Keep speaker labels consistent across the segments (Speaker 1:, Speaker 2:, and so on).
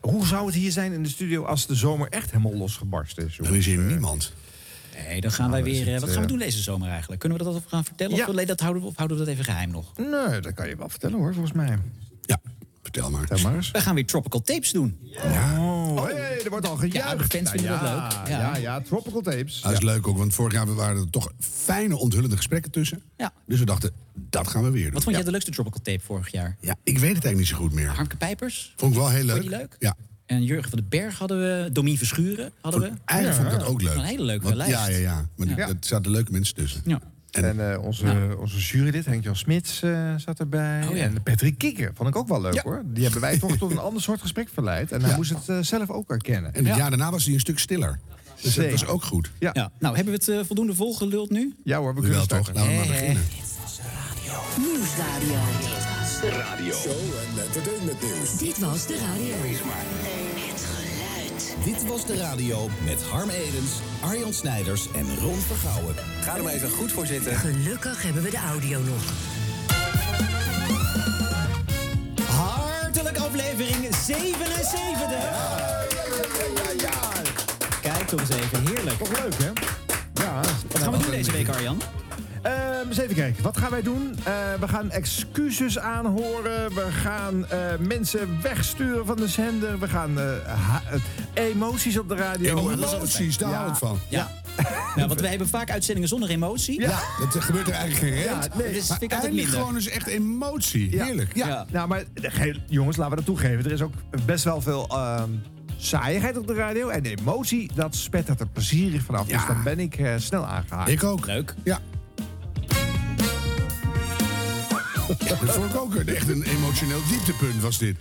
Speaker 1: Hoe zou het hier zijn in de studio als de zomer echt helemaal losgebarst is?
Speaker 2: Dan is hier niemand.
Speaker 3: Nee, dan gaan wij
Speaker 1: dan is
Speaker 3: weer. eh,
Speaker 1: het,
Speaker 3: wat gaan we
Speaker 1: eh,
Speaker 3: doen deze zomer eigenlijk? Kunnen we dat al gaan vertellen?
Speaker 1: Ja.
Speaker 3: Of, nee, dat houden we, of houden we dat even geheim nog?
Speaker 1: Nee, dat kan je wel vertellen hoor, volgens mij.
Speaker 2: Ja, vertel maar.
Speaker 1: Vertel maar eens.
Speaker 3: Wij gaan weer tropical tapes doen.
Speaker 1: Oh, hey, er wordt al gejuicht.
Speaker 3: de fans vinden
Speaker 1: Nou
Speaker 3: dat
Speaker 1: ja,
Speaker 3: leuk. Ja.
Speaker 1: Ja, ja, tropical tapes.
Speaker 2: Dat is leuk ook, want vorig jaar waren er toch fijne onthullende gesprekken tussen.
Speaker 3: Ja.
Speaker 2: Dus we dachten, dat gaan we weer doen.
Speaker 3: Wat
Speaker 2: ja.
Speaker 3: vond jij de leukste tropical tape vorig jaar?
Speaker 2: Ja, ik weet het eigenlijk niet zo goed meer.
Speaker 3: Harmke Pijpers
Speaker 2: Vond ik wel heel leuk.
Speaker 3: je leuk?
Speaker 2: Ja.
Speaker 3: en Jurgen van den Berg hadden we. Domien Verschuren hadden we.
Speaker 2: Eigenlijk vond ik dat ook leuk.
Speaker 3: Een hele leuke
Speaker 2: Want-
Speaker 3: lijst.
Speaker 2: Ja, ja, ja. Maar die-
Speaker 1: Ja.
Speaker 2: er zaten leuke mensen tussen.
Speaker 3: Ja.
Speaker 1: En, eh, onze, onze jurylid, Henk-Jan Smits, eh, zat erbij.
Speaker 3: Oh ja.
Speaker 1: En Patrick Kikker, vond ik ook wel leuk
Speaker 2: Ja.
Speaker 1: hoor. Die hebben wij toch tot een ander soort gesprek verleid. En hij
Speaker 2: Ja.
Speaker 1: moest het eh, zelf ook erkennen.
Speaker 2: En het jaar daarna was hij een stuk stiller. Dus
Speaker 1: Zeker.
Speaker 2: dat was ook goed.
Speaker 1: Ja. ja.
Speaker 3: Ja. Nou, hebben we het eh, voldoende volgeluld nu?
Speaker 1: hoor, we
Speaker 2: Nu
Speaker 1: kunnen
Speaker 2: wel
Speaker 1: starten.
Speaker 2: toch? Laten we maar beginnen.
Speaker 4: Nieuwsradio. Dit was de radio. Het geluid.
Speaker 5: Dit was de radio met Harm Edens, Arjan Snijders en Ron Vergouwen. Ga er maar even goed voor zitten.
Speaker 4: Gelukkig hebben we de audio nog.
Speaker 3: Hartelijk aflevering 77. Kijk toch eens even, heerlijk.
Speaker 1: Toch leuk hè? Ja.
Speaker 3: Wat gaan we doen deze week, Arjan?
Speaker 1: Ehm, eens even kijken, wat gaan wij doen? Eh, we gaan excuses aanhoren. We gaan eh, mensen wegsturen van de zender. We gaan eh, ha- eh, emoties op de radio.
Speaker 2: Emoties, daar
Speaker 1: Ja.
Speaker 2: hou ik van.
Speaker 3: Ja. Nou, want wij hebben vaak uitzendingen zonder emotie.
Speaker 1: Ja.
Speaker 2: Dat eh, gebeurt er eigenlijk geen reet.
Speaker 3: Dus vind ik
Speaker 2: Maar
Speaker 3: altijd
Speaker 2: eindelijk
Speaker 3: minder.
Speaker 2: gewoon eens echt emotie.
Speaker 1: Ja.
Speaker 2: Heerlijk. Ja.
Speaker 3: Ja.
Speaker 1: Nou, maar ge- jongens, laten we dat toegeven. Er is ook best wel veel ehm saaiigheid op de radio. En de emotie, dat spettert er plezierig vanaf.
Speaker 2: Ja.
Speaker 1: Dus dan ben ik eh, snel aangehaakt.
Speaker 2: Ik ook.
Speaker 3: Leuk.
Speaker 2: Ja. Ja, dat vond ik ook een- echt een emotioneel dieptepunt was dit.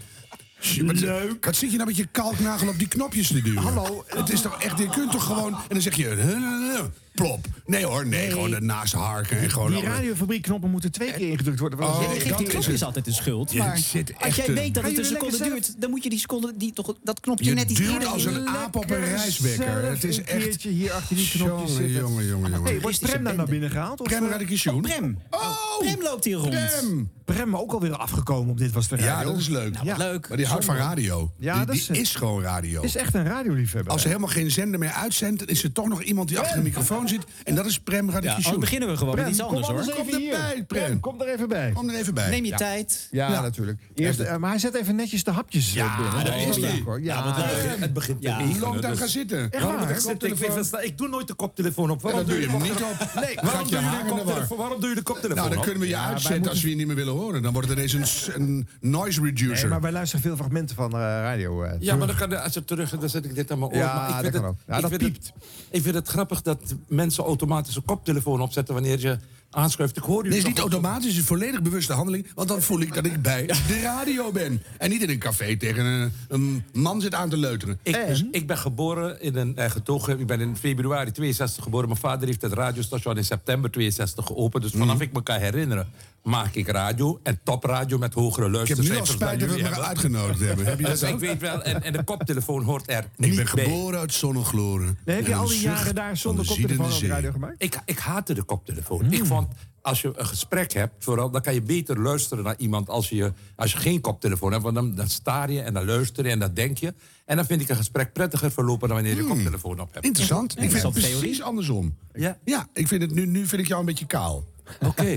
Speaker 2: Tje, Wat,
Speaker 1: Leuk.
Speaker 2: Wat zit je nou met je kalknagel op die knopjes te duwen?
Speaker 1: Hallo.
Speaker 2: Het is toch echt, je kunt toch gewoon... En dan zeg je... "Huh, huh, huh." Plop. Nee hoor, nee. Gewoon ernaast harken en gewoon...
Speaker 1: Die
Speaker 2: allemaal-
Speaker 1: radiofabriekknoppen moeten twee keer ingedrukt worden. want
Speaker 2: Oh,
Speaker 1: anders-
Speaker 3: Je
Speaker 2: dat
Speaker 3: geeft die
Speaker 2: is
Speaker 3: knopjes
Speaker 2: het.
Speaker 3: altijd de schuld.
Speaker 2: Je
Speaker 3: Maar
Speaker 2: zit
Speaker 3: als
Speaker 2: echt
Speaker 3: jij
Speaker 2: een-
Speaker 3: weet
Speaker 1: Gaan
Speaker 3: dat het een
Speaker 1: jullie
Speaker 3: seconde
Speaker 1: lekker zelf-
Speaker 3: duurt, dan moet je die seconde, die, toch, dat knopje
Speaker 2: Je
Speaker 3: net iets
Speaker 2: duwt
Speaker 3: eerder
Speaker 2: als
Speaker 3: in-
Speaker 2: een aap op een
Speaker 1: Lekker
Speaker 2: rijswekker. Het is
Speaker 1: zelf
Speaker 2: echt...
Speaker 1: een keertje hier achter die knopjes
Speaker 2: jongen,
Speaker 1: zitten.
Speaker 2: Jongen, jongen, jongen.
Speaker 1: hey, wordt Prem daar naar binnen gehaald? Of
Speaker 2: Prem
Speaker 1: eh,
Speaker 2: Radikishun.
Speaker 3: Oh, Prem.
Speaker 2: Oh!
Speaker 3: Prem loopt hier rond.
Speaker 2: Prem.
Speaker 1: Prem ook alweer afgekomen op Dit Was De Radio?
Speaker 2: Ja, dat is leuk.
Speaker 3: Nou,
Speaker 1: Ja.
Speaker 3: wat leuk.
Speaker 2: Maar die houdt van radio.
Speaker 1: Ja,
Speaker 2: die
Speaker 1: dat is
Speaker 2: die
Speaker 1: het.
Speaker 2: is gewoon radio.
Speaker 1: is echt een radioliefhebber.
Speaker 2: Als er helemaal geen zender meer uitzendt, dan is er toch nog iemand die achter de microfoon zit. En dat is Prem
Speaker 3: Ja, oh,
Speaker 2: Radikishun.
Speaker 3: dan beginnen we gewoon
Speaker 1: Prem,
Speaker 3: met iets anders
Speaker 1: kom
Speaker 3: hoor.
Speaker 1: anders even
Speaker 2: Kom
Speaker 1: hier.
Speaker 2: erbij, Prem.
Speaker 1: Prem, kom er even bij.
Speaker 2: Kom er even bij.
Speaker 3: Neem je tijd.
Speaker 1: Ja,
Speaker 2: Ja.
Speaker 1: natuurlijk. Eerst, eh, maar hij zet even netjes de hapjes eh,
Speaker 2: Ja,
Speaker 1: binnen.
Speaker 2: daar
Speaker 1: Dat
Speaker 2: is
Speaker 1: wel
Speaker 2: hij.
Speaker 1: leuk, hoor. Ja,
Speaker 6: Het begint
Speaker 3: Ja.
Speaker 6: te
Speaker 2: Hoe lang
Speaker 6: regenen.
Speaker 2: daar
Speaker 6: dus-
Speaker 2: gaan zitten?
Speaker 1: Echt
Speaker 2: Waarom
Speaker 1: waar,
Speaker 2: met de
Speaker 1: hè?
Speaker 6: Ik- ik,
Speaker 2: koptelefoon?
Speaker 6: versta- ik doe nooit de koptelefoon op.
Speaker 2: Ja,
Speaker 6: Waarom
Speaker 2: dat doe je hem niet op.
Speaker 6: Waarom
Speaker 2: Gaat je
Speaker 6: doe je
Speaker 2: haar
Speaker 6: de
Speaker 2: in de war.
Speaker 6: koptelefoon? Waarom doe je de koptelefoon
Speaker 2: Nou, dan
Speaker 6: op?
Speaker 2: kunnen we je uitzetten
Speaker 1: moeten-
Speaker 2: als we je niet meer willen horen. Dan wordt het ineens een, s- een noise reducer.
Speaker 1: Nee, maar wij luisteren veel fragmenten van eh, radio. eh,
Speaker 6: Ja, maar dan kan, de- als het terug dan zet ik dit aan mijn oor.
Speaker 1: Ja,
Speaker 6: maar ik
Speaker 1: dat
Speaker 6: vind
Speaker 1: kan
Speaker 6: het,
Speaker 1: ook. Ja,
Speaker 6: ik
Speaker 1: dat
Speaker 6: vind
Speaker 1: piept.
Speaker 6: Het, ik vind het grappig dat mensen automatisch een koptelefoon opzetten wanneer je aanschuift. Ik hoor u
Speaker 2: Nee, het is
Speaker 6: toch
Speaker 2: niet
Speaker 6: ook-
Speaker 2: automatisch, het is een volledig bewuste handeling. Want dan voel ik dat ik bij de radio ben. En niet in een café tegen een, een man zit aan te leuteren.
Speaker 6: Ik, dus
Speaker 1: En?
Speaker 6: ik ben geboren in een eh, getogen. Ik ben in februari 62 geboren. Mijn vader heeft het radiostation in september 62 geopend. Dus
Speaker 2: Mhm.
Speaker 6: vanaf ik me kan herinneren, maak ik radio. En topradio met hogere
Speaker 2: Ik heb nu al
Speaker 6: luistercijfers
Speaker 2: spijt dat we
Speaker 6: jullie
Speaker 2: het maar
Speaker 6: hebben.
Speaker 2: uitgenodigd hebben. Heb je dat
Speaker 6: Dus ik
Speaker 2: ook?
Speaker 6: weet wel, en, en de koptelefoon hoort er
Speaker 2: Ik
Speaker 6: niet
Speaker 2: ben
Speaker 6: bij.
Speaker 2: geboren uit zonnegloren.
Speaker 1: Nee, heb je
Speaker 2: En
Speaker 1: al
Speaker 2: een
Speaker 1: die
Speaker 2: zucht
Speaker 1: jaren daar
Speaker 2: van de Hmm.
Speaker 1: zonder koptelefoon op de
Speaker 2: ziedende
Speaker 1: radio
Speaker 2: zee.
Speaker 1: gemaakt?
Speaker 6: Ik, ik haatte de koptelefoon. Ik vond, als je een gesprek hebt, vooral, dan kan je beter luisteren naar iemand als je, als je geen koptelefoon hebt. Want dan, dan staar je en dan luister je en dan denk je. En dan vind ik een gesprek prettiger verlopen dan wanneer je koptelefoon op hebt.
Speaker 2: Hmm. Interessant. ik vind het
Speaker 3: interessante
Speaker 2: precies
Speaker 3: theorie.
Speaker 2: andersom.
Speaker 6: Ja.
Speaker 2: Ja, ik vind het nu, nu vind ik jou een beetje kaal.
Speaker 6: Oké,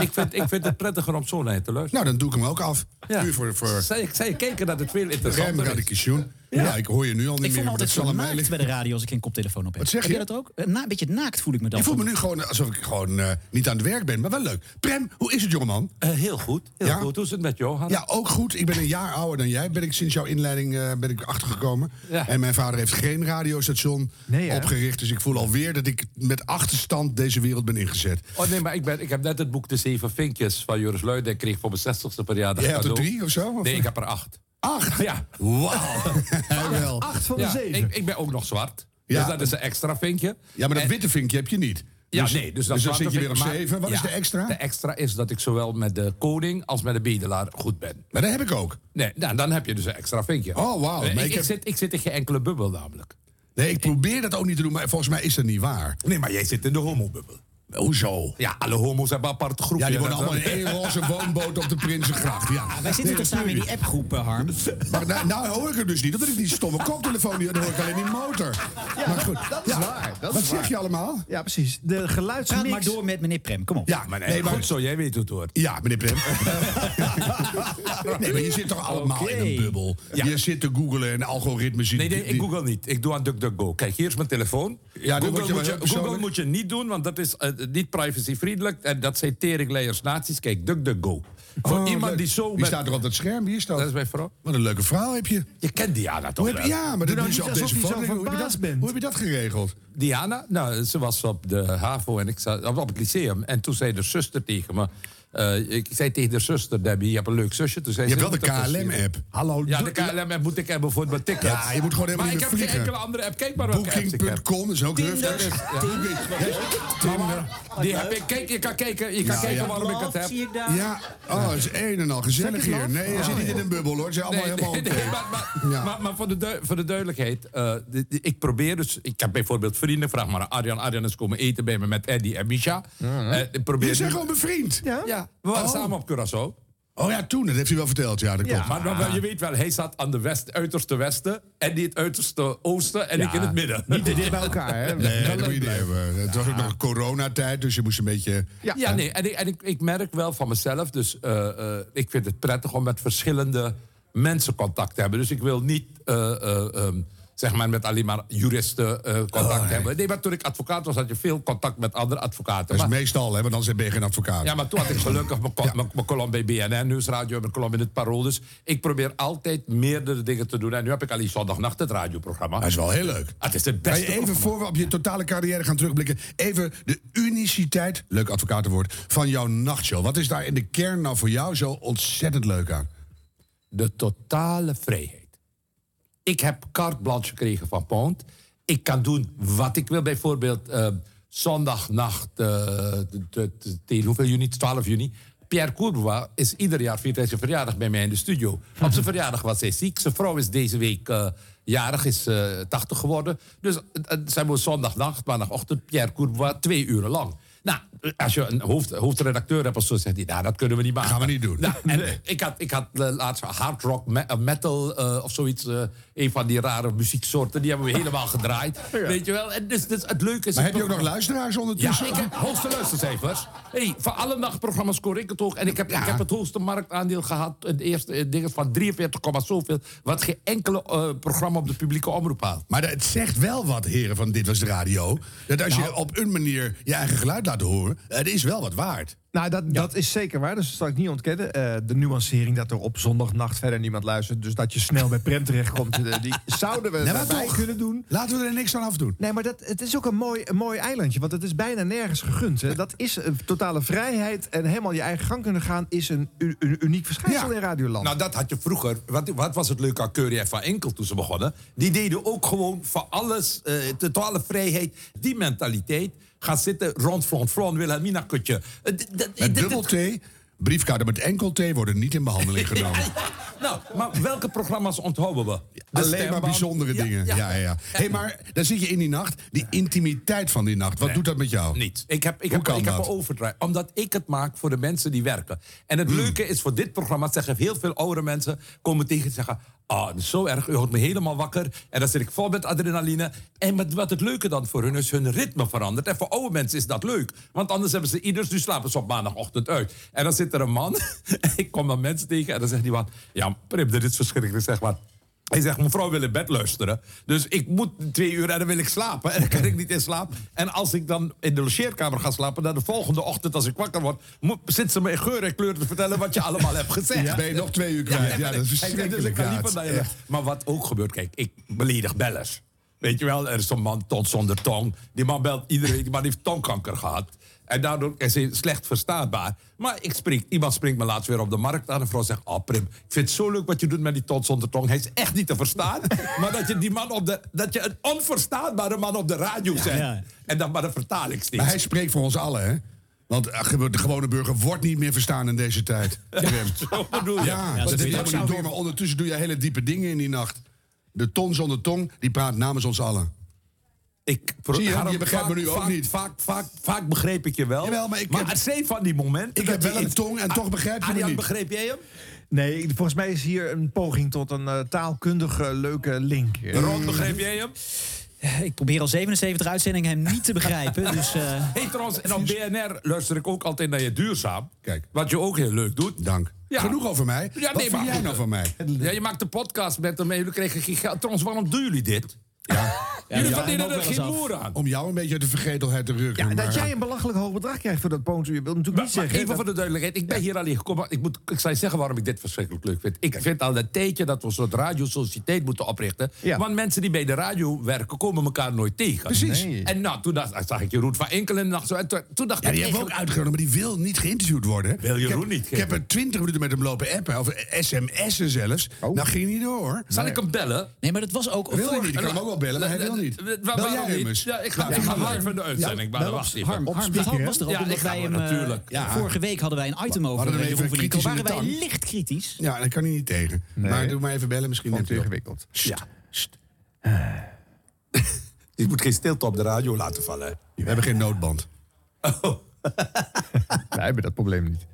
Speaker 6: ik, vind, ik vind het prettiger om zo naar je te luisteren.
Speaker 2: Nou, dan doe ik hem ook af.
Speaker 6: Ja.
Speaker 2: Nu voor, voor
Speaker 6: Zij, zij kijken dat het veel
Speaker 2: Rem
Speaker 6: interessanter is.
Speaker 2: Radikishun. Ja. ik hoor je nu al niet
Speaker 3: Ik voel
Speaker 2: meer.
Speaker 3: me
Speaker 2: maar dat
Speaker 3: altijd
Speaker 2: zal
Speaker 3: zo
Speaker 2: aan mij
Speaker 3: naakt
Speaker 2: liggen.
Speaker 3: bij de radio als ik geen koptelefoon op heb.
Speaker 2: Wat zeg
Speaker 3: Heb
Speaker 2: je?
Speaker 3: jij dat ook? Eh, Na, een beetje naakt voel ik me dan.
Speaker 2: Ik voel me nu gewoon alsof ik gewoon eh, niet aan het werk ben, maar wel leuk. Prem, hoe is het, jongeman?
Speaker 6: Eh, heel goed, heel
Speaker 2: Ja?
Speaker 6: goed. Hoe is het met jou, Hanna?
Speaker 2: Ja, ook goed. Ik ben een jaar ouder dan jij. Ben ik sinds jouw inleiding eh, ben ik achtergekomen.
Speaker 6: Ja.
Speaker 2: En mijn vader heeft geen radiostation
Speaker 1: Nee, hè?
Speaker 2: opgericht. Dus ik voel alweer dat ik met achterstand deze wereld ben ingezet.
Speaker 6: Oh nee, maar ik, ben, ik heb net het boek De Zeven Vinkjes van Joris Luijden kreeg voor mijn 60ste verjaardag.
Speaker 2: Jij had er
Speaker 6: cadeau.
Speaker 2: drie of zo? Of-
Speaker 6: Nee, ik heb er acht.
Speaker 2: Acht?
Speaker 6: Ja.
Speaker 2: Wauw. Hij wel.
Speaker 1: Acht van de
Speaker 6: Ja,
Speaker 1: zeven.
Speaker 6: ik, ik ben ook nog zwart.
Speaker 2: Ja.
Speaker 6: Dus dat is een extra vinkje.
Speaker 2: Ja, maar dat
Speaker 6: En-
Speaker 2: witte vinkje heb je niet.
Speaker 6: Ja,
Speaker 2: Dus-
Speaker 6: nee. Dus,
Speaker 2: dus dan
Speaker 6: zwarte
Speaker 2: zit je weer op
Speaker 6: vinkje- maar-
Speaker 2: zeven. Wat is
Speaker 6: ja,
Speaker 2: de extra?
Speaker 6: De extra is dat ik zowel met de koning als met de bedelaar goed ben.
Speaker 2: Maar dat heb ik ook.
Speaker 6: Nee, nou, dan heb je dus een extra vinkje.
Speaker 2: Oh, wauw.
Speaker 6: Nee, Ik,
Speaker 2: Maar ik
Speaker 6: ik
Speaker 2: heb-
Speaker 6: zit, ik zit in geen enkele bubbel namelijk.
Speaker 2: Nee, ik probeer dat ook niet te doen, maar volgens mij is dat niet waar.
Speaker 6: Nee, maar jij zit in de homobubbel.
Speaker 2: Hoezo?
Speaker 6: Ja, alle homo's hebben een apart groepje.
Speaker 2: Ja, die
Speaker 6: Dat-
Speaker 2: wonen allemaal in één roze woonboot op de Prinsengracht. Ja.
Speaker 3: Ah, Wij zitten toch samen in die appgroep, eh, Harm?
Speaker 2: Maar nou, nou hoor ik het dus niet, omdat ik die stomme koptelefoon niet dan hoor ik alleen die motor. maar goed,
Speaker 1: dat is waar, dat
Speaker 2: wat
Speaker 1: is
Speaker 2: zeg
Speaker 1: waar.
Speaker 2: je allemaal?
Speaker 1: Ja, precies. De
Speaker 3: Praat
Speaker 1: geluidsmix.
Speaker 3: maar door met meneer Prem, kom op.
Speaker 2: Ja, maar nee, maar
Speaker 6: Goed zo, jij weet het hoor.
Speaker 2: Ja, meneer Prem. nee, maar je zit toch allemaal in een
Speaker 3: Oké.
Speaker 2: bubbel? Je zit te googelen en algoritmes zien.
Speaker 6: Nee, nee, ik google niet. Ik doe aan DuckDuckGo. Kijk, hier is mijn telefoon.
Speaker 2: dan word
Speaker 6: Google,
Speaker 2: je wel
Speaker 6: moet
Speaker 2: heel
Speaker 6: je,
Speaker 2: persoonlijk.
Speaker 6: Google moet je niet doen, want dat is eh, niet privacyvriendelijk. En dat zijn teringleiers nazi's. Kijk, DuckDuckGo. Voor iemand die zo...
Speaker 2: Oh, Die
Speaker 6: met-
Speaker 2: staat er op dat scherm, hier staat.
Speaker 6: Dat is mijn vrouw.
Speaker 2: Wat een leuke vrouw heb je.
Speaker 6: Je kent Diana toch
Speaker 2: Hoe heb,
Speaker 6: wel?
Speaker 2: ja, maar dat
Speaker 1: Doe nou
Speaker 2: doen ze op
Speaker 1: niet alsof
Speaker 2: deze
Speaker 1: je zo
Speaker 2: foto. Hoe heb je
Speaker 1: verbaasd
Speaker 2: dat-
Speaker 1: bent.
Speaker 2: hoe heb je dat geregeld?
Speaker 6: Diana, nou, ze was op de HAVO en ik zat op het lyceum. En toen zei de zuster tegen me... eh, ik zei tegen de zuster, Debbie, je hebt een leuk zusje. Toen zei
Speaker 2: Je
Speaker 6: ze,
Speaker 2: hebt wel de
Speaker 6: moet dat
Speaker 2: KLM-app. Hallo,
Speaker 6: Ja, de
Speaker 2: doe-
Speaker 6: KLM-app moet ik hebben voor mijn ticket.
Speaker 2: Ja, je moet gewoon helemaal
Speaker 6: maar
Speaker 2: in
Speaker 6: ik
Speaker 2: de
Speaker 6: heb geen
Speaker 2: vliegen.
Speaker 6: enkele andere app. Kijk maar welke apps ik heb.
Speaker 2: Booking.com is ook
Speaker 6: Tinder.
Speaker 2: heftig.
Speaker 6: Ja.
Speaker 2: Booking. Tinder.
Speaker 6: Die heb ik, kijk, je kan kijken, je kan
Speaker 2: Ja,
Speaker 6: kijken
Speaker 2: Nou, ja.
Speaker 6: waarom ik het heb.
Speaker 3: zie ik daar.
Speaker 2: Ja, oh, het is een en al gezellig
Speaker 1: Zeg je
Speaker 2: hier.
Speaker 1: het nog?
Speaker 2: Nee, je zit niet in een bubbel hoor. Het is allemaal
Speaker 6: Oh. Nee,
Speaker 2: helemaal...
Speaker 6: nee, nee, maar, maar,
Speaker 2: Ja.
Speaker 6: maar, maar voor, de dui- voor de duidelijkheid, eh, de- de- ik probeer dus... Ik heb bijvoorbeeld vrienden, vraag maar aan Arjan. Arjan is komen eten bij me met Eddie en Misha. Eh, ik probeer
Speaker 2: Je
Speaker 6: nu-
Speaker 2: zegt gewoon bevriend.
Speaker 1: Ja?
Speaker 6: Ja, we waren
Speaker 2: Oh.
Speaker 6: samen op Curaçao.
Speaker 2: Oh ja, toen, dat heeft hij wel verteld. Ja, dat
Speaker 1: Ja.
Speaker 2: klopt.
Speaker 6: Maar, maar wel, je weet wel, hij zat aan de west, uiterste westen... en die het uiterste oosten en ik in het midden.
Speaker 1: Niet te dicht bij elkaar, hè?
Speaker 2: Nee,
Speaker 1: Wel
Speaker 2: dat moet
Speaker 1: leuk
Speaker 2: je niet
Speaker 1: blijven.
Speaker 2: hebben. Het was ook nog een coronatijd, dus je moest een beetje...
Speaker 1: Ja.
Speaker 6: Ja, nee, en, ik, en ik, ik merk wel van mezelf, dus eh, eh, ik vind het prettig om met verschillende mensen contact te hebben. Dus ik wil niet, eh, eh, ehm, zeg maar, met alleen maar juristen eh,
Speaker 2: Oh,
Speaker 6: contact hebben. Nee, maar toen ik advocaat was, had je veel contact met andere advocaten.
Speaker 2: Dat is
Speaker 6: Maar-
Speaker 2: meestal, hè, want anders ben je geen advocaat.
Speaker 6: ja, maar toen had ik gelukkig mijn, co- mijn, mijn column bij BNN Nieuwsradio, mijn column in het Parool. Dus ik probeer altijd meerdere dingen te doen. En nu heb ik alleen zondagnacht het radioprogramma.
Speaker 2: Dat is wel heel leuk.
Speaker 6: Het is het
Speaker 2: Kan je
Speaker 6: beste.
Speaker 2: even, voor we op je totale carrière gaan terugblikken... even de uniciteit, leuk advocatenwoord, van jouw nachtshow. Wat is daar in de kern nou voor jou zo ontzettend leuk aan?
Speaker 6: de totale vrijheid. Ik heb carte blanche gekregen van Pound. Ik kan doen wat ik wil. Bijvoorbeeld eh, zondagnacht, eh, de- de- de- de- hoeveel juni? 12 juni. Pierre Courbois is ieder jaar viert hij zijn verjaardag bij mij in de studio. Op zijn verjaardag was hij ziek. Zijn vrouw is deze week eh, jarig, is eh 80 geworden. Dus eh, eh, zijn we zondagnacht, maandagochtend, Pierre Courbois twee uren lang. Nou, eh, als je een hoofd, hoofdredacteur hebt of zo, zegt hij, nou, dat kunnen we niet maken.
Speaker 2: Gaan we niet doen.
Speaker 6: Nou, en ik had, ik had eh, laatst hard rock, me- eh, metal eh, of zoiets. eh, een van die rare muzieksoorten. Die hebben we helemaal gedraaid. Weet je wel? En dus, dus het leuke is...
Speaker 2: Maar heb je ook nog luisteraars
Speaker 6: Ja,
Speaker 2: ondertussen?
Speaker 6: ik heb hoogste luistercijfers. Hey, van alle nachtprogramma's scoor ik het hoog. En ik heb, ik heb het hoogste marktaandeel gehad. Het eerste eh, ding van 43, zoveel. Wat geen enkele eh, programma op de publieke omroep haalt.
Speaker 2: Maar dat- het zegt wel wat, heren van Dit Was De Radio... dat
Speaker 6: Nou.
Speaker 2: als je op een manier je eigen geluid laat horen... het is wel wat waard.
Speaker 1: Nou, dat, dat is zeker waar. Dus dat zal ik niet ontkennen. Eh, de nuancering dat er op zondagnacht verder niemand luistert... dus dat je snel bij Prem terechtkomt... eh, die zouden we
Speaker 2: Nee, maar
Speaker 1: daarbij
Speaker 2: toch.
Speaker 1: kunnen doen.
Speaker 2: Laten we er niks aan afdoen.
Speaker 1: Nee, maar dat, het is ook een mooi, een mooi eilandje, want het is bijna nergens gegund. Hè. Dat is eh, totale vrijheid en helemaal je eigen gang kunnen gaan... is een, u- een uniek verschijnsel
Speaker 2: Ja.
Speaker 1: in Radioland.
Speaker 6: Nou, dat had je vroeger. Wat, wat was het leuke aan Keurie en Van Enkel toen ze begonnen? Die deden ook gewoon van alles, eh, totale vrijheid, die mentaliteit. Gaan zitten rond Front Front, Wilhelmina Kutje. Eh, d- d-
Speaker 2: Met
Speaker 6: dit- dit-
Speaker 2: dubbel T, briefkaarten met enkel T worden niet in behandeling
Speaker 6: Ja,
Speaker 2: genomen.
Speaker 6: ja. Nou, maar welke programma's onthouden we? De
Speaker 2: Alleen maar
Speaker 6: stemband.
Speaker 2: bijzondere
Speaker 6: Ja,
Speaker 2: dingen. Ja, ja, ja. hey, maar dan zit je in die nacht, die intimiteit van die nacht. Wat doet dat met jou?
Speaker 6: Niet. Ik heb, ik
Speaker 2: Hoe
Speaker 6: heb,
Speaker 2: kan
Speaker 6: ik heb
Speaker 2: dat?
Speaker 6: een overdrijf. Omdat ik het maak voor de mensen die werken. En
Speaker 2: Hmm.
Speaker 6: het leuke is voor dit programma, zeggen heel veel oude mensen, komen tegen en zeggen. Ah, het is zo erg, u houdt me helemaal wakker. En dan zit ik vol met adrenaline. En met wat het leuke dan voor hun is, hun ritme verandert. En voor oude mensen is dat leuk. Want anders hebben ze ieders, nu slapen ze op maandagochtend uit. En dan zit er een man, ik kom dan mensen tegen... en dan zegt die man, ja, Prim, dit is verschrikkelijk. Ik zeg maar, hij zegt, mevrouw wil in bed luisteren. Dus ik moet twee uur en dan wil ik slapen. En dan kan ik niet in slaap. En als ik dan in de logeerkamer ga slapen... dan de volgende ochtend als ik wakker word... moet- zit ze me in geur en kleur te vertellen wat je allemaal hebt gezegd.
Speaker 2: Ben je nog twee uur kwijt? Ja,
Speaker 6: en
Speaker 2: dat is
Speaker 6: ik-
Speaker 2: verschrikkelijk.
Speaker 6: Dus ik kan liever
Speaker 2: ja.
Speaker 6: naar je luisteren. Maar wat ook gebeurt, kijk, ik beledig bellers. Weet je wel, er is zo'n man tot zonder tong. Die man belt iedereen, die man heeft tongkanker gehad. En daardoor is hij slecht verstaanbaar. Maar ik spreek, iemand springt me laatst weer op de markt aan. Een vrouw zegt, oh Prim, ik vind het zo leuk wat je doet met die tot zonder tong. Hij is echt niet te verstaan. maar dat je die man op de, dat je een onverstaanbare man op de radio zet.
Speaker 3: ja.
Speaker 6: En dan maar de vertaling steeds.
Speaker 2: Maar hij spreekt voor ons allen, hè? Want eh, ge- de gewone burger wordt niet meer verstaan in deze tijd. Rem.
Speaker 6: Zo bedoel je.
Speaker 2: Ja,
Speaker 3: dat
Speaker 2: dat is
Speaker 3: is ook
Speaker 2: helemaal
Speaker 3: zo.
Speaker 2: niet door. Maar ondertussen doe jij hele diepe dingen in die nacht. De ton zonder tong, die praat namens ons allen.
Speaker 6: Ik pro-
Speaker 2: Zie je,
Speaker 6: Harm,
Speaker 2: je begrijpt me nu ook
Speaker 6: vaak,
Speaker 2: niet.
Speaker 6: Vaak, vaak, vaak begreep ik je wel.
Speaker 2: Jawel, maar ik heb-
Speaker 6: het zijn van die momenten. dat
Speaker 2: Ik heb
Speaker 6: je
Speaker 2: wel een
Speaker 6: iets-
Speaker 2: tong en
Speaker 6: Ah,
Speaker 2: toch begrijp je me
Speaker 6: Arjan,
Speaker 2: niet.
Speaker 6: begreep jij hem?
Speaker 1: Nee, ik- volgens mij is hier een poging tot een eh, taalkundige leuke link. Eh,
Speaker 6: Ron, begreep jij hem?
Speaker 3: Ik probeer al 77 uitzendingen hem niet te begrijpen. Dus eh,
Speaker 6: Hey, trouwens, en op BNR luister ik ook altijd naar je duurzaam.
Speaker 2: Kijk.
Speaker 6: Wat je ook heel leuk doet.
Speaker 2: Dank.
Speaker 6: Ja.
Speaker 2: Genoeg over mij.
Speaker 6: Ja,
Speaker 2: Wat
Speaker 6: nee,
Speaker 2: vind
Speaker 6: maar
Speaker 2: jij
Speaker 6: goed,
Speaker 2: nou
Speaker 6: eh,
Speaker 2: van mij?
Speaker 6: Ja, je maakt een podcast met hem en jullie kregen geen geld. Trouwens, waarom doen jullie dit?
Speaker 3: ja,
Speaker 6: jullie
Speaker 3: hem
Speaker 6: verdienen
Speaker 3: ook
Speaker 6: er
Speaker 3: wel eens
Speaker 6: geen
Speaker 3: af.
Speaker 6: moer aan.
Speaker 2: Om jou een beetje uit de vergetelheid te rukken.
Speaker 1: Ja,
Speaker 2: maar-
Speaker 1: dat jij een belachelijk hoog bedrag krijgt voor dat poontje, wil natuurlijk niet
Speaker 6: Maar
Speaker 1: zeggen.
Speaker 6: even
Speaker 1: dat-
Speaker 6: voor de duidelijkheid, ik ben hier alleen gekomen. maar Ik, moet, ik zal je zeggen waarom ik dit verschrikkelijk leuk vind. Ik vind al een tijdje dat we een soort radiosociëteit moeten oprichten.
Speaker 1: Ja.
Speaker 6: Want mensen die bij de radio werken, komen elkaar nooit tegen.
Speaker 2: Precies.
Speaker 1: Nee.
Speaker 6: En nou, toen dacht, zag ik Jeroen van Enkelen. En dacht, zo, en toen, toen dacht
Speaker 2: Ja,
Speaker 6: ik
Speaker 2: die hebben we ook
Speaker 6: eigenlijk-
Speaker 2: uitgenodigd, maar die wil niet geïnterviewd worden.
Speaker 6: Wil Jeroen
Speaker 2: ik heb,
Speaker 6: niet,
Speaker 2: Ik
Speaker 6: geen-
Speaker 2: heb er twintig minuten met hem lopen appen, of sms'en zelfs. Nou, ging niet door, hoor.
Speaker 6: Zal ik hem bellen?
Speaker 3: Oh.
Speaker 6: Eh,
Speaker 3: nee, maar dat was ook...
Speaker 2: Wil hij niet? Ik kan hem ook wel bellen, maar hij wil niet.
Speaker 6: Wa-
Speaker 2: Bel
Speaker 6: waarom
Speaker 2: jij hem eens?
Speaker 6: Ja, ik ga,
Speaker 2: Nou,
Speaker 6: ik ga
Speaker 2: doe maar.
Speaker 6: live van de uitzending. maar
Speaker 3: Harm,
Speaker 6: wacht even.
Speaker 3: Harm, Harm, dat
Speaker 1: opspieken,
Speaker 3: had-
Speaker 1: hè?
Speaker 3: was toch
Speaker 6: Ja,
Speaker 3: ook omdat
Speaker 6: ik ga
Speaker 3: wij
Speaker 6: maar
Speaker 3: hem... eh,
Speaker 6: natuurlijk.
Speaker 2: Ja.
Speaker 3: Vorige week hadden wij een item over
Speaker 2: hadden hem
Speaker 3: Jeroen
Speaker 2: even
Speaker 3: van Ginkel.
Speaker 2: kritisch in de
Speaker 3: Waren wij
Speaker 2: tang.
Speaker 3: licht kritisch?
Speaker 2: Ja, dan kan hij niet tegen. Maar doe maar even bellen, misschien
Speaker 1: Vond
Speaker 2: neemt
Speaker 1: het
Speaker 2: hij op.
Speaker 1: ingewikkeld.
Speaker 6: Je moet geen stilte op de radio laten vallen. Oh.
Speaker 2: We hebben geen noodband.
Speaker 1: Wij hebben dat probleem niet.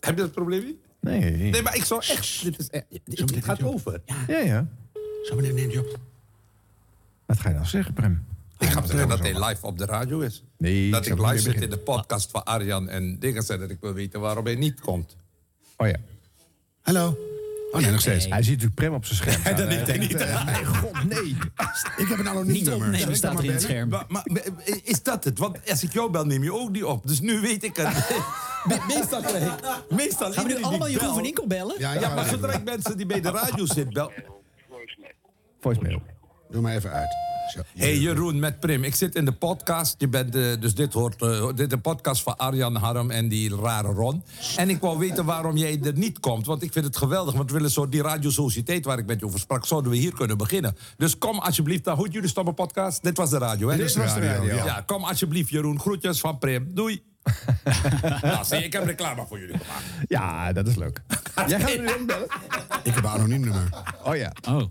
Speaker 6: Heb je dat probleem niet?
Speaker 1: Nee.
Speaker 6: Nee, maar ik zou echt... Dit, is, echt- dit, dit gaat over.
Speaker 1: Ja, ja.
Speaker 2: Zo meneer neemt hij op.
Speaker 1: Wat ga je nou zeggen, Prem?
Speaker 6: Ik ga zeggen dat hij live op de radio is.
Speaker 1: Nee,
Speaker 6: dat
Speaker 1: ik
Speaker 6: ik
Speaker 1: zou
Speaker 6: live
Speaker 1: niet
Speaker 6: zit in
Speaker 1: beginnen.
Speaker 6: de podcast van Arjan en dingen en dat ik wil weten waarom hij niet komt.
Speaker 1: Oh ja.
Speaker 2: Hallo. Oh nee, nog steeds.
Speaker 1: Hij ziet natuurlijk Prem op zijn scherm. staan.
Speaker 2: Ik
Speaker 6: Eh,
Speaker 2: denk niet.
Speaker 1: Nee, god, nee.
Speaker 2: Ik heb een anoniem
Speaker 3: Niet
Speaker 2: nummer. Zal
Speaker 3: opnemen
Speaker 2: ik
Speaker 3: staat
Speaker 2: dan maar
Speaker 3: er in het
Speaker 2: bellen?
Speaker 3: scherm.
Speaker 6: Maar, maar- maar eh, is dat het? Want als ik jou bel, neem je ook niet op. Dus nu weet ik het. Me- meestal krijg ik- Meestal
Speaker 3: Gaan we nu
Speaker 6: iedereen
Speaker 3: allemaal
Speaker 6: die
Speaker 3: Jeroen van
Speaker 6: belt-
Speaker 3: Inkel bellen?
Speaker 2: Ja,
Speaker 6: Ja, maar zodra
Speaker 2: ja,
Speaker 6: ik mensen die bij de radio zitten bel...
Speaker 1: Voicemail.
Speaker 2: doe maar even uit. Zo.
Speaker 6: hey, Jeroen, met Prim. Ik zit in de podcast. Je bent, eh, dus dit hoort... eh, dit is de podcast van Arjan, Harm en die rare Ron. En ik wou weten waarom jij er niet komt. Want ik vind het geweldig. Want we willen zo die radiosociëteit waar ik met je over sprak... zouden we hier kunnen beginnen. Dus kom alsjeblieft naar Goed Jullie Stoppen podcast. Dit was de radio, hè?
Speaker 2: Dit was de radio,
Speaker 6: Ja.
Speaker 2: ja.
Speaker 6: kom alsjeblieft, Jeroen. Groetjes van Prim. Doei. nou, zie, je, ik heb reclame voor jullie gemaakt.
Speaker 1: Ja, dat is leuk. Jij gaat hem nu ook bellen?
Speaker 2: Ik heb een anoniem nummer.
Speaker 1: Oh ja.
Speaker 3: Oh.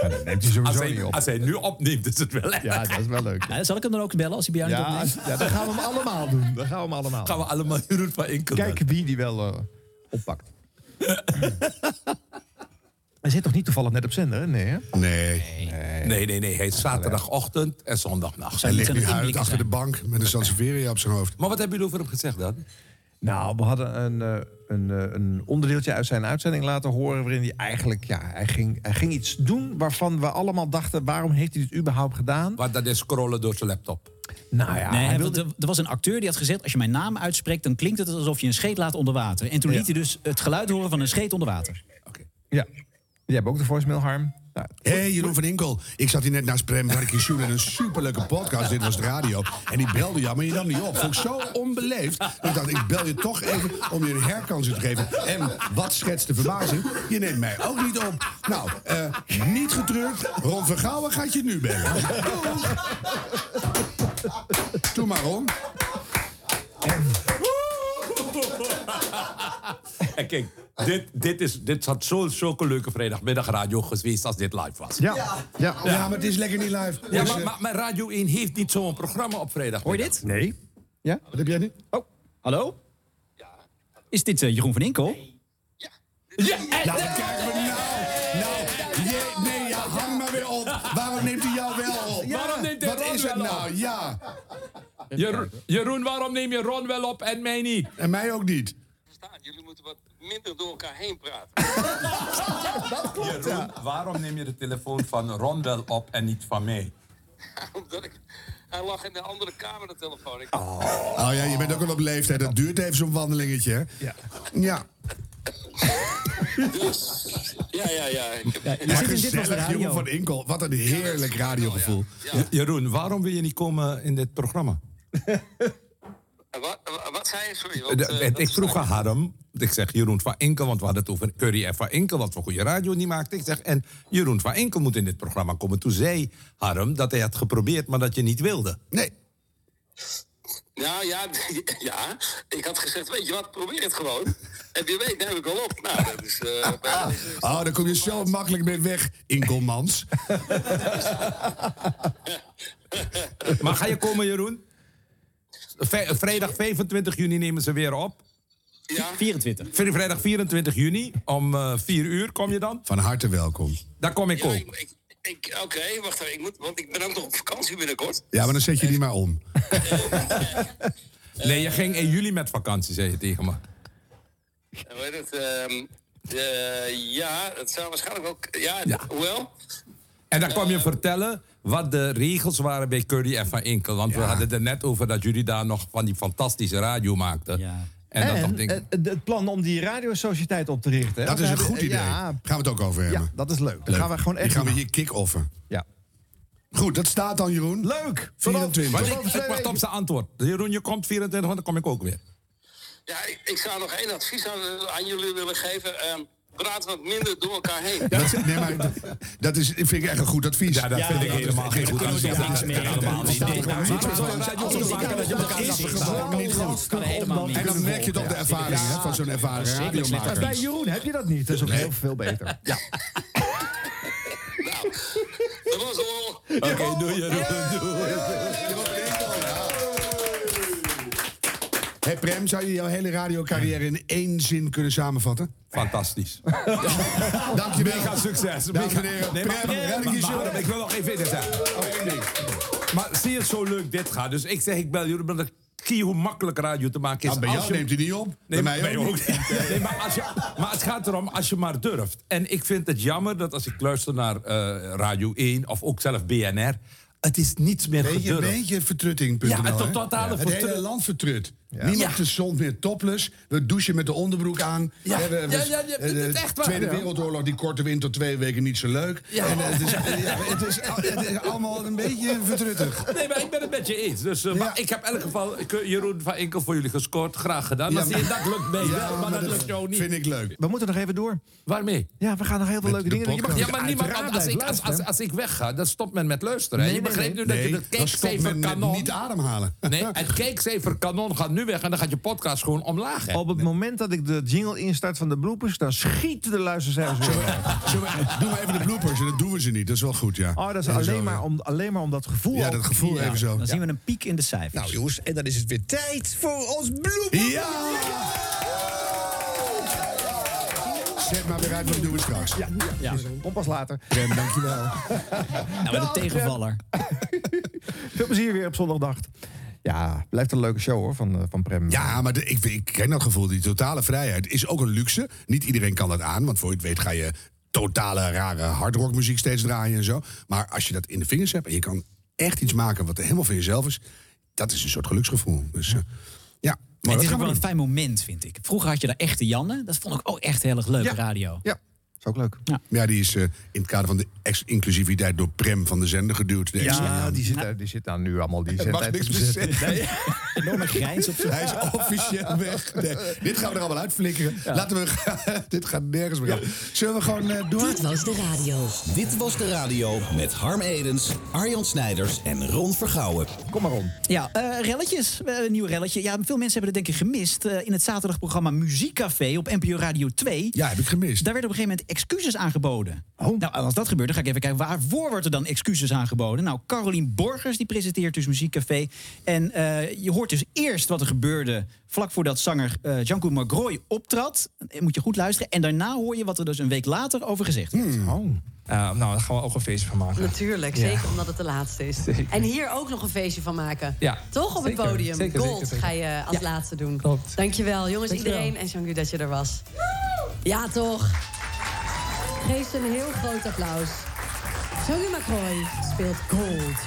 Speaker 1: Maar dan neemt hij
Speaker 6: Als
Speaker 1: sowieso niet
Speaker 6: hij,
Speaker 1: op.
Speaker 6: als hij nu opneemt, is dus het wel echt.
Speaker 1: Ja, dat is wel leuk.
Speaker 3: Nou, zal ik hem dan ook bellen als hij bij jou niet
Speaker 1: Ja,
Speaker 3: opneemt?
Speaker 1: als- ja, dan gaan we hem allemaal doen. Dan gaan we hem allemaal.
Speaker 6: Gaan we allemaal Jeroen van Inkel
Speaker 1: Kijken wie die wel eh, oppakt. Hij zit toch niet toevallig net op zender, hè? Nee, hè?
Speaker 2: Nee.
Speaker 6: Nee, nee, nee. Hij is zaterdagochtend en
Speaker 1: Nou,
Speaker 6: zondagnacht.
Speaker 2: Hij ligt
Speaker 3: Kan
Speaker 2: nu
Speaker 3: het
Speaker 2: huilend
Speaker 3: inblikken
Speaker 2: achter de
Speaker 3: zijn?
Speaker 2: bank met een Sanseveria op zijn hoofd.
Speaker 6: Maar wat hebben jullie over hem gezegd dan?
Speaker 1: Nou, we hadden een, eh, een, eh, een onderdeeltje uit zijn uitzending laten horen... waarin hij eigenlijk, ja, hij ging, hij ging iets doen waarvan we allemaal dachten... waarom heeft hij dit überhaupt gedaan?
Speaker 6: Want dat is scrollen door zijn laptop.
Speaker 1: Nou ja,
Speaker 3: Nee,
Speaker 1: hij
Speaker 3: want
Speaker 1: wilde...
Speaker 3: er- er was een acteur die had gezegd... als je mijn naam uitspreekt, dan klinkt het alsof je een scheet laat onder water. En toen liet hij dus het geluid horen van een scheet onder water.
Speaker 1: Ja. Jij hebt ook de voicemail, Harm. Nou,
Speaker 2: Hé, hey, Jeroen van Inkel. Ik zat hier net naast Prem Barkishul in een superleuke podcast. Dit was de radio. En die belde jou, maar je nam niet op. Vond ik zo onbeleefd. Dat ik dacht, ik bel je toch even om je een herkans te geven. En wat schetst de verbazing? Je neemt mij ook niet op. Nou, eh, niet getreurd. Ron Vergouwen gaat je nu bellen. Doei. Doe maar, Ron.
Speaker 6: En kijk, dit, dit, is, dit had zo- zulke leuke vrijdagmiddagradio geweest als dit live was.
Speaker 1: ja. Ja.
Speaker 2: Ja, maar het is lekker niet live.
Speaker 6: Ja,
Speaker 2: Dus,
Speaker 6: maar,
Speaker 2: eh,
Speaker 6: maar, maar Radio 1 heeft niet zo'n programma op vrijdag.
Speaker 3: Hoor je dit?
Speaker 1: Nee. Ja?
Speaker 2: Wat heb jij nu?
Speaker 1: Oh.
Speaker 3: Hallo? Is dit eh, Jeroen van Inkel?
Speaker 6: Ja, eh,
Speaker 2: Nou, kijk maar nou. Nou, je- nee, ja, hang maar weer op. Waarom neemt hij jou wel op?
Speaker 6: Waarom neemt hij
Speaker 2: Wat
Speaker 6: Ron
Speaker 2: is het
Speaker 6: wel op?
Speaker 2: nou? Ja,
Speaker 6: Jeroen, Jeroen, waarom neem je Ron wel op en mij niet?
Speaker 2: en mij ook niet.
Speaker 7: staan. Ah, Jullie moeten wat minder door elkaar heen praten.
Speaker 6: Jeroen, waarom neem je de telefoon van Ron wel op en niet van mij?
Speaker 7: Omdat ik, hij lag in de andere kamer de telefoon. Ik,
Speaker 2: Oh ja, je bent ook al op leeftijd. Dat duurt even zo'n wandelingetje, hè? Ja. Ja.
Speaker 7: ja, ja, ja. Ik heb,
Speaker 3: Je zit in dit was de
Speaker 2: Gezellig, Jeroen
Speaker 3: radio.
Speaker 2: van Inkel. Wat een heerlijk radiogevoel.
Speaker 6: Jeroen, waarom wil je niet komen in dit programma?
Speaker 7: wat, wat, wat zei je? Sorry.
Speaker 6: Eh,
Speaker 7: want,
Speaker 6: de-
Speaker 7: eh,
Speaker 6: het-
Speaker 7: dat
Speaker 6: ik
Speaker 7: is-
Speaker 6: vroeg aan Harm, ik zeg Jeroen van Enkel, want we hadden het over Curry en van Enkel, wat voor goede radio niet maakte. Ik zeg, en Jeroen van Enkel moet in dit programma komen. Toen zei Harm dat hij had geprobeerd, maar dat je niet wilde.
Speaker 2: Nee.
Speaker 7: Nou ja, ja, ik had gezegd, weet je wat, probeer het gewoon. En wie weet, neem ik wel op. Nou, dat is... eh, bij deze-
Speaker 2: Oh, daar kom je zo makkelijk mee weg, Inkelmans.
Speaker 6: Maar ga je komen, Jeroen? V- vrijdag 25 juni nemen ze weer op.
Speaker 7: ja,
Speaker 3: 24.
Speaker 6: Vri- Vrijdag 24 juni om eh 4 uur kom je dan.
Speaker 2: Van harte welkom.
Speaker 6: Daar kom ik
Speaker 7: ja,
Speaker 6: ook.
Speaker 7: ik, ik, ik- oké, wacht even, ik moet, want ik ben ook nog op vakantie binnenkort.
Speaker 2: Ja, maar dan zet je die maar om.
Speaker 6: Nee, je ging in juli met vakantie, zei je tegen me.
Speaker 7: En weet het, ehm, eh, ja, het zou waarschijnlijk ook... Ja,
Speaker 6: Ja.
Speaker 7: hoewel...
Speaker 6: En dan kwam je vertellen wat de regels waren bij Curry en Van Inkel. Want we hadden het er net over dat jullie daar nog van die fantastische radio maakten.
Speaker 3: Ja.
Speaker 6: En, dat
Speaker 1: en
Speaker 6: dacht ik,
Speaker 1: eh, d- het plan om die radiosociëteit op te richten. hè?
Speaker 2: Dat
Speaker 1: We
Speaker 2: is een
Speaker 1: hebben-
Speaker 2: goed idee.
Speaker 1: Ja,
Speaker 2: Gaan we het ook over hebben.
Speaker 1: ja, dat is leuk. Dan
Speaker 2: Leuk.
Speaker 1: gaan we gewoon
Speaker 2: Die
Speaker 1: echt...
Speaker 2: gaan we
Speaker 1: doen.
Speaker 2: hier kick-offen.
Speaker 1: Ja.
Speaker 2: eh, Goed, dat staat dan, Jeroen.
Speaker 1: Leuk!
Speaker 2: 24.
Speaker 1: Vanaf-
Speaker 6: maar
Speaker 1: tot
Speaker 6: ik,
Speaker 1: over twee
Speaker 6: ik wacht op
Speaker 1: weken.
Speaker 6: zijn antwoord. Jeroen, je komt 24, want dan kom ik ook weer.
Speaker 7: Ja, ik, ik zou nog één advies aan, aan jullie willen geven. Ehm, praat wat minder door elkaar heen.
Speaker 2: Dat, nee, maar dat- dat is, vind ik echt een goed advies.
Speaker 6: Ja, dat vind ik
Speaker 2: dat-
Speaker 6: helemaal geen goed
Speaker 3: Kunnen we
Speaker 6: advies.
Speaker 3: daar niks meer helemaal niet. Nee,
Speaker 2: gewoon
Speaker 3: maar
Speaker 2: niets
Speaker 7: Ah,
Speaker 2: meer
Speaker 3: we zullen
Speaker 2: van.
Speaker 7: Oh,
Speaker 3: radio zo maken dat je elkaar
Speaker 2: is
Speaker 3: ziet.
Speaker 2: gewoon niet goed.
Speaker 3: Kan helemaal niet.
Speaker 2: En dan merk je toch de ervaring hè, van zo'n ervaren
Speaker 3: Verschrikkelijk
Speaker 1: Maar
Speaker 2: radiomaker.
Speaker 1: bij Jeroen heb je dat niet. Dat is ook
Speaker 2: Nee.
Speaker 1: heel veel beter.
Speaker 7: Nou, dat was al.
Speaker 6: Oké, doe je.
Speaker 2: Hey Prem, zou je jouw hele radiocarrière in één zin kunnen samenvatten?
Speaker 6: Fantastisch.
Speaker 2: Dankjewel.
Speaker 6: Mega succes.
Speaker 2: Dames
Speaker 6: Mega.
Speaker 2: en heren,
Speaker 6: Nee, maar,
Speaker 2: Prem, Redding is
Speaker 6: maar-
Speaker 2: je.
Speaker 6: ik wil nog even dit zeggen.
Speaker 2: Oh,
Speaker 6: Maar zie je het zo leuk dit gaat. Dus ik zeg, ik bel jullie, omdat ik zie hoe makkelijk radio te maken is.
Speaker 2: Nou, bij
Speaker 6: Als
Speaker 2: jou
Speaker 6: je-
Speaker 2: neemt hij niet op.
Speaker 6: Nee,
Speaker 2: bij mij ook niet.
Speaker 6: niet. Nee, maar, als je, maar het gaat erom als je maar durft. En ik vind het jammer dat als ik luister naar eh, Radio 1 of ook zelf BNR, het is niets meer
Speaker 2: Beetje,
Speaker 6: gedurfd.
Speaker 2: beetje vertrutting.nl.
Speaker 6: Ja, het
Speaker 2: hè?
Speaker 6: totale
Speaker 2: Het
Speaker 6: vertrut-
Speaker 2: hele land vertrut. Niemand
Speaker 6: Ja.
Speaker 2: is zond meer topless. We douchen met de onderbroek aan.
Speaker 6: Ja.
Speaker 2: We hebben- we-
Speaker 6: Ja, ja, ja,
Speaker 2: eh,
Speaker 6: dat
Speaker 2: de
Speaker 6: is echt waar,
Speaker 2: Tweede
Speaker 6: ja.
Speaker 2: Wereldoorlog, die korte winter, twee weken niet zo leuk.
Speaker 6: Ja.
Speaker 2: En, eh, het, is, ja, het, is, al- het is Eh, allemaal een beetje vertruttig.
Speaker 6: Nee, maar ik ben het met je eens. Dus, eh, Maar
Speaker 2: Ja.
Speaker 6: ik heb in elk geval ik, eh, Jeroen van Enkel voor jullie gescoord. Graag gedaan. Ah, Maar
Speaker 2: Ja,
Speaker 6: zie je,
Speaker 2: maar-
Speaker 6: dat lukt mee wel, maar dat lukt jou
Speaker 2: Vind
Speaker 6: niet.
Speaker 2: ik leuk.
Speaker 1: We moeten nog even door.
Speaker 6: Waarmee?
Speaker 1: Ja, we gaan nog heel veel leuke
Speaker 2: de
Speaker 1: dingen doen. Je mag
Speaker 6: Ja,
Speaker 2: podcast.
Speaker 1: niet
Speaker 6: maar niemand,
Speaker 1: uiteraard
Speaker 6: want als, ik,
Speaker 1: blijven
Speaker 6: als,
Speaker 1: luisteren.
Speaker 6: als, als ik wegga, dan stopt men met luisteren. hè?
Speaker 1: Nee,
Speaker 6: je
Speaker 1: nee,
Speaker 6: begrijpt nu dat
Speaker 2: Nee,
Speaker 6: je de
Speaker 2: dan stopt
Speaker 6: kijkcijfer
Speaker 2: men met
Speaker 6: kanon...
Speaker 2: niet ademhalen.
Speaker 6: Nee, het kijkcijferkanon gaat nu weg en dan gaat je podcast gewoon omlaag. Hè?
Speaker 1: Op het moment dat ik de jingle instart van de bloopers, dan schieten de luistercijfers weer. omhoog.
Speaker 2: eh, Zullen we- Doen we even de bloopers en dat doen we ze niet. Dat is wel goed, ja.
Speaker 1: Oh, dat is
Speaker 2: En zo,
Speaker 1: alleen
Speaker 2: ja.
Speaker 1: maar om, alleen maar om dat gevoel.
Speaker 2: Ja,
Speaker 1: ook-
Speaker 2: dat gevoel even zo.
Speaker 3: Dan zien we een piek in de cijfers.
Speaker 8: Nou jongens, en dan is het weer tijd voor ons bloemen.
Speaker 2: Ja! Zet maar weer uit, wat doen we straks. Ja.
Speaker 3: ja.
Speaker 1: Kom pas later.
Speaker 2: Prem, dankjewel.
Speaker 3: Nou, met een tegenvaller.
Speaker 1: Veel plezier weer op zondagdag. Ja, blijft een leuke show hoor van, eh, van Prem.
Speaker 2: Ja, maar de- ik, ik ken dat gevoel. Die totale vrijheid is ook een luxe. Niet iedereen kan dat aan, want voor je het weet ga je totale rare hardrockmuziek steeds draaien en zo. Maar als je dat in de vingers hebt en je kan echt iets maken wat helemaal van jezelf is, dat is een soort geluksgevoel. Dus eh, ja, maar
Speaker 3: Het
Speaker 2: dat
Speaker 3: is ook
Speaker 2: gaan we
Speaker 3: wel een
Speaker 2: doen.
Speaker 3: fijn moment, vind ik. Vroeger had je daar echte Janne. Dat vond ik ook echt heel erg leuk, radio.
Speaker 1: Ja, is ook leuk.
Speaker 2: Ja, die is eh, in het kader van de ex-inclusiviteit door Prem van de zender geduwd. De ex-
Speaker 1: die zit, daar- die zit daar nu allemaal. Die
Speaker 2: Hij
Speaker 1: zit
Speaker 2: mag
Speaker 1: uit te
Speaker 2: niks meer
Speaker 1: bezetten.
Speaker 2: zeggen.
Speaker 3: Enorme grijns op zijn...
Speaker 2: Hij is officieel weg. Nee, dit gaan we er allemaal uitflikkeren. Laten we. dit gaat nergens meer. aan. Zullen we gewoon eh, door?
Speaker 4: Dit was de radio.
Speaker 5: Dit was de radio met Harm Edens, Arjan Snijders en Ron Vergouwen.
Speaker 1: Kom maar om.
Speaker 3: Ja, eh, relletjes. Eh, een nieuw relletje. Ja, veel mensen hebben het denk ik gemist. Eh, in het zaterdagprogramma Muziekcafé op NPO Radio 2.
Speaker 2: Ja, heb ik gemist. Oh.
Speaker 3: Daar werden op een gegeven moment excuses aangeboden. Nou, als dat gebeurt, dan ga ik even kijken waarvoor wordt er dan excuses aangeboden. Nou, Carolien Borgers die presenteert dus Muziekcafé. En eh, je hoort dus eerst wat er gebeurde vlak voordat zanger eh Janko Margroy optrad. Eh, Moet je goed luisteren. En daarna hoor je wat er dus een week later over gezegd
Speaker 2: Hmm.
Speaker 3: werd.
Speaker 1: Oh.
Speaker 2: Oh.
Speaker 9: Eh, nou, daar gaan we ook een feestje van maken.
Speaker 10: Natuurlijk, zeker omdat het de laatste is. En hier ook nog een feestje van maken.
Speaker 9: Ja,
Speaker 10: Toch op
Speaker 9: zeker,
Speaker 10: het podium.
Speaker 9: zeker,
Speaker 10: Gold
Speaker 9: zeker, zeker.
Speaker 10: ga je eh, als laatste doen.
Speaker 9: klopt.
Speaker 10: Dankjewel, jongens,
Speaker 9: Dankjewel.
Speaker 10: iedereen. En Jean-Gu dat je er was. Ja, toch. Geef ze een heel groot applaus. Jean-Gu Macroy speelt Gold.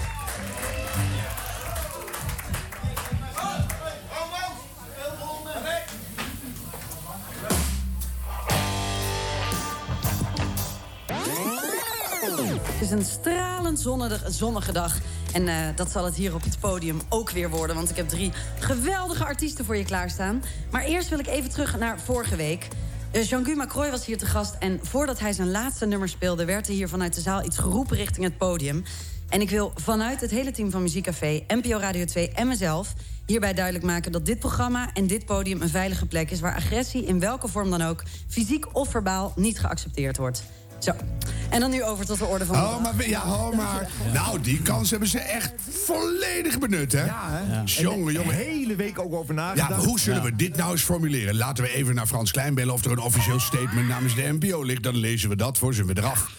Speaker 10: Het is een stralend zonnig- zonnige dag. En eh, dat zal het hier op het podium ook weer worden. Want ik heb drie geweldige artiesten voor je klaarstaan. Maar eerst wil ik even terug naar vorige week. Eh, Jean-Guy Macroy was hier te gast. En voordat hij zijn laatste nummer speelde, werd er hier vanuit de zaal iets geroepen richting het podium. En ik wil vanuit het hele team van Muziekcafé, NPO Radio 2 en mezelf hierbij duidelijk maken dat dit programma en dit podium een veilige plek is waar agressie in welke vorm dan ook, fysiek of verbaal, niet geaccepteerd wordt. Zo. En dan nu over tot de orde van. de
Speaker 2: Oh,
Speaker 10: dag.
Speaker 2: maar, we- ja, oh, maar. Nou, die kans hebben ze echt volledig benut, hè?
Speaker 1: Ja, hè? Ja.
Speaker 2: Jongen,
Speaker 1: En de
Speaker 2: jongen.
Speaker 1: hele week ook over
Speaker 2: Ja,
Speaker 1: nagedacht.
Speaker 2: maar hoe zullen
Speaker 1: Ja.
Speaker 2: we dit nou eens formuleren? Laten we even naar Frans Klein bellen of er een officieel statement namens de NPO ligt. Dan lezen we dat voor zijn bedrag.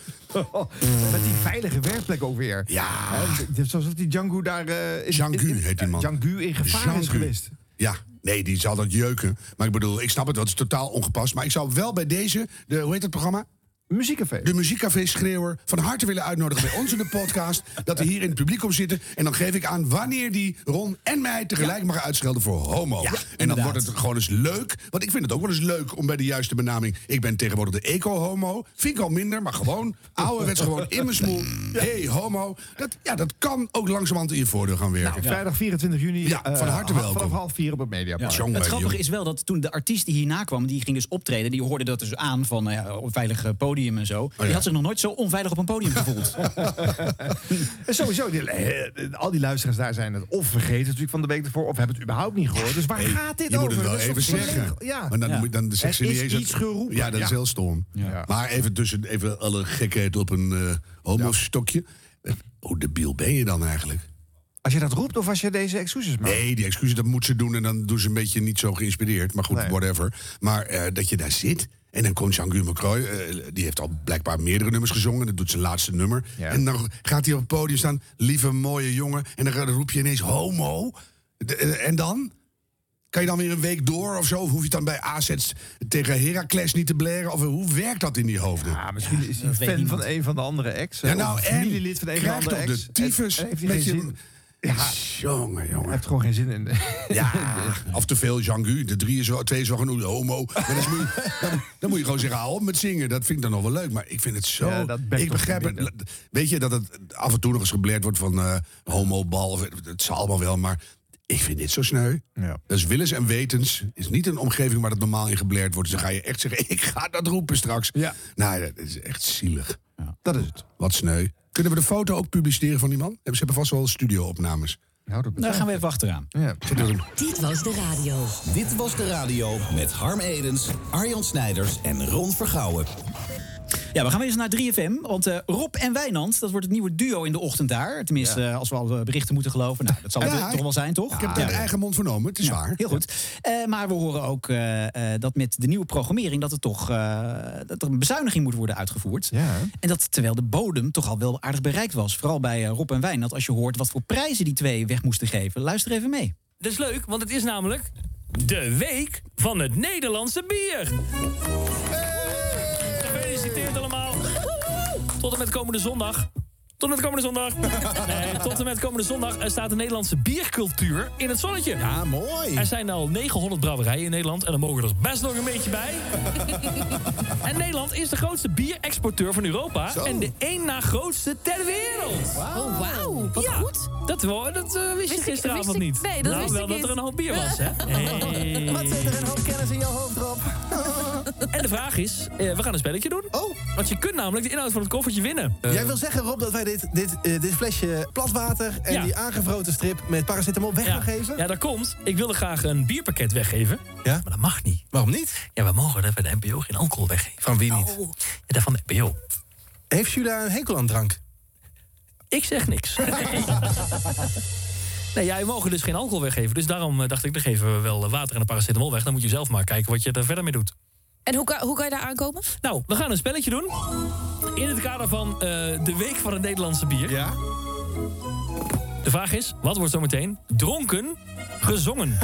Speaker 1: Met die veilige werkplek ook weer.
Speaker 2: Ja.
Speaker 1: Hè, Het is alsof die Django daar... eh in,
Speaker 2: Jangu
Speaker 1: in- in-
Speaker 2: heet die man.
Speaker 1: Django in gevaar is
Speaker 2: Jangu.
Speaker 1: geweest.
Speaker 2: Ja, nee, die zal dat jeuken. Maar ik bedoel, ik snap het, dat is totaal ongepast. Maar ik zou wel bij deze, de, hoe heet het programma?
Speaker 1: Muziekcafé.
Speaker 2: De Muziekcafé Schreeuwer van harte willen uitnodigen bij ons in de podcast. Dat we hier in het publiek om zitten. En dan geef ik aan wanneer die Ron en mij tegelijk mag uitschelden voor homo. en dan wordt het gewoon eens leuk. Want ik vind het ook wel eens leuk om bij de juiste benaming. Ik ben tegenwoordig de eco-homo. Vind ik al minder, maar gewoon ouderwets gewoon in mijn smoel. hey, homo. Dat, ja, dat kan ook langzamerhand in je voordeel gaan werken.
Speaker 1: Nou, vrijdag 24 juni.
Speaker 2: Ja, van
Speaker 1: eh,
Speaker 2: harte
Speaker 1: ha-
Speaker 2: welkom.
Speaker 1: Vanaf half vier op het media.
Speaker 3: Ja.
Speaker 2: Tjonge,
Speaker 3: het grappige
Speaker 2: joh.
Speaker 3: is wel dat toen de artiest die hierna kwam, die ging dus optreden, die hoorde dat dus aan van nou ja, een veilig eh, podium en zo. Die had zich nog nooit zo onveilig op een podium gevoeld.
Speaker 1: En sowieso, die- eh, al die luisteraars daar zijn het of vergeten natuurlijk van de week ervoor... of hebben het überhaupt niet gehoord. Dus waar
Speaker 2: Hey,
Speaker 1: gaat dit
Speaker 2: je
Speaker 1: over?
Speaker 2: moet het wel
Speaker 1: Dat is
Speaker 2: even
Speaker 1: toch
Speaker 2: zeggen.
Speaker 1: volledig- Ja.
Speaker 2: Maar dan,
Speaker 3: Ja.
Speaker 2: moet- dan
Speaker 1: Er
Speaker 2: zeg ze niet
Speaker 1: is
Speaker 2: eens
Speaker 1: iets geroepen.
Speaker 2: Ja, dat is
Speaker 1: Ja.
Speaker 2: heel stom.
Speaker 1: Ja.
Speaker 2: Maar even tussen, even alle gekheid op een eh homo-stokje. Eh, Hoe debiel ben je dan eigenlijk?
Speaker 1: Als je dat roept of als je deze excuses maakt?
Speaker 2: Nee, die excuses, dat moet ze doen. En dan doen ze een beetje niet zo geïnspireerd. Maar goed,
Speaker 1: Nee.
Speaker 2: whatever. Maar eh, dat je daar zit. En dan komt Jean-Guy Macroy. eh, die heeft al blijkbaar meerdere nummers gezongen. Dat doet zijn laatste nummer.
Speaker 1: Ja.
Speaker 2: En dan gaat hij op het podium staan. Lieve mooie jongen. En dan roep je ineens homo. De- eh, en dan? Kan je dan weer een week door of zo? Of hoef je het dan bij AZ tegen Heracles niet te bleren? Of hoe werkt dat in die hoofden?
Speaker 1: Ah, misschien is hij fan
Speaker 3: weet niemand.
Speaker 1: van een van de andere ex.
Speaker 2: Ja, nou, en
Speaker 1: familielid van een van de
Speaker 2: krijg
Speaker 1: andere
Speaker 2: toch de
Speaker 1: ex.
Speaker 2: tyfus
Speaker 1: En- en heeft hij
Speaker 2: met
Speaker 1: geen
Speaker 2: je-
Speaker 1: zin? Ja,
Speaker 2: Jongen, jongen.
Speaker 1: hij heeft gewoon geen zin in.
Speaker 2: Ja, of te veel Jean-Gu. De drie is wel, twee is wel genoeg, de homo. Maar dan, moet je, dan, dan moet je gewoon zeggen, hou op met zingen. Dat vind ik dan nog wel leuk. Maar ik vind het zo...
Speaker 1: Ja, dat bekt
Speaker 2: ik
Speaker 1: toch
Speaker 2: begrijp
Speaker 1: minder.
Speaker 2: het. Weet je dat het af en toe nog eens gebleerd wordt van eh homobal. of- Het zal allemaal wel, maar ik vind dit zo sneu.
Speaker 1: Ja.
Speaker 2: Dat is willens en wetens. is niet een omgeving waar dat normaal in gebleerd wordt. Dus dan ga je echt zeggen, ik ga dat roepen straks.
Speaker 1: Ja.
Speaker 2: Nou, dat is echt zielig.
Speaker 1: Dat is het.
Speaker 2: Wat sneu. Kunnen we de foto ook publiceren van die man? Ze hebben vast wel studio-opnames.
Speaker 1: Nou, dat
Speaker 3: Daar
Speaker 1: betreft.
Speaker 3: gaan we even achteraan.
Speaker 1: Ja.
Speaker 11: Dit was de radio.
Speaker 5: Dit was de radio met Harm Edens, Arjan Snijders en Ron Vergouwen.
Speaker 3: Ja, we gaan weer eens naar 3FM. Want eh, Rob en Wijnand, dat wordt het nieuwe duo in de ochtend daar. Tenminste, eh, als we alle berichten moeten geloven. Nou, dat zal het
Speaker 2: Ja,
Speaker 3: toch wel zijn, toch?
Speaker 2: Ik heb het
Speaker 3: Ja.
Speaker 2: uit eigen mond vernomen, het is waar.
Speaker 3: Heel goed. Eh, maar we horen ook eh, eh, dat met de nieuwe programmering... dat er toch eh, dat er een bezuiniging moet worden uitgevoerd.
Speaker 1: Ja.
Speaker 3: En dat terwijl de bodem toch al wel aardig bereikt was. Vooral bij eh, Rob en Wijnand. Als je hoort wat voor prijzen die twee weg moesten geven. Luister even mee.
Speaker 12: Dat is leuk, want het is namelijk de week van het Nederlandse bier. Gefeliciteerd allemaal. Tot en met komende zondag. Tot en met komende zondag. Nee, tot en met komende zondag eh, staat de Nederlandse biercultuur in het zonnetje.
Speaker 5: Ja, mooi.
Speaker 12: Er zijn al 900 brouwerijen in Nederland en er mogen er best nog een beetje bij. en Nederland is de grootste bierexporteur van Europa en de één na grootste ter wereld.
Speaker 13: Oh, wauw. Wat
Speaker 12: Ja.
Speaker 13: goed.
Speaker 12: Dat, wel- dat eh, wist, je
Speaker 13: ik-
Speaker 12: gisteravond
Speaker 13: wist ik-
Speaker 12: niet.
Speaker 13: nee, dat
Speaker 12: nou,
Speaker 13: wist
Speaker 12: wel
Speaker 13: ik
Speaker 12: dat
Speaker 13: niet.
Speaker 12: er een hoop bier was, hè? Hey.
Speaker 1: kennis in jouw hoofd, Rob.
Speaker 12: En de vraag is, eh, we gaan een spelletje doen.
Speaker 13: Oh.
Speaker 12: Want je kunt namelijk de inhoud van het koffertje winnen. Eh,
Speaker 13: Jij wil zeggen, Rob, dat wij dit, dit, eh, dit flesje platwater en
Speaker 12: Ja.
Speaker 13: die aangevroten strip met paracetamol weg
Speaker 12: ja.
Speaker 13: gaan geven?
Speaker 12: Ja, dat komt. Ik wilde graag een bierpakket weggeven.
Speaker 13: Ja?
Speaker 12: Maar dat mag niet.
Speaker 13: Waarom niet?
Speaker 12: Ja, we mogen er bij de NPO geen alcohol weggeven.
Speaker 13: Van wie niet?
Speaker 12: Ja, dat van de NPO.
Speaker 13: Heeft Jula een hekel aan drank?
Speaker 12: Ik zeg niks. Nee, jij mogen dus geen alcohol weggeven. Dus daarom eh, dacht ik, dan geven we wel eh, water en een paracetamol weg. Dan moet je zelf maar kijken wat je er verder mee doet.
Speaker 14: En hoe kan, hoe kan je daar aankomen?
Speaker 12: Nou, we gaan een spelletje doen. In het kader van eh, de Week van het Nederlandse Bier.
Speaker 13: Ja.
Speaker 12: De vraag is, wat wordt zometeen dronken gezongen?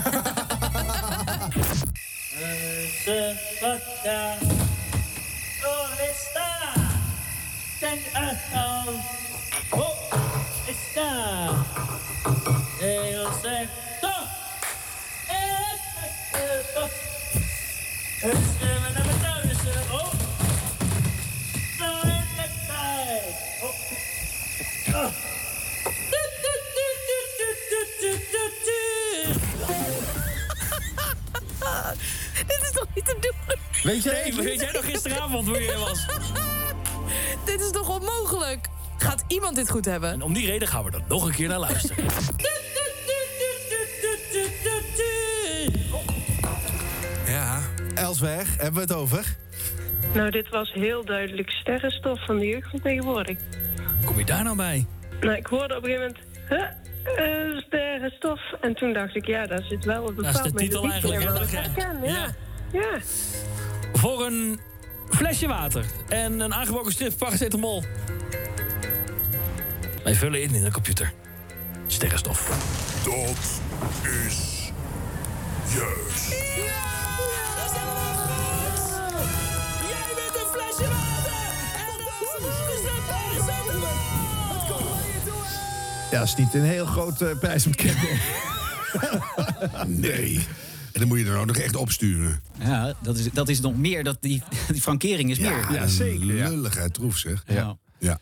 Speaker 14: Dit is toch niet te doen?
Speaker 12: Weet jij, nee, weet jij nog gisteravond hoe je er was?
Speaker 14: Dit is toch onmogelijk? Gaat iemand dit goed hebben?
Speaker 12: Om die reden gaan we er nog een keer naar luisteren.
Speaker 14: Dit, dit, dit, dit, dit, dit, dit.
Speaker 1: Elsweg hebben we het over?
Speaker 15: Nou, dit was heel duidelijk sterrenstof van de jeugd van tegenwoordig.
Speaker 12: Kom je daar nou bij?
Speaker 15: Nou, ik hoorde op een gegeven moment... Huh? eh, sterrenstof. En toen dacht ik, ja, daar zit wel een
Speaker 12: Dat
Speaker 15: bepaald
Speaker 12: is de titel
Speaker 15: melodietje in wat
Speaker 12: eigenlijk. hè? Dacht
Speaker 15: ik
Speaker 12: je?
Speaker 15: herken, ja. ja.
Speaker 12: Voor een flesje water en een aangebogen strip paracetamol. Wij vullen in in de computer. Sterrenstof.
Speaker 16: Dat is juist.
Speaker 17: Jij bent een flesje water! En
Speaker 18: Ja, dat is niet een heel groot eh, prijsontkenning. Ah,
Speaker 2: Nee. En dan moet je er ook nog echt opsturen.
Speaker 3: Ja, dat is, dat is nog meer. Dat die, die frankering is meer.
Speaker 2: Ja, Lulligheid, troef zeg.
Speaker 3: Ja.
Speaker 2: ja.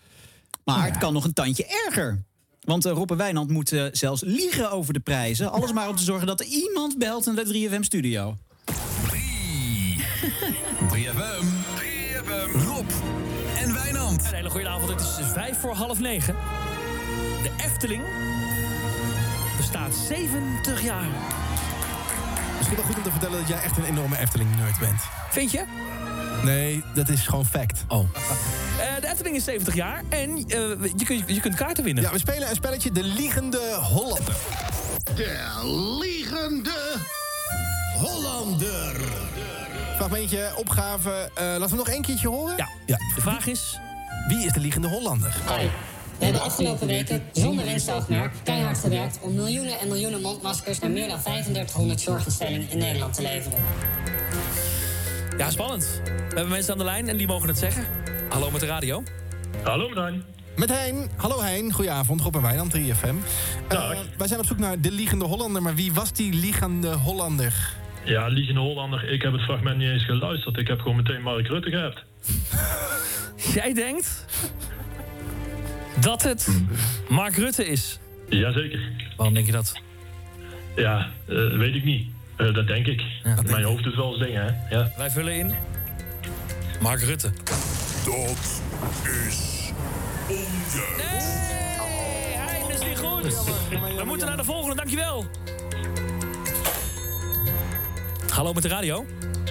Speaker 3: Maar het kan nog een tandje erger. Want eh, Rob en Wijnand moet eh, zelfs liegen over de prijzen. Alles maar om te zorgen dat er iemand belt naar de 3FM-studio.
Speaker 12: 3FM. 3FM. Rob en Wijnand. Een hele goede avond. Het is vijf voor half negen. De Efteling bestaat 70 jaar.
Speaker 1: Misschien wel goed om te vertellen dat jij echt een enorme Efteling-nerd bent.
Speaker 12: Vind je?
Speaker 1: Nee, dat is gewoon fact. Oh.
Speaker 12: Eh, de Efteling is 70 jaar en eh, je, kunt, je kunt kaarten winnen.
Speaker 1: Ja, we spelen een spelletje De Liegende Hollander.
Speaker 16: De liegende Hollander.
Speaker 1: Fragmentje, opgave. Eh, laten we hem nog één keertje horen?
Speaker 12: Ja. De vraag is... Oh.
Speaker 1: Wie is de Liegende Hollander?
Speaker 19: We hebben afgelopen weken zonder winstoogmerk keihard gewerkt om miljoenen en miljoenen mondmaskers naar meer dan 3500 zorginstellingen in Nederland te leveren.
Speaker 12: Ja, spannend. We hebben mensen aan de lijn en die mogen het zeggen. Hallo met de radio. Hallo met
Speaker 1: Met Hein. Hallo Hein, goedenavond. Rob en Wijnand, 3FM. Eh, wij zijn op zoek naar de Liegende Hollander. Maar wie was die Liegende Hollander?
Speaker 20: Ja, Liegende Hollander, ik heb het fragment niet eens geluisterd. Ik heb gewoon meteen Mark Rutte gehad.
Speaker 12: Jij denkt dat het Mark Rutte is.
Speaker 20: Jazeker.
Speaker 12: Waarom denk je dat?
Speaker 20: Ja, eh, weet ik niet. Eh, dat denk ik. Mijn hoofd doet wel eens dingen, hè. Ja.
Speaker 12: Wij vullen in. Mark Rutte.
Speaker 16: Dat is onjuist.
Speaker 12: Hey, dat is niet goed. We moeten naar de volgende, dankjewel. Hallo met de radio.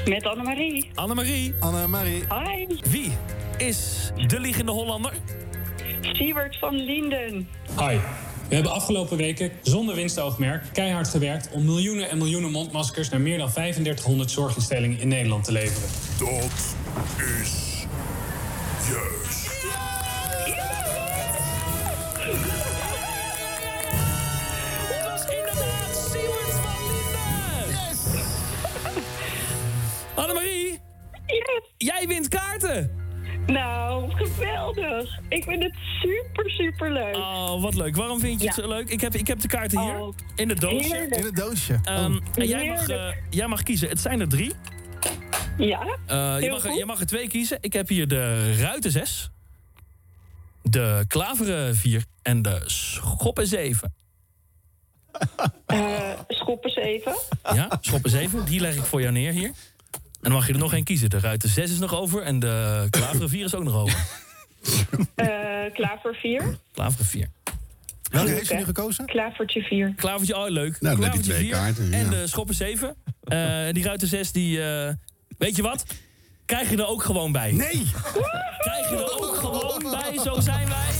Speaker 13: Met Annemarie.
Speaker 12: Annemarie.
Speaker 1: Annemarie.
Speaker 13: Hi,
Speaker 12: Wie is de liegende Hollander?
Speaker 13: Siebert van Linden.
Speaker 21: Hi. We hebben afgelopen weken zonder winstoogmerk keihard gewerkt om miljoenen en miljoenen mondmaskers naar meer dan 3500 zorginstellingen in Nederland te leveren.
Speaker 16: Dat is juist.
Speaker 17: Het was inderdaad Siewert van Linden! Yes!
Speaker 12: Annemarie? Jij wint kaarten!
Speaker 13: Nou, geweldig. Ik vind het super, super leuk.
Speaker 12: Oh, wat leuk. Waarom vind je het
Speaker 13: Ja.
Speaker 12: zo leuk? Ik heb, ik heb de kaarten hier.
Speaker 13: Oh,
Speaker 12: in het doosje.
Speaker 13: heerlijk. In het
Speaker 1: doosje.
Speaker 12: Ehm, en jij mag,
Speaker 13: Heerlijk.
Speaker 12: eh, jij mag kiezen. Het zijn er drie.
Speaker 13: Ja?
Speaker 12: Eh, je,
Speaker 13: Heel
Speaker 12: mag, er-
Speaker 13: goed.
Speaker 12: je mag er twee kiezen. Ik heb hier de Ruiten 6. De Klaveren 4. En de Schoppen 7.
Speaker 13: Eh, schop eens even.
Speaker 12: Ja, Schoppen 7. Die leg ik voor jou neer hier. En dan mag je er nog één kiezen. De Ruiten 6 is nog over. En de Klaveren 4 is ook nog over.
Speaker 13: Eh, klaver 4.
Speaker 12: Klaveren 4.
Speaker 1: Welke heeft u nu gekozen?
Speaker 13: Klavertje 4.
Speaker 12: Klavertje, oh leuk.
Speaker 13: Nou, dan heb je
Speaker 12: Klavertje
Speaker 13: twee
Speaker 12: vier
Speaker 13: kaarten,
Speaker 12: En
Speaker 13: ja.
Speaker 12: de schoppen 7. die ruiten 6, die. eh, weet je wat? Krijg je er ook gewoon bij.
Speaker 1: Nee!
Speaker 12: Krijg je er
Speaker 13: Oh.
Speaker 12: ook gewoon bij, zo zijn wij.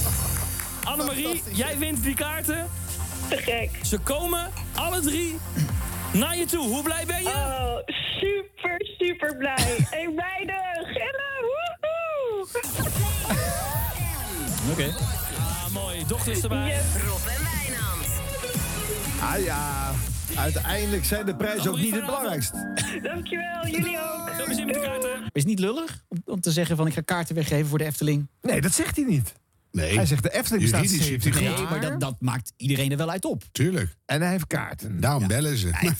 Speaker 12: Annemarie, jij wint die kaarten.
Speaker 13: Te gek.
Speaker 12: Ze komen, alle drie, naar je toe. Hoe blij ben je?
Speaker 13: Oh, super, super blij. hey, meiden, gillen, woehoe!
Speaker 12: Oké. Ah, mooi. Dochters erbij.
Speaker 22: Rob en Wijnand.
Speaker 18: Ah ja, uiteindelijk zijn de prijzen ook niet het belangrijkst.
Speaker 13: Dankjewel, jullie ook.
Speaker 12: Veel plezier met de kaarten.
Speaker 3: Is het niet lullig om, om te zeggen van ik ga kaarten weggeven voor de Efteling?
Speaker 18: Nee, dat zegt hij niet.
Speaker 2: Nee.
Speaker 18: Hij zegt de Efteling staat
Speaker 2: Juridisch heeft hij
Speaker 18: 70
Speaker 2: gelijk.
Speaker 18: jaar.
Speaker 2: Nee, maar dat-
Speaker 3: maakt iedereen er wel uit op.
Speaker 2: Tuurlijk.
Speaker 18: En hij heeft kaarten.
Speaker 2: Daarom bellen ze.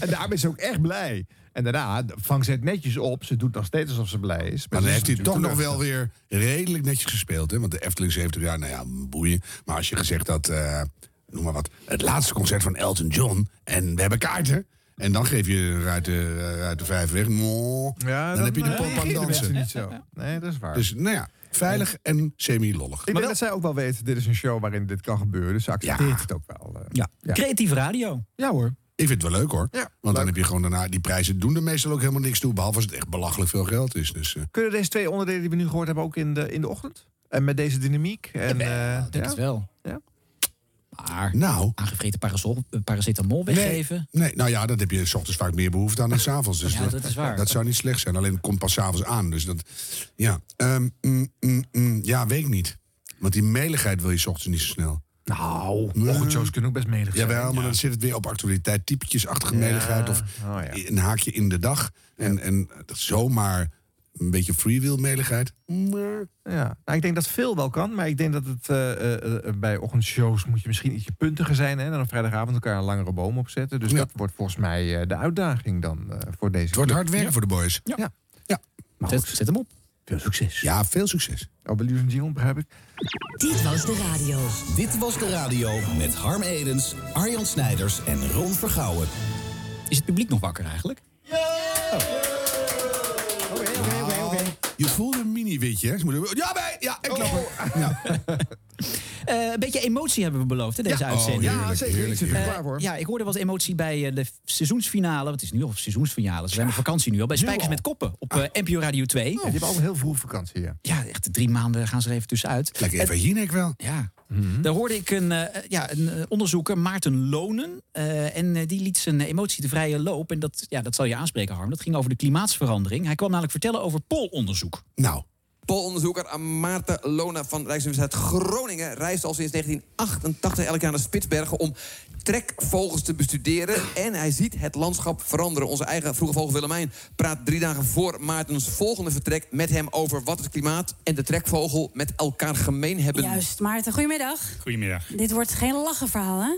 Speaker 18: En daarmee is ze ook echt blij. En daarna vangt ze het netjes op. Ze doet nog steeds alsof ze blij is.
Speaker 2: Maar dan
Speaker 18: ze
Speaker 2: heeft
Speaker 18: is
Speaker 2: hij toch nog
Speaker 18: natuurlijk
Speaker 2: wel weer redelijk netjes gespeeld. Hè? Want de Efteling 70 jaar, nou ja, boeien. Maar als je gezegd had, eh, noem maar wat, het laatste concert van Elton John. En we hebben kaarten. En dan geef je uit de, eh, uit de vijf weg. Mo, dan, heb je de pop aan het
Speaker 18: reageren
Speaker 2: dansen.
Speaker 18: mensen niet zo. Nee, dat is waar.
Speaker 2: Dus nou ja, veilig en semi-lollig.
Speaker 18: Ik denk dat zij ook wel weet, dit is een show waarin dit kan gebeuren. Dus ze accepteert het ook wel. eh.
Speaker 3: Ja. Creatieve radio. Ja hoor.
Speaker 2: Ik vind het wel leuk hoor. Want dan heb je gewoon daarna, die prijzen doen er meestal ook helemaal niks toe. Behalve als het echt belachelijk veel geld is. Dus, eh,
Speaker 1: Kunnen deze twee onderdelen die we nu gehoord hebben ook in de, in de ochtend? En met deze dynamiek? En, eh, ja,
Speaker 3: denk het wel.
Speaker 1: Ja.
Speaker 3: Maar
Speaker 2: nou.
Speaker 3: aangevreten parasol, eh, paracetamol weggeven.
Speaker 2: Nee, nee, nou ja, dat heb je s ochtends vaak meer behoefte aan dan s'avonds. Dus
Speaker 3: Ja, dat is waar.
Speaker 2: Dat zou niet slecht zijn. Alleen het komt pas s'avonds aan. Dus dat, ja. Ehm, mm, mm, mm, ja, weet ik niet. Want die meligheid wil je s ochtends niet zo snel. Mm.
Speaker 1: Nou, ochtendshows kunnen ook best melig zijn.
Speaker 2: Jawel, maar dan zit het weer op actualiteit. Typetjesachtige meligheid
Speaker 3: oh
Speaker 2: of een haakje in de dag. En, en dat zomaar een beetje freewheel meligheid.
Speaker 1: Ja, nou, ik denk dat veel wel kan, maar ik denk dat het eh, eh, eh, bij ochtendshows moet je misschien ietsje puntiger zijn hè, en dan op vrijdagavond elkaar een langere boom opzetten. Dus dat wordt volgens mij eh, de uitdaging dan eh, voor deze. Het
Speaker 2: wordt hard werken voor de boys.
Speaker 1: Ja. ja.
Speaker 3: Maar zet, zet hem op.
Speaker 1: Veel succes.
Speaker 2: Ja, veel succes.
Speaker 1: Oh, bij Luus en Dion begrijp ik.
Speaker 5: Dit was de radio. Dit was de radio met Harm Edens, Arjan Snijders en Ron Vergouwen.
Speaker 3: Is het publiek nog wakker eigenlijk?
Speaker 2: Je voelt een mini-witje, hè? Ze moeten- Ja, bij, ja, ik klap er. Ja.
Speaker 3: Eh, een beetje emotie hebben we beloofd, hè, deze
Speaker 2: Ja. Oh,
Speaker 3: uitzending.
Speaker 2: heerlijk, Ja, zeker. heerlijk, Ik zit er heerlijk. klaar voor.
Speaker 3: Eh, ja, ik hoorde wat emotie bij eh, de seizoensfinale. Wat is het nu of seizoensfinale? Ze zijn op vakantie nu al. Bij Spijkers met Koppen op
Speaker 2: Ah.
Speaker 3: eh, NPO Radio 2.
Speaker 2: Oh.
Speaker 1: Die hebben al heel vroeg vakantie. Ja.
Speaker 3: Ja, echt drie maanden gaan ze er even tussenuit.
Speaker 2: Lekker even hier, ik wel.
Speaker 3: Ja.
Speaker 1: Mhm.
Speaker 3: Daar hoorde ik een, eh, ja, een eh, onderzoeker, Maarten Lonen. eh, en eh, die liet zijn eh, emotie de vrije loop. En dat, ja, dat zal je aanspreken, Harm. Dat ging over de klimaatsverandering. Hij kwam namelijk vertellen over poolonderzoek.
Speaker 2: Nou.
Speaker 23: Poolonderzoeker Maarten Lona van Rijksuniversiteit Groningen reist al sinds 1988 elk jaar naar Spitsbergen om trekvogels te bestuderen. En hij ziet het landschap veranderen. Onze eigen vroege vogel Willemijn praat drie dagen voor Maartens volgende vertrek met hem over wat het klimaat en de trekvogel met elkaar gemeen hebben.
Speaker 24: Juist, Maarten, goedemiddag.
Speaker 25: Goedemiddag.
Speaker 24: Dit wordt geen lachenverhaal, hè?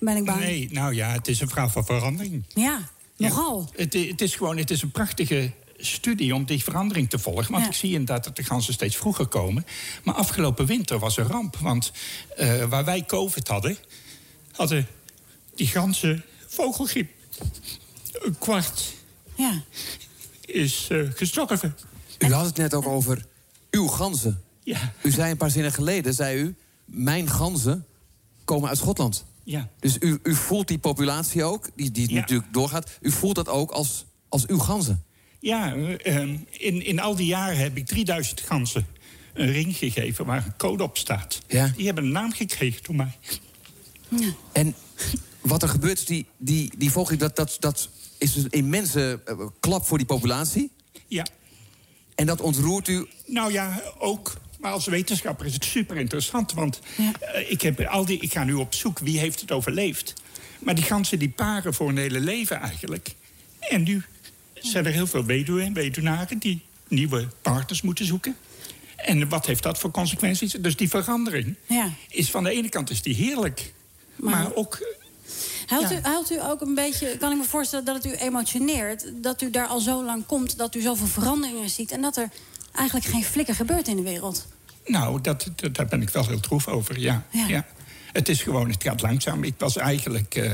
Speaker 24: Ben ik bang.
Speaker 25: Nee, nou ja, het is een vraag van verandering.
Speaker 24: Ja, nogal.
Speaker 25: Het, i- het is gewoon, het is een prachtige studie om die verandering te volgen. Want ik zie inderdaad dat de ganzen steeds vroeger komen. Maar afgelopen winter was een ramp. Want eh, waar wij COVID hadden, hadden die ganzen vogelgriep. Een kwart
Speaker 24: Ja.
Speaker 25: is eh, gestorven.
Speaker 23: U had het net ook over uw ganzen.
Speaker 25: Ja.
Speaker 23: U zei een paar zinnen geleden, zei u, mijn ganzen komen uit Schotland.
Speaker 25: Ja.
Speaker 23: Dus u, u voelt die populatie ook, die, die natuurlijk doorgaat. U voelt dat ook als, als uw ganzen.
Speaker 25: Ja, eh, ehm, in, in al die jaren heb ik 3000 ganzen een ring gegeven waar een code op staat. Die hebben een naam gekregen door mij.
Speaker 23: En wat er gebeurt, die, die, die vogel, dat, dat, dat is dus een immense eh, klap voor die populatie.
Speaker 25: Ja.
Speaker 23: En dat ontroert
Speaker 26: Oh.
Speaker 23: u.
Speaker 25: Nou ja, ook. Maar als wetenschapper is het super interessant. Want eh, ik, heb al die, ik ga nu op zoek wie heeft het overleefd. Maar die ganzen die paren voor hun hele leven eigenlijk. En nu zijn er heel veel weduwen en weduwnaren die nieuwe partners moeten zoeken. En wat heeft dat voor consequenties? Dus die verandering
Speaker 24: Ja.
Speaker 25: is van de ene kant is die heerlijk. maar ook
Speaker 24: Houdt, u, houdt u ook een beetje, kan ik me voorstellen dat het u emotioneert... dat u daar al zo lang komt, dat u zoveel veranderingen ziet... en dat er eigenlijk geen flikker gebeurt in de wereld?
Speaker 25: Nou, dat, dat- daar ben ik wel heel troef over, ja. ja. Het is gewoon, het gaat langzaam. Ik was eigenlijk... eh,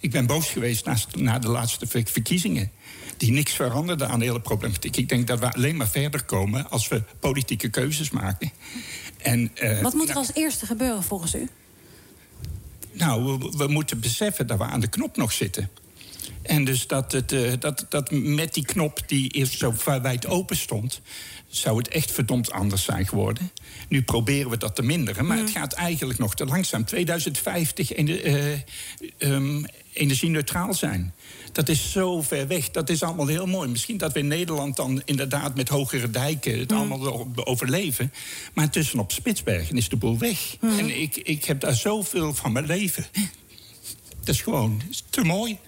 Speaker 25: ik ben boos geweest na, na de laatste ver- verkiezingen. Die niks veranderden aan de hele problematiek. Ik denk dat we alleen maar verder komen als we politieke keuzes maken. En, eh,
Speaker 24: Wat moet er
Speaker 25: nou,
Speaker 24: als eerste gebeuren volgens u?
Speaker 25: nou, we, we moeten beseffen dat we aan de knop nog zitten. En dus dat, het, eh, dat, dat met die knop die eerst zo va- wijd open stond... zou het echt verdomd anders zijn geworden. Nu proberen we dat te minderen, maar het gaat eigenlijk nog te langzaam. 2050 en de, eh, ehm, energie-neutraal zijn. Dat is zo ver weg. Dat is allemaal heel mooi. Misschien dat we in Nederland dan inderdaad met hogere dijken...
Speaker 1: Hmm.
Speaker 25: het allemaal wel overleven. Maar tussen op Spitsbergen is de boel weg.
Speaker 1: Hmm.
Speaker 25: En ik, ik heb daar zoveel van mijn leven. Dat is gewoon te mooi.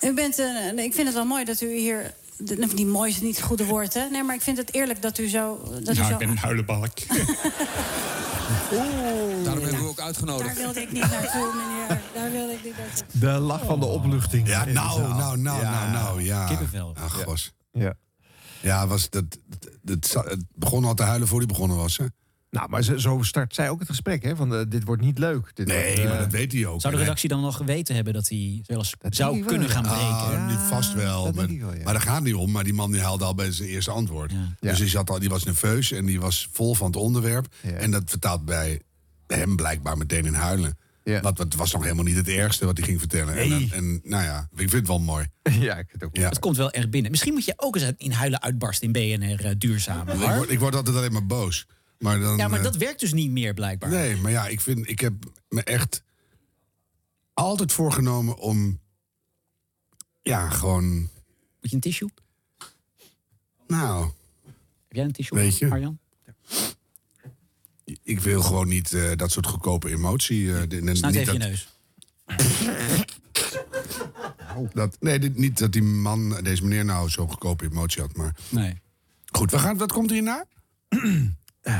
Speaker 24: U bent, een- ik vind het wel mooi dat u hier... nou, Niet mooi is niet het goede woord, hè? Nee, maar ik vind het eerlijk dat u zo... Dat u
Speaker 25: nou,
Speaker 24: zo
Speaker 25: ik ben een huilenbalk.
Speaker 23: Daarom hebben we u ook uitgenodigd.
Speaker 24: Daar wilde ik niet naartoe, meneer. Daar wilde ik niet naartoe.
Speaker 1: De lach van de opluchting.
Speaker 2: Oh. Ja,
Speaker 1: in de
Speaker 2: nou,
Speaker 1: zaal.
Speaker 2: nou, nou,
Speaker 1: Ja.
Speaker 2: nou, nou, ja. Ach, was.
Speaker 1: Ja.
Speaker 2: Ja, was dat, dat, dat- het begon al te huilen voor hij begonnen was, hè?
Speaker 1: Nou, maar zo- zo start zij ook het gesprek, hè? Van eh, dit wordt niet leuk. Dit wordt, eh,
Speaker 2: hij ook.
Speaker 3: Zou de
Speaker 1: hè?
Speaker 3: redactie dan nog geweten hebben dat hij wel eens zou
Speaker 1: denk ik wel,
Speaker 3: kunnen gaan
Speaker 1: ja.
Speaker 3: breken?
Speaker 2: Ah, die vast wel. maar, maar daar gaat niet om. Maar die man die haalde al bij zijn eerste antwoord. Dus die, zat al, die was nerveus en die was vol van het onderwerp. En dat vertaalt bij hem blijkbaar meteen in huilen. Want het was nog helemaal niet het ergste wat hij ging vertellen. En, en nou ja, ik vind het wel mooi.
Speaker 1: Ja, ik vind het ook
Speaker 2: mooi.
Speaker 3: Het komt wel erg binnen. Misschien moet je ook eens in huilen uitbarsten in BNR eh, Duurzaam.
Speaker 2: Ik
Speaker 3: hoor.
Speaker 2: word, ik word altijd alleen maar boos. Maar dan,
Speaker 3: ja, maar
Speaker 2: eh,
Speaker 3: dat werkt dus niet meer blijkbaar.
Speaker 2: Nee, maar ja, ik, vind, ik heb me echt altijd voorgenomen om. Ja, gewoon. Moet
Speaker 3: je een tissue?
Speaker 2: Nou.
Speaker 3: Heb jij een tissue?
Speaker 2: Weet je?
Speaker 3: Arjan?
Speaker 2: Ik wil gewoon niet eh, dat soort goedkope emotie. eh, de- en
Speaker 3: Snuit
Speaker 2: niet
Speaker 3: even
Speaker 2: dat-
Speaker 3: je neus.
Speaker 2: Dat, nee, dit- niet dat die man, deze meneer, nou zo'n goedkope emotie had. Maar
Speaker 3: Nee.
Speaker 2: goed, we gaan, wat komt hierna? Het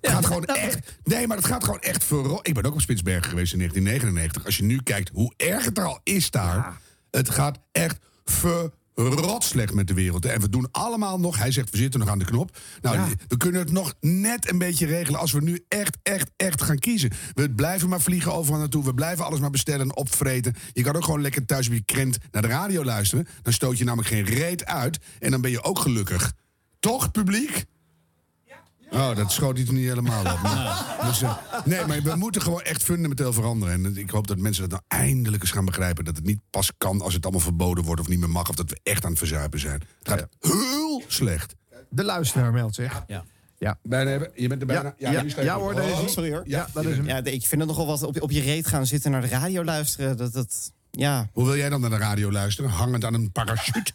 Speaker 2: gaat gewoon echt, nee, maar het gaat gewoon echt voor. Ik ben ook op Spitsbergen geweest in 1999. Als je nu kijkt hoe erg het er al is daar. Het gaat echt verrot slecht met de wereld. En we doen allemaal nog. Hij zegt, we zitten nog aan de knop. Nou, we kunnen het nog net een beetje regelen als we nu echt, echt, echt gaan kiezen. We blijven maar vliegen overal naartoe. We blijven alles maar bestellen en opvreten. Je kan ook gewoon lekker thuis op je krent naar de radio luisteren. Dan stoot je namelijk geen reet uit. En dan ben je ook gelukkig. Toch, publiek? Oh, dat schoot iets niet helemaal op. Maar, dus, eh, nee, maar we moeten gewoon echt fundamenteel veranderen. En ik hoop dat mensen dat nou eindelijk eens gaan begrijpen. Dat het niet pas kan als het allemaal verboden wordt of niet meer mag. Of dat we echt aan het verzuipen zijn. Het gaat heel slecht.
Speaker 1: De luisteraar meldt zich.
Speaker 3: Ja.
Speaker 1: Ja.
Speaker 2: Bijna hebben. Je bent er bijna.
Speaker 27: Ja, ja, ja, hoor, daar is hij.
Speaker 2: sorry hoor.
Speaker 27: Ja, dat is hem. Ja, ik vind het nogal wat op, op je reet gaan zitten naar de radio luisteren. Dat, dat, ja.
Speaker 2: Hoe wil jij dan naar de radio luisteren? Hangend aan een parachute?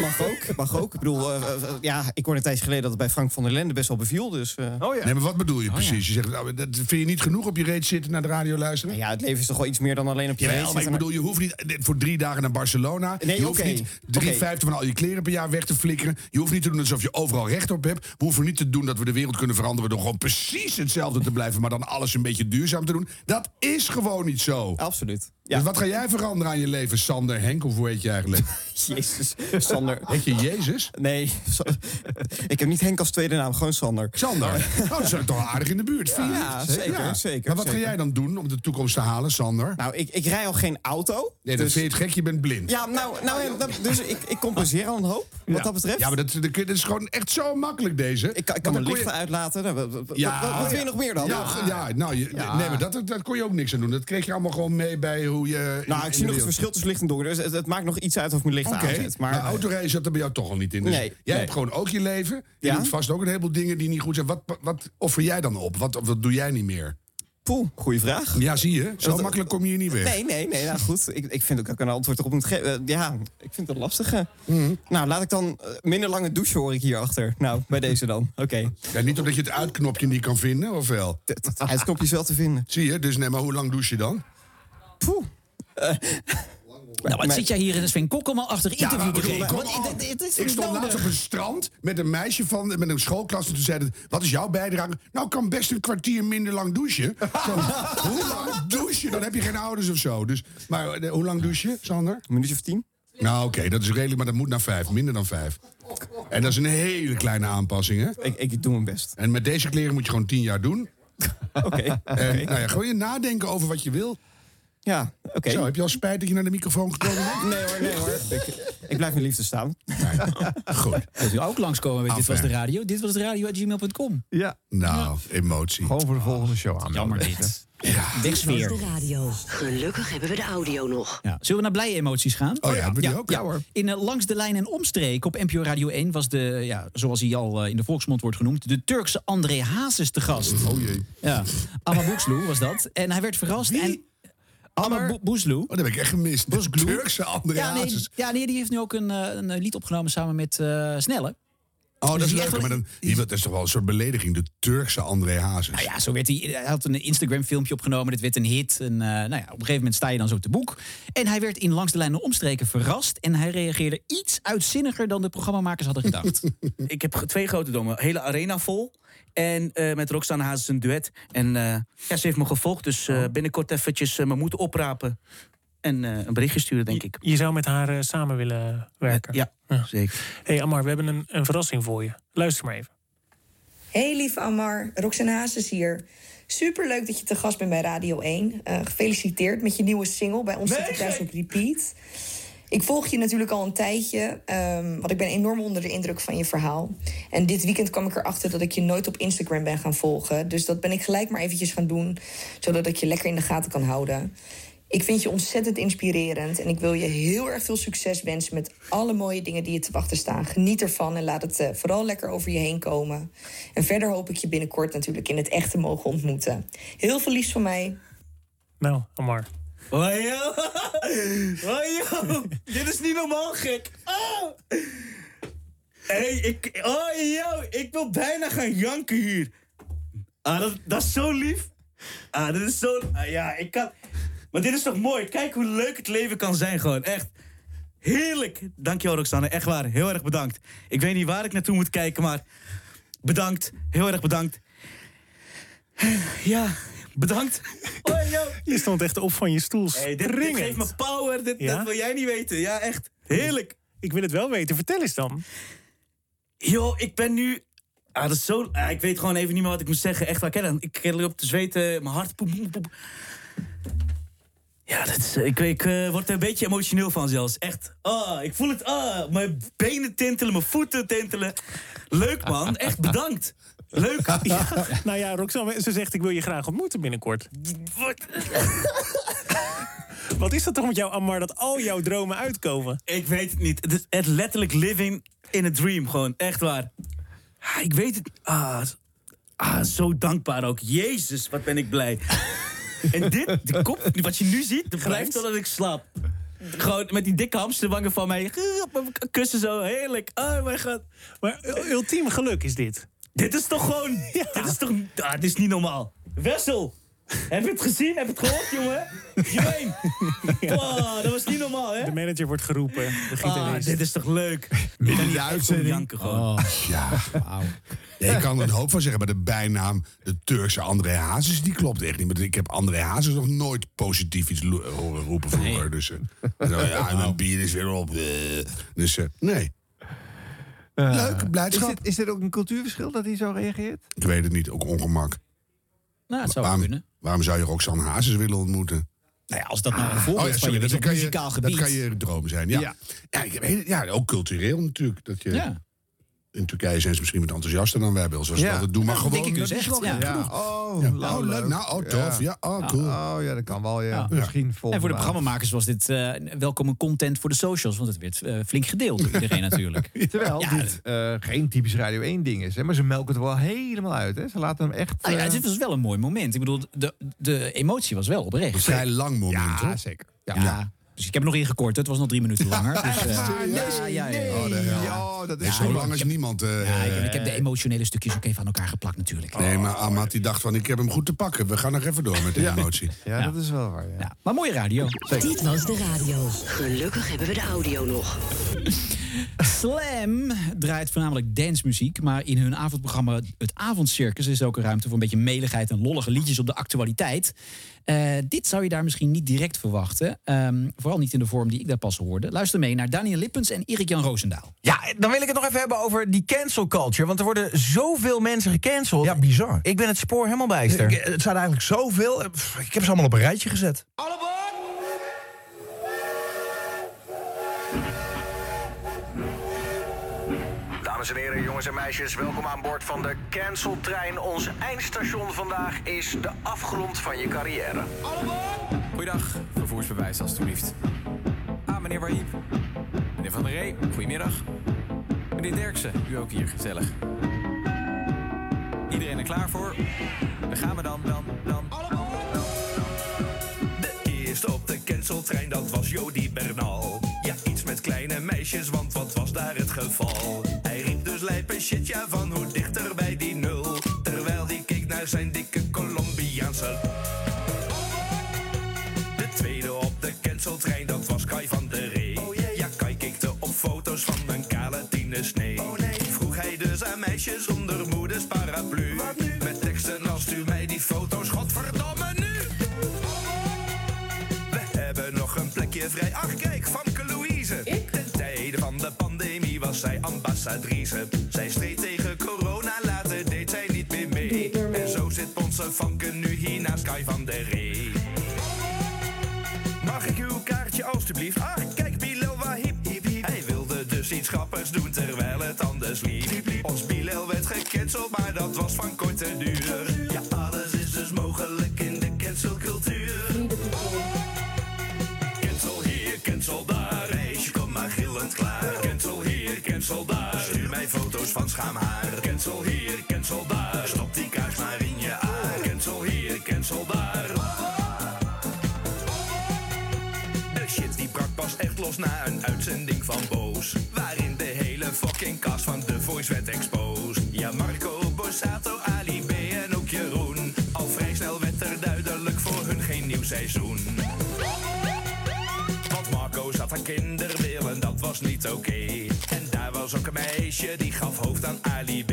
Speaker 27: mag ook, mag ook. Ik bedoel, eh, eh, eh, ja, ik hoorde een tijdje geleden dat het bij Frank van der Lende best wel beviel. Dus,
Speaker 1: oh
Speaker 2: Nee, maar wat bedoel je precies? Je zegt, nou, dat vind je niet genoeg op je reet zitten naar de radio luisteren?
Speaker 27: Ja, het leven is toch wel iets meer dan alleen op je
Speaker 2: Jawel,
Speaker 27: reet
Speaker 2: maar ik
Speaker 27: zitten.
Speaker 2: bedoel, je hoeft niet eh, voor drie dagen naar Barcelona.
Speaker 27: Nee,
Speaker 2: je hoeft
Speaker 27: oké.
Speaker 2: niet 3,50 van al je kleren per jaar weg te flikkeren. Je hoeft niet te doen alsof je overal recht op hebt. We hoeven niet te doen dat we de wereld kunnen veranderen... door gewoon precies hetzelfde te blijven... maar dan alles een beetje duurzaam te doen. Dat is gewoon niet zo.
Speaker 27: Absoluut.
Speaker 2: Dus wat ga jij veranderen aan je leven, Sander Henk? Of hoe heet je eigenlijk?
Speaker 27: Jezus, Sander.
Speaker 2: Heet je Jezus?
Speaker 27: Nee, Sa- ik heb niet Henk als tweede naam, gewoon Sander.
Speaker 2: Sander? Oh, dat is toch aardig in de buurt.
Speaker 27: Ja,
Speaker 2: vind je niet?
Speaker 27: zeker, zeker.
Speaker 2: Maar wat
Speaker 27: zeker.
Speaker 2: ga jij dan doen om de toekomst te halen, Sander?
Speaker 27: Nou, ik, ik rij al geen auto.
Speaker 2: Nee, dat
Speaker 27: dus-
Speaker 2: vind je het gek, je bent blind. Ah,
Speaker 27: Ja, nou, nou ja, dat- dus ik, ik compenseer al een hoop, wat dat betreft.
Speaker 2: Ja, maar dat, dat dat is gewoon echt zo makkelijk, deze. Ik,
Speaker 27: kan mijn lichten uitlaten. Nou, wat- wat- wat- wat wil je nog meer dan?
Speaker 2: Ja,
Speaker 27: Ah.
Speaker 2: ja, nou, je,
Speaker 27: Ja.
Speaker 2: Nee, maar dat, dat kon je ook niks aan doen. Dat kreeg je allemaal gewoon mee bij hoe je...
Speaker 27: Nou, ik zie nog het verschil tussen licht en donker. Dus het, het maakt nog iets uit of ik mijn licht
Speaker 2: Oké, Nou,
Speaker 27: aanzet.
Speaker 2: maar
Speaker 27: Maar
Speaker 1: Oh.
Speaker 2: autorijden zat er bij jou toch al niet in. Dus
Speaker 27: Nee,
Speaker 2: jij
Speaker 27: nee.
Speaker 2: hebt gewoon ook je leven. Je
Speaker 27: Ja.
Speaker 2: doet vast ook een heleboel dingen die niet goed zijn. Wat, wat offer jij dan op? Wat, wat doe jij niet meer?
Speaker 27: Poeh, goede vraag.
Speaker 2: Ja, zie je. Zo
Speaker 27: Dat-
Speaker 2: makkelijk kom je hier niet weg.
Speaker 27: Nee, nee, nee. Nou goed, ik, ik vind ook dat ik een antwoord erop moet geven. Eh, ja, ik vind het lastige.
Speaker 2: Mhm.
Speaker 27: Nou, laat ik dan eh, minder lange douchen hoor ik hierachter. Nou, bij deze dan. Oké.
Speaker 2: Ja, niet omdat je het uitknopje niet kan vinden, of wel?
Speaker 27: Het uitknopje is wel te vinden.
Speaker 2: Zie je? Dus nee, maar hoe lang douche je dan?
Speaker 27: Poeh.
Speaker 3: Nou, wat
Speaker 2: Maar-
Speaker 3: zit jij hier in Sven Kokkelman achter interview te
Speaker 2: maar bedoel,
Speaker 3: geven?
Speaker 2: kom
Speaker 3: Want
Speaker 2: op.
Speaker 3: dit- dit- dit is
Speaker 2: ik stond
Speaker 3: nodig.
Speaker 2: laatst op een strand met een meisje van met een schoolklas. En toen zei het, wat is jouw bijdrage? Nou, ik kan best een kwartier minder lang douchen. Zo, hoe lang douche je? Dan heb je geen ouders of zo. Dus, maar eh, hoe lang douche je, Sander?
Speaker 27: Een minuutje of tien.
Speaker 2: Nou, oké, dat is redelijk, maar dat moet naar vijf. Minder dan vijf. En dat is een hele kleine aanpassing, hè?
Speaker 27: Ik, ik doe mijn best.
Speaker 2: En met deze kleren moet je gewoon tien jaar doen.
Speaker 27: Oké.
Speaker 2: En nou ja, gewoon je nadenken over wat je wil.
Speaker 27: Ja, oké.
Speaker 2: Zo, heb je al spijt dat je naar de microfoon gekomen bent?
Speaker 27: Nee hoor, nee hoor. Ik, ik blijf mijn liefde staan.
Speaker 2: Goed.
Speaker 3: Wilt u ook langskomen bij Dit Was de
Speaker 2: Afijn.
Speaker 3: Radio? Dit was de radio at gmail.com.
Speaker 1: Ja.
Speaker 2: Nou, emotie. Gewoon
Speaker 1: voor de volgende show aan.
Speaker 3: Jammer dit.
Speaker 4: Dit
Speaker 3: Wegsfeer.
Speaker 4: was de radio. Gelukkig hebben we de audio nog.
Speaker 3: Ja. Zullen we naar blije emoties gaan?
Speaker 4: Oh ja, hebben we die ook? Ja hoor.
Speaker 3: In eh, Langs de Lijn en Omstreek op NPO Radio 1 was de, ja, zoals hij al eh, in de volksmond wordt genoemd, de Turkse André Hazes te gast.
Speaker 2: Oh jee.
Speaker 3: Ja. Amma Boesloe was dat. En hij werd verrast. En Amma Bo- Boesloe. Oh,
Speaker 2: dat heb ik echt gemist.
Speaker 3: Boesloe.
Speaker 2: Turkse André
Speaker 3: ja, nee,
Speaker 2: Hazes.
Speaker 3: ja, nee, die heeft nu ook een, eh, een eh, lied opgenomen samen met eh, Snelle.
Speaker 2: Oh, dat
Speaker 3: Dus
Speaker 2: is
Speaker 3: die echt
Speaker 2: leuk.
Speaker 3: wel-
Speaker 2: Maar dan, hier, dat is toch wel een soort belediging. De Turkse André Hazes.
Speaker 3: Nou ja, zo werd hij, hij had een Instagram-filmpje opgenomen. Dit werd een hit. En, eh, nou ja, op een gegeven moment sta je dan zo te boek. En hij werd in Langs de Lijnen Omstreken verrast. En hij reageerde iets uitzinniger dan de programmamakers hadden gedacht.
Speaker 8: ik heb ge- twee grote domen. Hele arena vol. En eh, met Roxanne Hazes een duet. En eh, ja, ze heeft me gevolgd. Dus
Speaker 12: Oh.
Speaker 8: eh, binnenkort eventjes eh, mijn moed oprapen. En eh, een berichtje sturen, denk ik.
Speaker 12: Je zou met haar eh, samen willen werken.
Speaker 8: Ja, zeker.
Speaker 12: hey, Amar, we hebben een, een verrassing voor je. Luister maar even.
Speaker 28: Hey lieve Amar, Roxanne Hazes hier. Superleuk dat je te gast bent bij Radio 1. Eh, gefeliciteerd met je nieuwe single. Bij ons zit het thuis op repeat. Ik volg je natuurlijk al een tijdje, ehm, want ik ben enorm onder de indruk van je verhaal. En dit weekend kwam ik erachter dat ik je nooit op Instagram ben gaan volgen. Dus dat ben ik gelijk maar eventjes gaan doen, zodat ik je lekker in de gaten kan houden. Ik vind je ontzettend inspirerend en ik wil je heel erg veel succes wensen met alle mooie dingen die je te wachten staan. Geniet ervan en laat het eh, vooral lekker over je heen komen. En verder hoop ik je binnenkort natuurlijk in het echte mogen ontmoeten. Heel veel liefs van mij.
Speaker 29: Nou, Amar.
Speaker 8: Oh, joh. Oh, joh. Dit is niet normaal gek. Oh. Hey, ik... Oh, joh. Ik wil bijna gaan janken hier. Ah, dat, dat is zo lief. Ah, dit is zo... ah, ja, ik kan... Maar dit is toch mooi? Kijk hoe leuk het leven kan zijn gewoon. Echt. Heerlijk. Dankjewel, Roxanne. Echt waar. Heel erg bedankt. Ik weet niet waar ik naartoe moet kijken, maar... Bedankt. Heel erg bedankt. Ja, bedankt. Oh, joh.
Speaker 29: Je stond echt op van je stoel.
Speaker 8: Hey, dit, dit
Speaker 29: springend.
Speaker 8: geeft me power. Dit,
Speaker 29: Ja?
Speaker 8: Dat wil jij niet weten. Ja, echt. Heerlijk.
Speaker 29: Ik wil het wel weten. Vertel eens dan.
Speaker 8: Yo, ik ben nu... Ah, dat is zo... ah, ik weet gewoon even niet meer wat ik moet zeggen. Echt waar. Kijk dan. Ik kreeg op te zweten. Mijn hart... Poep, poep, poep. Ja, dat is... Ik, ik eh, word er een beetje emotioneel van zelfs. Echt. Ah, ik voel het. Ah, mijn benen tintelen. Mijn voeten tintelen. Leuk, man. Echt bedankt. Leuk.
Speaker 29: Ja, nou ja, Roxanne, ze zegt ik wil je graag ontmoeten binnenkort. Wat is dat toch met jou, Amar, dat al jouw dromen uitkomen?
Speaker 8: Ik weet het niet. Het is echt letterlijk living in a dream. Gewoon, echt waar. Ah, Ik weet het. Ah, s- ah, zo dankbaar ook. Jezus, wat ben ik blij. en dit, de kop, wat je nu ziet, dat blijft totdat ik slaap. Gewoon met die dikke hamsterwangen van mij. Op mijn k- kussen zo, heerlijk. Oh mijn god.
Speaker 29: Maar ultiem geluk is dit.
Speaker 8: Dit is toch gewoon... Dit is toch... Ah, dit is niet normaal. Wessel! Heb je het gezien? Heb je het gehoord, jongen? Jereen! Oh, dat was niet normaal, hè?
Speaker 29: De manager wordt geroepen. De
Speaker 8: Ah,
Speaker 29: gitarist.
Speaker 8: dit is toch leuk? Midden in de uitzending. Oh. Janken gewoon.
Speaker 2: Ja, Ja, ik kan er een hoop van zeggen, maar de bijnaam de Turkse André Hazes, die klopt echt niet. Maar ik heb André Hazes nog nooit positief iets lo- horen roepen vroeger. Dus, eh, zo, ja, en mijn bier is weer op. eh. Dus eh, nee, oh,
Speaker 8: Eh.
Speaker 1: Leuk, blijdschap. Eh, Is dit, is dit ook een cultuurverschil dat hij zo reageert?
Speaker 2: ik weet het niet. Ook ongemak.
Speaker 3: Nou, het
Speaker 2: waarom, waarom zou je Roxanne Hazes willen ontmoeten?
Speaker 3: Nou ja, als dat nou een voorbeeld
Speaker 2: Oh ja,
Speaker 3: van
Speaker 2: sorry,
Speaker 3: je is
Speaker 2: dat,
Speaker 3: op
Speaker 2: kan je,
Speaker 3: muzikaal
Speaker 2: dat
Speaker 3: gebied.
Speaker 2: kan je droom zijn. Ja, ja.
Speaker 3: Ja.
Speaker 2: ik weet, ja ook cultureel natuurlijk. Dat je,
Speaker 3: Ja.
Speaker 2: In Turkije zijn ze misschien wat enthousiaster dan wij bij ons. Als
Speaker 1: Ja.
Speaker 2: we dat doen, maar
Speaker 1: Ja,
Speaker 2: gewoon.
Speaker 1: denk ik dus
Speaker 2: dat is
Speaker 1: echt,
Speaker 2: wel
Speaker 1: ja.
Speaker 2: goed genoeg.
Speaker 1: Ja. Oh,
Speaker 2: Ja.
Speaker 1: nou,
Speaker 2: oh, leuk.
Speaker 1: leuk.
Speaker 2: Nou, oh, tof. Ja,
Speaker 1: Ja.
Speaker 2: oh, cool.
Speaker 1: Oh ja, dat kan wel. Ja.
Speaker 3: Ja.
Speaker 1: Misschien volgende
Speaker 3: En voor de
Speaker 1: maand.
Speaker 3: programmamakers was dit eh, welkome content voor de socials. Want het werd eh, flink gedeeld door iedereen natuurlijk.
Speaker 1: Terwijl dit eh, geen typisch Radio 1 ding is. Hè? Maar ze melken het wel helemaal uit. Hè? Ze laten hem echt...
Speaker 3: Nou ja,
Speaker 1: eh,
Speaker 3: dit was wel een mooi moment. Ik bedoel, de, de emotie was wel oprecht.
Speaker 2: Een vrij lang moment,
Speaker 3: ja,
Speaker 2: hoor.
Speaker 1: zeker.
Speaker 3: Ja. Dus ik heb hem nog ingekort. Het was nog drie minuten langer. Dus, eh,
Speaker 1: ja, ja, ja. Oh, de hel. Ja, dat
Speaker 2: Nee,
Speaker 1: is
Speaker 2: zo lang is niemand. eh,
Speaker 3: ja, ik, ik heb de emotionele stukjes ook even aan elkaar geplakt
Speaker 1: Oh.
Speaker 3: natuurlijk.
Speaker 2: Nee, maar Amat die dacht van ik heb hem goed te pakken. We gaan nog even door met de emotie.
Speaker 1: Ja, dat is wel waar.
Speaker 3: Ja, maar mooie radio.
Speaker 4: Dit was de radio. Gelukkig hebben we de audio nog.
Speaker 3: Slam draait voornamelijk dancemuziek, maar in hun avondprogramma Het Avondcircus is ook een ruimte voor een beetje meligheid en lollige liedjes op de actualiteit. Eh, dit zou je daar misschien niet direct verwachten, Ehm, vooral niet in de vorm die ik daar pas hoorde. Luister mee naar Daniel Lippens en Erik-Jan Roosendaal.
Speaker 5: Ja, dan wil ik het nog even hebben over die cancel culture. Want er worden zoveel mensen gecanceld. Ja, bizar. Ik ben het spoor helemaal bijster.
Speaker 30: Ik- het zijn eigenlijk zoveel. eh, pff, Ik heb ze allemaal op een rijtje gezet.
Speaker 16: Dames en heren, jongens en meisjes, welkom aan boord van de Canceltrein. Ons eindstation vandaag is de afgrond van je carrière.
Speaker 13: Goeiedag, vervoersbewijs alstublieft. Ah, meneer Wahib. Meneer Van der Ree, goedemiddag. Meneer Derksen, u ook hier, gezellig. Iedereen er klaar voor? Daar gaan we dan, dan, dan.
Speaker 16: De eerste op de canceltrein, dat was Jody Bernal. Ja, iets met kleine meisjes, want wat was daar het geval? Hij riep dus lijpe shit, ja, van hoe dichter bij die nul. Terwijl hij keek naar zijn dikke Colombiaanse... De tweede op de canceltrein, dat was Kai van der Ree. Ja, Kai kikte op foto's van een kale tienersnee. Vroeg hij dus aan meisjes onder moeders paraplu. Met teksten als u mij die foto's, godverdomme nu! We hebben nog een plekje vrij. Ach, kijk, Famke Louise. Ten tijde van de pandemie was zij ambassadrice. Zij streed tegen corona, later deed zij niet meer mee. En zo zit onze Famke nu hier naast Kai van der Ree. Mag ik uw kaartje alstublieft? Ach, Ah, kijk, Bilal dus liep. Ons Bilal werd gecanceld, maar dat was van korte duur. Ja, alles is dus mogelijk in de cancelcultuur. Cancel hier, cancel daar. Meisje, kom maar gillend klaar. Cancel hier, cancel daar. Stuur mij foto's van schaamhaar. Cancel hier, cancel daar. Stop die kaars maar in je haar. Cancel hier, cancel daar. De shit die brak pas echt los na een uitzending van Boos. Waarin de hele fucking cast van The Voice werd exposed. Ja, Marco, Borsato, Ali B en ook Jeroen. Al vrij snel werd er duidelijk voor hun geen nieuw seizoen. Want Marco zat aan kinderwil en dat was niet oké. En daar was ook een meisje die gaf hoofd aan Ali B.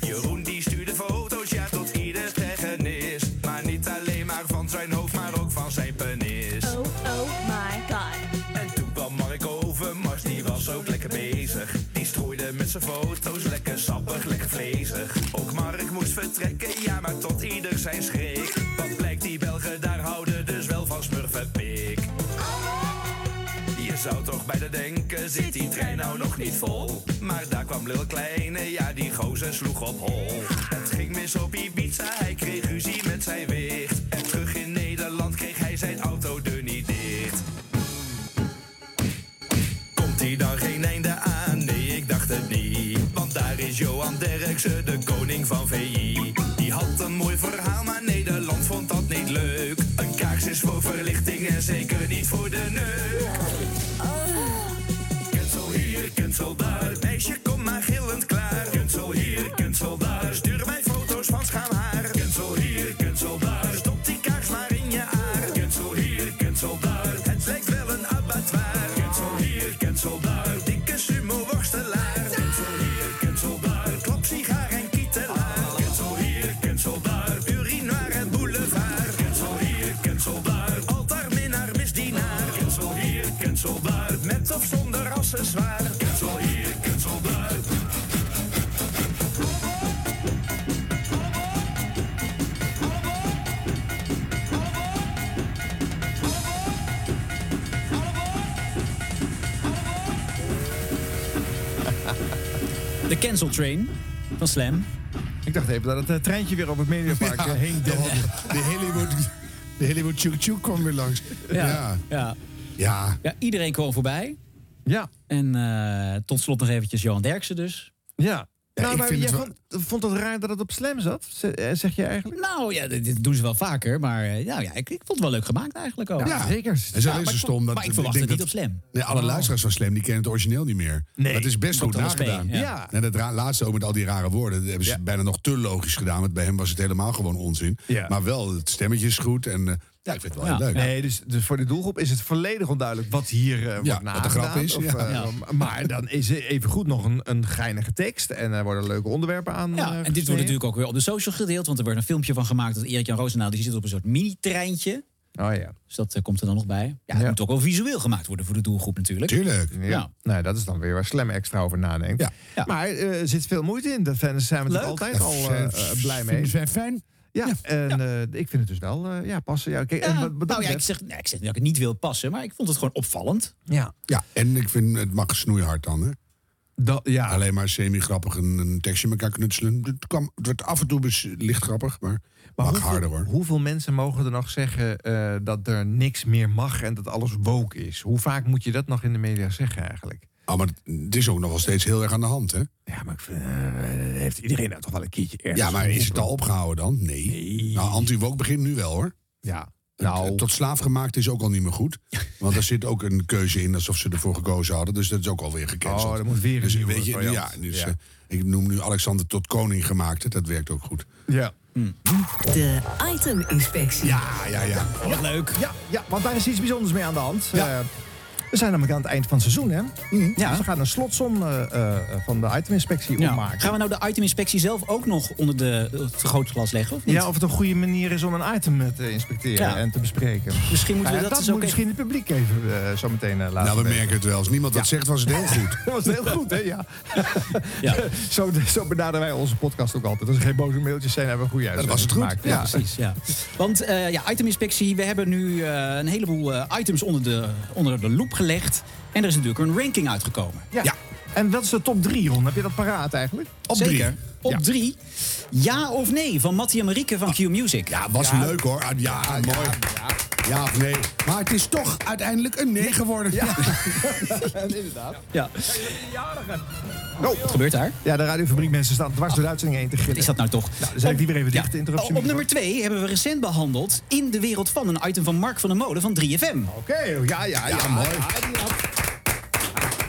Speaker 16: Jeroen die stuurde foto's, ja tot ieder tegenis. Maar niet alleen maar van zijn hoofd, maar ook van zijn penis.
Speaker 13: Oh, oh my god.
Speaker 16: En toen kwam Marco Overmars, die was ook lekker bezig. Die strooide met zijn foto's, lekker sappig, lekker vlezig. Ook Mark moest vertrekken, ja, maar tot ieder zijn schrik. Wat blijkt, die Belgen daar houden dus wel van smurfenpik. Je zou toch bijna denken, zit die trein nou nog niet vol? Maar daar kwam Lil Kleine, ja die gozer sloeg op hol. Het ging mis op Ibiza, hij kreeg ruzie met zijn wicht. En terug in Nederland kreeg hij zijn autodeur niet dicht. Komt hij dan geen einde aan? Nee, ik dacht het niet. Want daar is Johan Derksen, de koning van VI. Die had een mooi verhaal, maar Nederland vond dat niet leuk. Een kaars is voor verlichting en zeker niet voor de neuk. Cancel hier, cancel daar. Meisje, kom maar gillend klaar. Cancel hier, cancel daar. Stuur mij foto's van schaamhaar. Cancel hier, cancel daar. Stop die kaars maar in je haar. Cancel hier, cancel daar. Het lijkt wel een abattoir. Cancel hier, cancel daar. Dikke sumo-worstelaar. Cancel hier, cancel daar. Klapsigaar en kietelaar. Cancel hier, cancel daar. Urinoir en boulevard. Cancel hier, cancel daar. Altaar, minnaar, misdienaar. Cancel hier, cancel daar. Met of zonder accessoire. Cancel hier, cancel daar.
Speaker 3: De cancel train van Slam.
Speaker 1: Ik dacht even dat het eh, treintje weer op het Mediapark eh, heen denderde.
Speaker 2: De Hollywood, de Hollywood Chuk Chuk kwam weer langs.
Speaker 3: Ja.
Speaker 2: Ja.
Speaker 3: Ja.
Speaker 2: Ja.
Speaker 3: iedereen kwam voorbij.
Speaker 1: Ja.
Speaker 3: En eh, tot slot nog eventjes Johan Derksen dus.
Speaker 1: Ja. nou,
Speaker 3: ik
Speaker 1: maar
Speaker 3: vind
Speaker 1: jij
Speaker 3: het wel-
Speaker 1: vond, vond het raar dat het op Slam zat, Z- eh, zeg je eigenlijk?
Speaker 3: Nou ja, dit, dit doen ze wel vaker. Maar eh, nou, ja, ik, ik vond het wel leuk gemaakt eigenlijk ook.
Speaker 2: Ja, En zo
Speaker 3: Ja,
Speaker 2: is
Speaker 3: maar
Speaker 2: het
Speaker 3: ik
Speaker 2: stom
Speaker 3: vond-
Speaker 2: dat
Speaker 3: Maar ik verwacht
Speaker 2: denk
Speaker 3: het niet op
Speaker 2: dat-
Speaker 3: Slam. Oh.
Speaker 2: Nee,
Speaker 1: Oh.
Speaker 2: alle luisteraars van Slam die kennen het origineel niet meer. dat is best
Speaker 3: Komt
Speaker 2: goed
Speaker 3: alles
Speaker 2: nagedaan.
Speaker 3: mee, ja. Ja.
Speaker 2: En dat ra- laatste ook met al die rare woorden. Dat hebben ze bijna nog te logisch gedaan. Want bij hem was het helemaal gewoon onzin.
Speaker 1: Ja.
Speaker 2: Maar wel, het stemmetje is goed. En eh, ja, ik vind het wel heel leuk.
Speaker 1: Nee, dus, dus voor de doelgroep is het volledig onduidelijk wat hier eh, wordt
Speaker 2: Ja, wat de grap
Speaker 1: nagedaan,
Speaker 2: is,
Speaker 1: of,
Speaker 2: ja.
Speaker 1: eh,
Speaker 2: Ja.
Speaker 1: m- Maar dan is er evengoed nog een, een geinige tekst en er worden leuke onderwerpen aan. eh,
Speaker 3: Ja, en dit wordt natuurlijk ook weer op de social gedeeld. Want er wordt een filmpje van gemaakt dat Erik-Jan Roosendaal... die zit op een soort mini-treintje.
Speaker 1: Oh ja.
Speaker 3: Dus dat eh, komt er dan nog bij. Ja, het moet ook wel visueel gemaakt worden voor de doelgroep natuurlijk.
Speaker 2: Tuurlijk.
Speaker 1: Ja. Nou, dat is dan weer waar Slam extra over nadenkt. Maar eh, er zit veel moeite in. De fans zijn we
Speaker 3: Leuk.
Speaker 1: natuurlijk altijd
Speaker 3: Ja,
Speaker 1: al eh,
Speaker 3: fans
Speaker 1: eh, blij mee.
Speaker 3: vinden
Speaker 1: zijn fijn. Ja, en eh, ik vind het dus wel eh, ja, passen. Ja, kijk, en
Speaker 3: Ja,
Speaker 1: wat, wat dat
Speaker 3: nou ja, ik
Speaker 1: betreft-
Speaker 3: zeg, nee, ik zeg niet dat ik het niet wil passen, maar ik vond het gewoon opvallend.
Speaker 1: Ja.
Speaker 2: Ja, en ik vind het mag snoeihard dan, hè?
Speaker 1: ja.
Speaker 2: Alleen maar semi-grappig een, een tekstje met elkaar knutselen. Het, kwam, het werd af en toe bes- licht grappig, maar,
Speaker 1: Maar
Speaker 2: mag
Speaker 1: hoeveel,
Speaker 2: harder hoor.
Speaker 1: hoeveel mensen mogen er nog zeggen eh, dat er niks meer mag en dat alles woke is? Hoe vaak moet je dat nog in de media zeggen eigenlijk?
Speaker 2: Ah, maar het is ook nog wel steeds heel erg aan de hand, hè?
Speaker 1: Ja, maar ik vind, eh, heeft iedereen nou toch wel een keertje ergens
Speaker 2: Ja, maar
Speaker 1: van
Speaker 2: is het al opgehouden dan? Nee. Nou, anti-woke begint nu wel, hoor.
Speaker 1: Ja.
Speaker 2: Nou. tot slaaf gemaakt is ook al niet meer goed. Want er zit ook een keuze in alsof ze ervoor gekozen hadden. Dus dat is ook alweer gecanceld.
Speaker 1: Oh, dat moet weer een
Speaker 2: dus,
Speaker 1: nieuwe
Speaker 2: weet je,
Speaker 1: variant.
Speaker 2: ja, dus,
Speaker 1: Ja.
Speaker 2: eh, Ik noem nu Alexander tot koning gemaakt. hè. Dat werkt ook goed.
Speaker 1: Ja.
Speaker 4: De iteminspectie.
Speaker 2: Ja, ja, ja.
Speaker 1: Wat leuk. Ja, ja, want daar is iets bijzonders mee aan de hand. Eh, we zijn namelijk aan het eind van het seizoen, hè?
Speaker 3: Ja.
Speaker 1: Dus we gaan een slotsom eh, eh, van de iteminspectie
Speaker 3: Ja.
Speaker 1: opmaken.
Speaker 3: Gaan we nou de iteminspectie zelf ook nog onder de, het grote glas leggen? Of niet?
Speaker 1: Ja, of het een goede manier is om een item eh, te inspecteren
Speaker 3: Ja.
Speaker 1: en te bespreken.
Speaker 3: Misschien moeten we
Speaker 1: Eh,
Speaker 3: dat
Speaker 1: dat
Speaker 3: eens
Speaker 1: moet
Speaker 3: ook
Speaker 1: misschien het publiek even eh, zo meteen eh, laten
Speaker 2: Nou, we
Speaker 1: weten.
Speaker 2: merken het wel. Als niemand dat
Speaker 1: Ja.
Speaker 2: zegt, was het heel goed.
Speaker 1: Dat was heel goed, hè? Ja. zo, zo benaderen wij onze podcast ook altijd. Als er geen boze mailtjes zijn, hebben we een goede
Speaker 2: dat
Speaker 1: uitzending
Speaker 2: was het goed.
Speaker 1: gemaakt.
Speaker 2: Ja, precies,
Speaker 3: Ja. Want eh, ja, iteminspectie, we hebben nu eh, een heleboel eh, items onder de, onder de loep gelegd. En er is natuurlijk een ranking uitgekomen.
Speaker 1: Ja. En wat is de top 3, Ron? Heb je dat paraat eigenlijk?
Speaker 3: Zeker. Op drie. Ja of nee van Mattie en Marieke van Q Music. Ja,
Speaker 2: was leuk hoor. Ah, Ja, mooi. Ja, of nee. Maar het is toch uiteindelijk een nee geworden. Ja,
Speaker 1: inderdaad.
Speaker 3: Ja. Wat gebeurt daar?
Speaker 1: Oh. Ja, de radiofabriek mensen staan dwaars door de uitzending heen te gillen.
Speaker 3: is dat nou toch?
Speaker 1: Nou, dan zet ik die weer even dicht, de interruptie.
Speaker 3: Oh, Op nummer 2 hebben we recent behandeld In de Wereld van, een item van Mark van der Molen van 3FM.
Speaker 1: Oké, ja, ja, ja, mooi.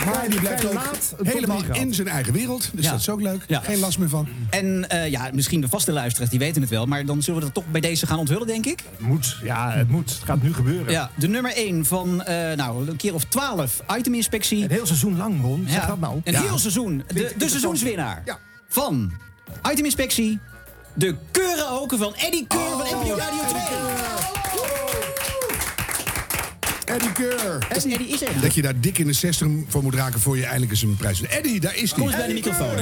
Speaker 2: Maar die blijft
Speaker 3: Vrij
Speaker 2: ook
Speaker 3: laat een top
Speaker 2: helemaal
Speaker 3: drie gehad.
Speaker 2: in zijn eigen wereld. Dus
Speaker 3: Ja.
Speaker 2: dat is ook leuk.
Speaker 3: Ja.
Speaker 2: Geen last meer van.
Speaker 3: En eh, ja, misschien de vaste luisteraars, die weten het wel. Maar dan zullen we dat toch bij deze gaan onthullen, denk ik.
Speaker 1: Moet, ja, het moet. Het gaat nu gebeuren.
Speaker 3: Ja, de nummer 1 van, eh, nou, een keer of 12 iteminspectie. Een
Speaker 1: heel seizoen lang, Ron.
Speaker 3: Ja.
Speaker 1: Zeg dat nou.
Speaker 3: Een
Speaker 1: Ja.
Speaker 3: heel seizoen.
Speaker 1: Vind ik
Speaker 3: De, de
Speaker 1: interessant.
Speaker 3: seizoenswinnaar van iteminspectie. De keurenhoken van Eddie Keur van NPO Radio
Speaker 1: Oh,
Speaker 3: 2.
Speaker 2: Eddie Keur.
Speaker 3: Dus Eddie is er.
Speaker 2: Dat je daar dik in de 60 voor moet raken voor je eindelijk eens een prijs. Eddie, daar is die.
Speaker 3: Kom eens bij de microfoon.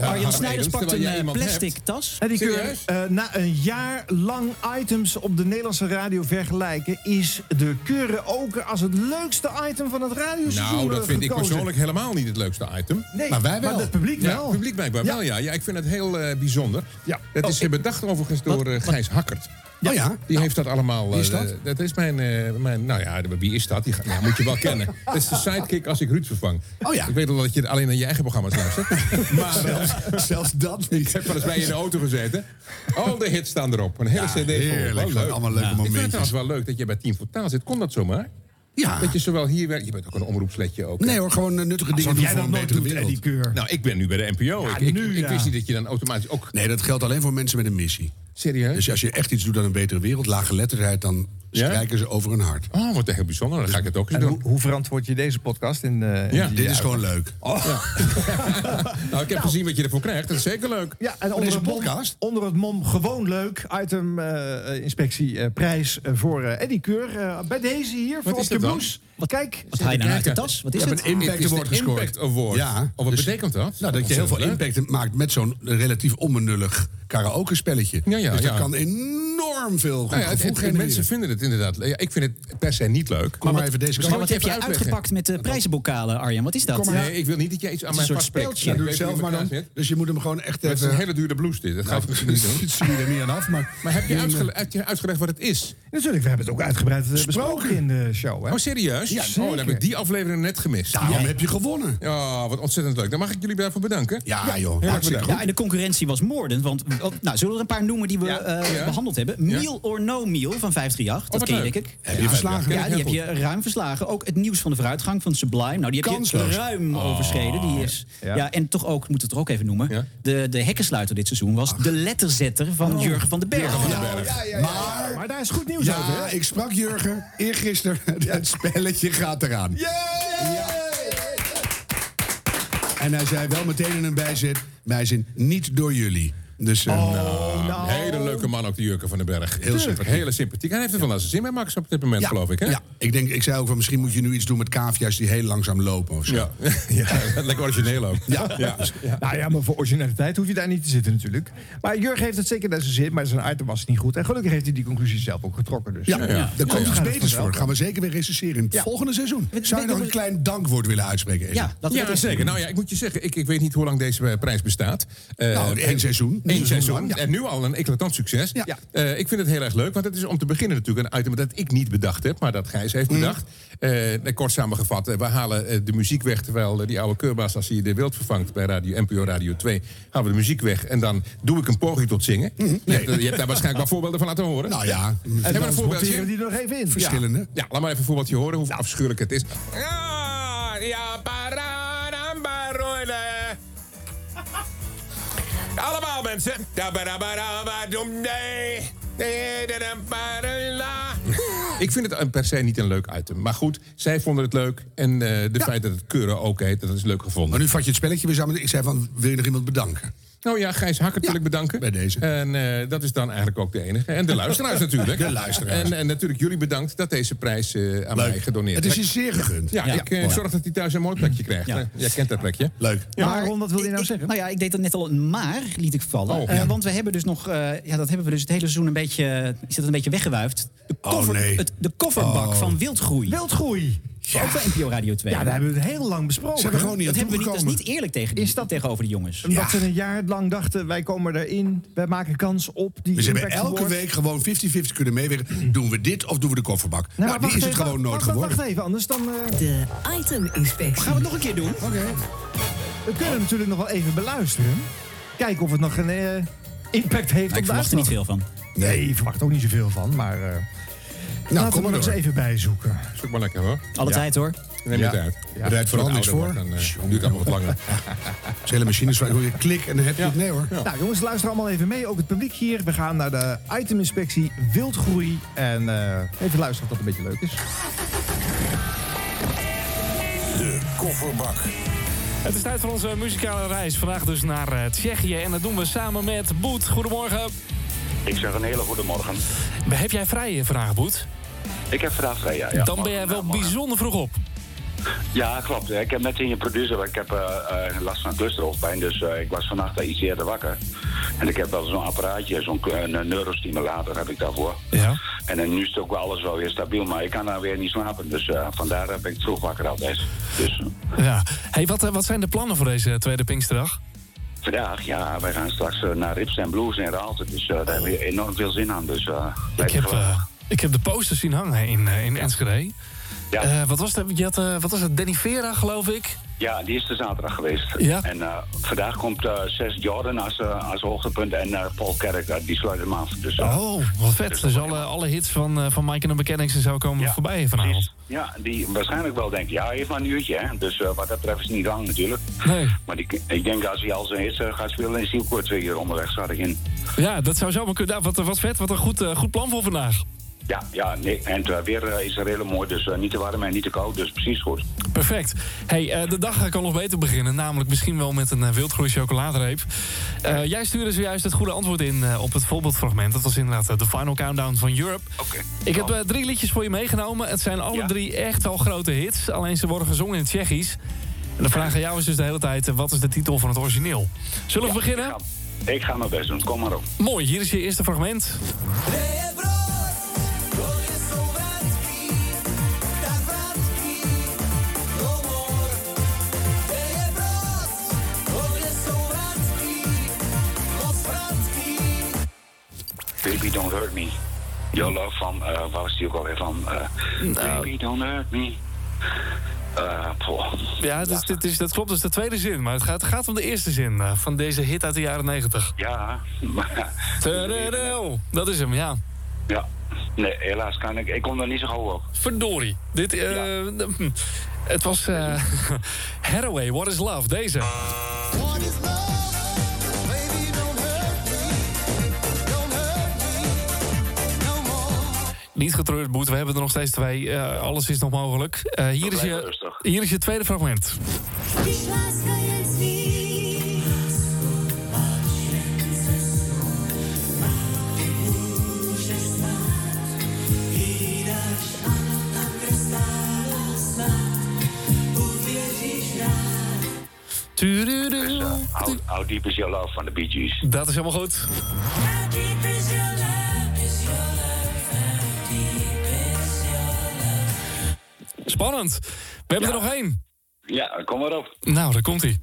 Speaker 3: Arjan Snijders pakt een eh, plastic tas.
Speaker 1: En die keur, eh, na een jaar lang items op de Nederlandse radio vergelijken... is de Keuren Oker als het leukste item van het radioseizoen
Speaker 31: Nou, dat
Speaker 1: eh,
Speaker 31: vind ik
Speaker 1: gekozen.
Speaker 31: persoonlijk helemaal niet het leukste item.
Speaker 1: Nee,
Speaker 31: maar wij wel.
Speaker 1: maar het publiek
Speaker 31: Ja,
Speaker 1: wel.
Speaker 31: het publiek blijkbaar wel, ja. ja. Ik vind het heel eh, bijzonder.
Speaker 1: Ja.
Speaker 31: Dat is eh, bedacht overigens door eh, Gijs Hakkert.
Speaker 2: Oh ja?
Speaker 31: Die heeft dat allemaal...
Speaker 2: Wie is
Speaker 31: eh,
Speaker 2: dat?
Speaker 31: dat is mijn, eh, mijn... Nou ja, de- wie is dat? Die ga- nou, moet je wel kennen. Dat is de sidekick als ik Ruud vervang.
Speaker 2: Oh ja.
Speaker 31: Ik weet al dat je alleen naar je eigen programma's luistert. maar eh,
Speaker 2: Zelfs dat niet.
Speaker 31: ik heb wel eens bij je in de auto gezeten. Al de hits staan erop. Een hele
Speaker 2: Ja,
Speaker 31: cd vol.
Speaker 2: heerlijk.
Speaker 31: Wel
Speaker 2: Gewoon allemaal leuke
Speaker 31: Ik vind
Speaker 2: momentjes.
Speaker 31: het trouwens wel leuk dat je bij Team Fortaal zit. Kon dat zomaar?
Speaker 2: Ja.
Speaker 31: Dat je zowel hier werkt... Je bent ook een omroepsletje ook. hè?
Speaker 2: Nee hoor, gewoon eh, nuttige dingen
Speaker 31: Alsof
Speaker 2: doen
Speaker 31: jij
Speaker 2: voor
Speaker 31: dat
Speaker 2: een
Speaker 31: nooit
Speaker 2: betere
Speaker 31: doet,
Speaker 2: wereld.
Speaker 31: Eddie Nou, ik ben nu bij de NPO. ik, ik- ik wist niet dat je dan automatisch ook...
Speaker 2: Nee, dat geldt alleen voor mensen met een missie.
Speaker 31: Serieus?
Speaker 2: Dus als je echt iets doet aan een betere wereld, lage letterheid, dan
Speaker 31: Ja?
Speaker 2: strijken ze over hun hart.
Speaker 31: Oh, wordt heel bijzonder. Dan ga ik het ook
Speaker 1: En hoe, hoe verantwoord je deze podcast in... eh, in
Speaker 31: Ja,
Speaker 1: die
Speaker 31: dit is
Speaker 2: gewoon leuk.
Speaker 31: Oh. Nou, ik heb gezien wat je ervoor krijgt. Dat is zeker leuk.
Speaker 1: Ja, en onder, het mom, onder het mom gewoon leuk. Item eh, eh, inspectie eh, prijs eh, voor eh Eddie Keur. Eh, bij deze hier voor
Speaker 31: is
Speaker 1: op je
Speaker 31: dat dan?
Speaker 1: blouse. Kijk.
Speaker 31: Wat haal je nou uit de tas? Wat is
Speaker 2: je
Speaker 31: het?
Speaker 2: hebt een Impact
Speaker 31: Het is de
Speaker 2: Award gescoord.
Speaker 31: Impact Award.
Speaker 2: Ja.
Speaker 31: Oh, wat betekent dat?
Speaker 2: Nou, dat je heel veel
Speaker 31: Ontzettend leuk.
Speaker 2: impact maakt met zo'n relatief onbenullig karaoke spelletje.
Speaker 31: Ja, ja,
Speaker 2: dus dat
Speaker 31: ja.
Speaker 2: kan enorm veel goed
Speaker 31: Nou ja, het-
Speaker 2: gevoel
Speaker 31: het-
Speaker 2: genereren.
Speaker 31: mensen vinden het inderdaad. Ja, ik vind het per se niet leuk.
Speaker 2: maar even deze
Speaker 31: Kan
Speaker 3: Maar
Speaker 31: ik het
Speaker 3: wat heb jij
Speaker 31: even uitleggen?
Speaker 3: uitgepakt met de prijzenbokalen, Arjan? Wat is dat?
Speaker 31: Kom maar. Nee, ik wil niet dat jij iets aan
Speaker 3: Het is
Speaker 31: mijn
Speaker 3: een soort
Speaker 31: vastplekt.
Speaker 3: speeltje.
Speaker 31: Ja,
Speaker 2: Doe het zelf maar dan. Dus je moet hem gewoon echt
Speaker 31: Het is een
Speaker 2: even...
Speaker 31: hele dure blouse dit. Dat gaat
Speaker 2: Nou,
Speaker 31: misschien niet doen.
Speaker 2: Het zie je er niet aan af, maar... eh,
Speaker 31: Maar heb je, uitgele- heb je uitgelegd wat het is?
Speaker 1: Natuurlijk, we hebben het ook uitgebreid eh, besproken in de show. Hè?
Speaker 31: Oh, serieus?
Speaker 1: Ja,
Speaker 31: oh, dan heb ik die aflevering net gemist.
Speaker 2: Daarom heb je gewonnen.
Speaker 31: Ja, wat ontzettend leuk. Daar mag ik jullie daarvoor bedanken.
Speaker 2: Ja, joh.
Speaker 31: Heel erg
Speaker 2: Hartstikke
Speaker 31: bedankt.
Speaker 3: Ja, en de concurrentie was moordend. Want, oh, nou, zullen we er een paar noemen die we eh, behandeld hebben? Meal or No Meal van 538, dat
Speaker 31: Oh, wat
Speaker 3: ken je
Speaker 31: leuk.
Speaker 3: denk ik.
Speaker 31: Heb je verslagen?
Speaker 3: Ja, die
Speaker 31: Heel
Speaker 3: heb je ruim verslagen. Ook het nieuws van de vooruitgang van Sublime. Nou, die heb je
Speaker 31: Kansloos. Oh,
Speaker 3: ruim overschreden. Die is,
Speaker 31: Ja.
Speaker 3: ja. en toch ook, ik moet het er ook even noemen... De, de hekkensluiter dit seizoen was de letterzetter
Speaker 31: Oh.
Speaker 3: van Jurgen van den Berg.
Speaker 2: Maar,
Speaker 1: daar is goed Oh, nieuws
Speaker 2: ja,
Speaker 1: over, hè?
Speaker 2: ik sprak Jurgen eergisteren. Het spelletje gaat eraan. En hij zei wel meteen in een bijzin, bijzin niet door jullie. Dus, eh,
Speaker 31: Nou, een hele leuke man ook, die Jurken van den Berg. Heel sympathiek. Hele sympathiek. Hij heeft er van zijn zin bij Max op dit moment,
Speaker 2: ja,
Speaker 31: geloof ik. Hè?
Speaker 2: Ja, ik, denk, ik zei ook van misschien moet je nu iets doen met cavia's die heel langzaam lopen of zo.
Speaker 31: Ja. Ja, lekker origineel ook.
Speaker 2: Ja.
Speaker 1: Nou ja, maar voor originaliteit hoef je daar niet te zitten natuurlijk. Maar Jurgen heeft het zeker naar zijn zin, maar zijn item was niet goed. En gelukkig heeft hij die conclusie zelf ook getrokken. Dus,
Speaker 2: Ja,
Speaker 1: eh,
Speaker 2: daar komt
Speaker 1: ja,
Speaker 2: iets
Speaker 1: ja.
Speaker 2: beters voor. Gaan we zeker weer recenseren in het
Speaker 1: Ja.
Speaker 2: volgende seizoen. Zou je nog een klein dankwoord willen uitspreken? Ezen?
Speaker 31: ja zeker. Nou ja, ik moet je zeggen, ik, ik weet niet hoe lang deze eh, prijs bestaat. Eh,
Speaker 2: Nou, één
Speaker 31: en-
Speaker 2: seizoen.
Speaker 31: Eén
Speaker 2: Dus
Speaker 31: seizoen.
Speaker 2: lang, ja.
Speaker 31: En nu al een eclatant succes. Eh, ik vind het heel erg leuk, want het is om te beginnen natuurlijk een item dat ik niet bedacht heb, maar dat Gijs
Speaker 2: Mm.
Speaker 31: heeft bedacht. Eh, kort samengevat, eh, we halen eh, de muziek weg, terwijl eh, die oude keurbaas, als hij de wild vervangt bij Radio NPO Radio 2, halen we de muziek weg en dan doe ik een poging tot zingen. Je, hebt, eh, je hebt daar waarschijnlijk wel voorbeelden van laten horen.
Speaker 2: Mm. Nou ja,
Speaker 31: hebben we een voorbeeldje?
Speaker 1: die nog even in.
Speaker 2: Verschillende.
Speaker 31: Ja, laat maar even een voorbeeldje horen hoe afschuwelijk het is.
Speaker 13: Ja, pararambaroile.
Speaker 31: Allemaal mensen. Nee. Ik vind het een- per se niet een leuk item. Maar goed, zij vonden het leuk. En eh, de feit dat het keuren ook heet, dat is leuk gevonden.
Speaker 2: Maar nu vat je het spelletje weer samen. Ik zei van, wil je nog iemand bedanken?
Speaker 31: Nou ja, Gijs Hakker wil ik bedanken. Bij
Speaker 2: deze.
Speaker 31: En eh, dat is dan eigenlijk ook de enige. En de luisteraars natuurlijk.
Speaker 2: De luisteraars.
Speaker 31: En, en natuurlijk jullie bedankt dat deze prijs eh, aan mij gedoneerd
Speaker 2: Het is je zeer gegund.
Speaker 31: Ja, ik eh,
Speaker 2: Mooi.
Speaker 31: zorg dat hij thuis een mooi plekje krijgt.
Speaker 2: Ja.
Speaker 31: Jij kent dat plekje.
Speaker 2: Leuk.
Speaker 3: Waarom, wat wil je nou zeggen? Nou ja, ik deed dat net al een maar, liet ik vallen.
Speaker 31: Oh.
Speaker 3: Eh, want we hebben dus nog, eh, ja, dat hebben we dus het hele seizoen een beetje, is dat een beetje weggewuifd. De, cover,
Speaker 2: nee.
Speaker 3: het, de kofferbak
Speaker 2: Oh.
Speaker 3: van Wildgroei.
Speaker 1: Wildgroei.
Speaker 3: Ook bij NPO Radio 2.
Speaker 1: Ja, daar hebben we het heel lang besproken.
Speaker 3: Ze hebben gewoon niet Dat aan hebben we niet- dat is toegekomen. eerlijk tegen die, Is dat tegenover de jongens?
Speaker 1: Omdat ze een jaar lang dachten, wij komen erin, wij maken kans op die
Speaker 2: Dus ze hebben
Speaker 1: Impact
Speaker 2: elke
Speaker 1: Award.
Speaker 2: week gewoon 50-50 kunnen meewegen. Doen we dit of doen we de kofferbak? Nou, die
Speaker 1: wacht
Speaker 2: is het
Speaker 1: even,
Speaker 2: gewoon nooit
Speaker 1: wacht,
Speaker 2: geworden.
Speaker 1: Wacht even, anders dan... De iteminspectie. Gaan we het nog een keer doen? Oké. We kunnen natuurlijk nog wel even beluisteren. Kijken of het nog een eh, impact heeft
Speaker 3: Maar
Speaker 1: op
Speaker 3: Nou, ik
Speaker 1: de
Speaker 3: verwacht er niet
Speaker 1: uitslag.
Speaker 3: veel van.
Speaker 1: Nee, ik verwacht ook niet zoveel van, maar... eh
Speaker 2: Nou, kom
Speaker 1: laten
Speaker 2: maar
Speaker 1: we er nog eens
Speaker 2: door.
Speaker 1: even bijzoeken.
Speaker 31: Zoek maar lekker hoor.
Speaker 3: Alle tijd, hoor.
Speaker 31: Neem het uit.
Speaker 2: Er rijdt vooral niks voor.
Speaker 31: Dan eh, duurt het allemaal wat langer.
Speaker 2: Zijn hele machines waar je klik en dan heb je het. Nee hoor.
Speaker 1: Nou jongens, luister allemaal even mee. Ook het publiek hier. We gaan naar de iteminspectie wildgroei. En eh, even luisteren of dat een beetje leuk is.
Speaker 32: De kofferbak. Het is tijd voor onze muzikale reis. Vandaag dus naar eh, Tsjechië. En dat doen we samen met Boet. Goedemorgen.
Speaker 33: Ik zeg een hele goede morgen.
Speaker 32: Heb jij vrij eh, vandaag, Boet?
Speaker 33: Ik heb vandaag vrij, ja. ja.
Speaker 32: Dan ben jij wel bijzonder vroeg op.
Speaker 33: Ja, klopt. Ik heb net in je producer, want ik heb eh, eh, last van clusterhoofdpijn, dus eh, ik was vannacht iets eerder wakker. En ik heb wel zo'n apparaatje, zo'n k- een, een neurostimulator heb ik daarvoor.
Speaker 32: Ja.
Speaker 33: En, eh, nu is het ook wel alles wel weer stabiel, maar ik kan daar weer niet slapen, dus eh, vandaar ben ik vroeg wakker altijd. Dus
Speaker 32: Ja. Hey, wat, eh, wat zijn de plannen voor deze tweede Pinksterdag?
Speaker 33: vandaag, ja, wij gaan straks eh, naar Rips en Blues in Raalte, dus eh, daar hebben we enorm veel zin aan. Dus, eh,
Speaker 32: Ik
Speaker 33: lijkt me
Speaker 32: heb,
Speaker 33: geweldig.
Speaker 32: eh, ik heb de posters zien hangen in, eh, in Enschede.
Speaker 33: Ja.
Speaker 32: Eh, wat, was dat? Je had, eh, wat was het? Danny Vera, geloof ik.
Speaker 33: Ja, die is de zaterdag geweest.
Speaker 32: Ja.
Speaker 33: En eh, vandaag komt eh Ses Jordan als, eh, als hoogtepunt en eh, Paul Kerk, eh, die sluit hem af. Dus, eh,
Speaker 32: Oh, wat vet. Dus alle, alle hits van, eh, van Mike en de Mechanics en zo komen voorbij vanavond.
Speaker 33: Ja, die waarschijnlijk wel denkt, ja, hij heeft maar een uurtje, hè. Dus eh, wat dat betreft is het niet lang natuurlijk.
Speaker 32: Nee.
Speaker 33: Maar die, ik denk als hij al zijn hits eh, gaat spelen, is hij ook kort twee uur onderweg, zat ik in.
Speaker 32: Ja, dat zou zomaar kunnen. Ja, wat, wat vet. Wat een goed, eh, goed plan voor vandaag.
Speaker 33: Ja, ja, nee. En het eh, weer eh, is er heel mooi, dus eh, niet te warm en niet te koud, dus precies goed.
Speaker 32: Perfect. Hey, eh, de dag kan nog beter beginnen. Namelijk misschien wel met een eh, wildgroei chocoladereep. Eh, jij stuurde zojuist het goede antwoord in eh, op het voorbeeldfragment. Dat was inderdaad eh, de final countdown van Europe. Ik heb eh, drie liedjes voor je meegenomen. Het zijn alle drie echt wel grote hits. Alleen ze worden gezongen in het Tsjechisch. En de vraag aan jou is dus de hele tijd... eh, wat is de titel van het origineel? Zullen we
Speaker 33: Ja,
Speaker 32: beginnen?
Speaker 33: Ik ga, ik ga mijn best doen, kom maar op.
Speaker 32: Mooi, hier is je eerste fragment.
Speaker 33: Baby Don't Hurt Me. Your love van, eh waar was die ook alweer van? Eh,
Speaker 32: Nou.
Speaker 33: Baby Don't Hurt Me. Eh, poh.
Speaker 32: Ja, dit, dit is, dat klopt, dat is de tweede zin. Maar het gaat, het gaat om de eerste zin eh, van deze hit uit de jaren negentig.
Speaker 33: Ja, maar...
Speaker 32: Tererel, dat is hem, ja.
Speaker 33: Ja, nee, helaas kan ik. Ik kom er niet zo gauw op.
Speaker 32: Verdorie. Dit, eh, hm. Het was eh Hathaway, What is Love, deze. Niet getreurd, Boet. We hebben er nog steeds twee. Eh, alles is nog mogelijk. Eh, hier, is je, hier is je tweede fragment.
Speaker 13: Když láska je cvíc, vážen se snů, a ty můžeš spát. Jídáš, ano, tam, kde stálo snad, uvěříš rád.
Speaker 33: Dus, eh, how, how Deep Is Your Love van de Bee Gees.
Speaker 32: Dat is helemaal goed.
Speaker 13: How deep is your love, is your love, how deep is your love.
Speaker 32: Spannend. We hebben er nog één.
Speaker 33: Ja, kom maar op.
Speaker 32: Nou, daar komt hij.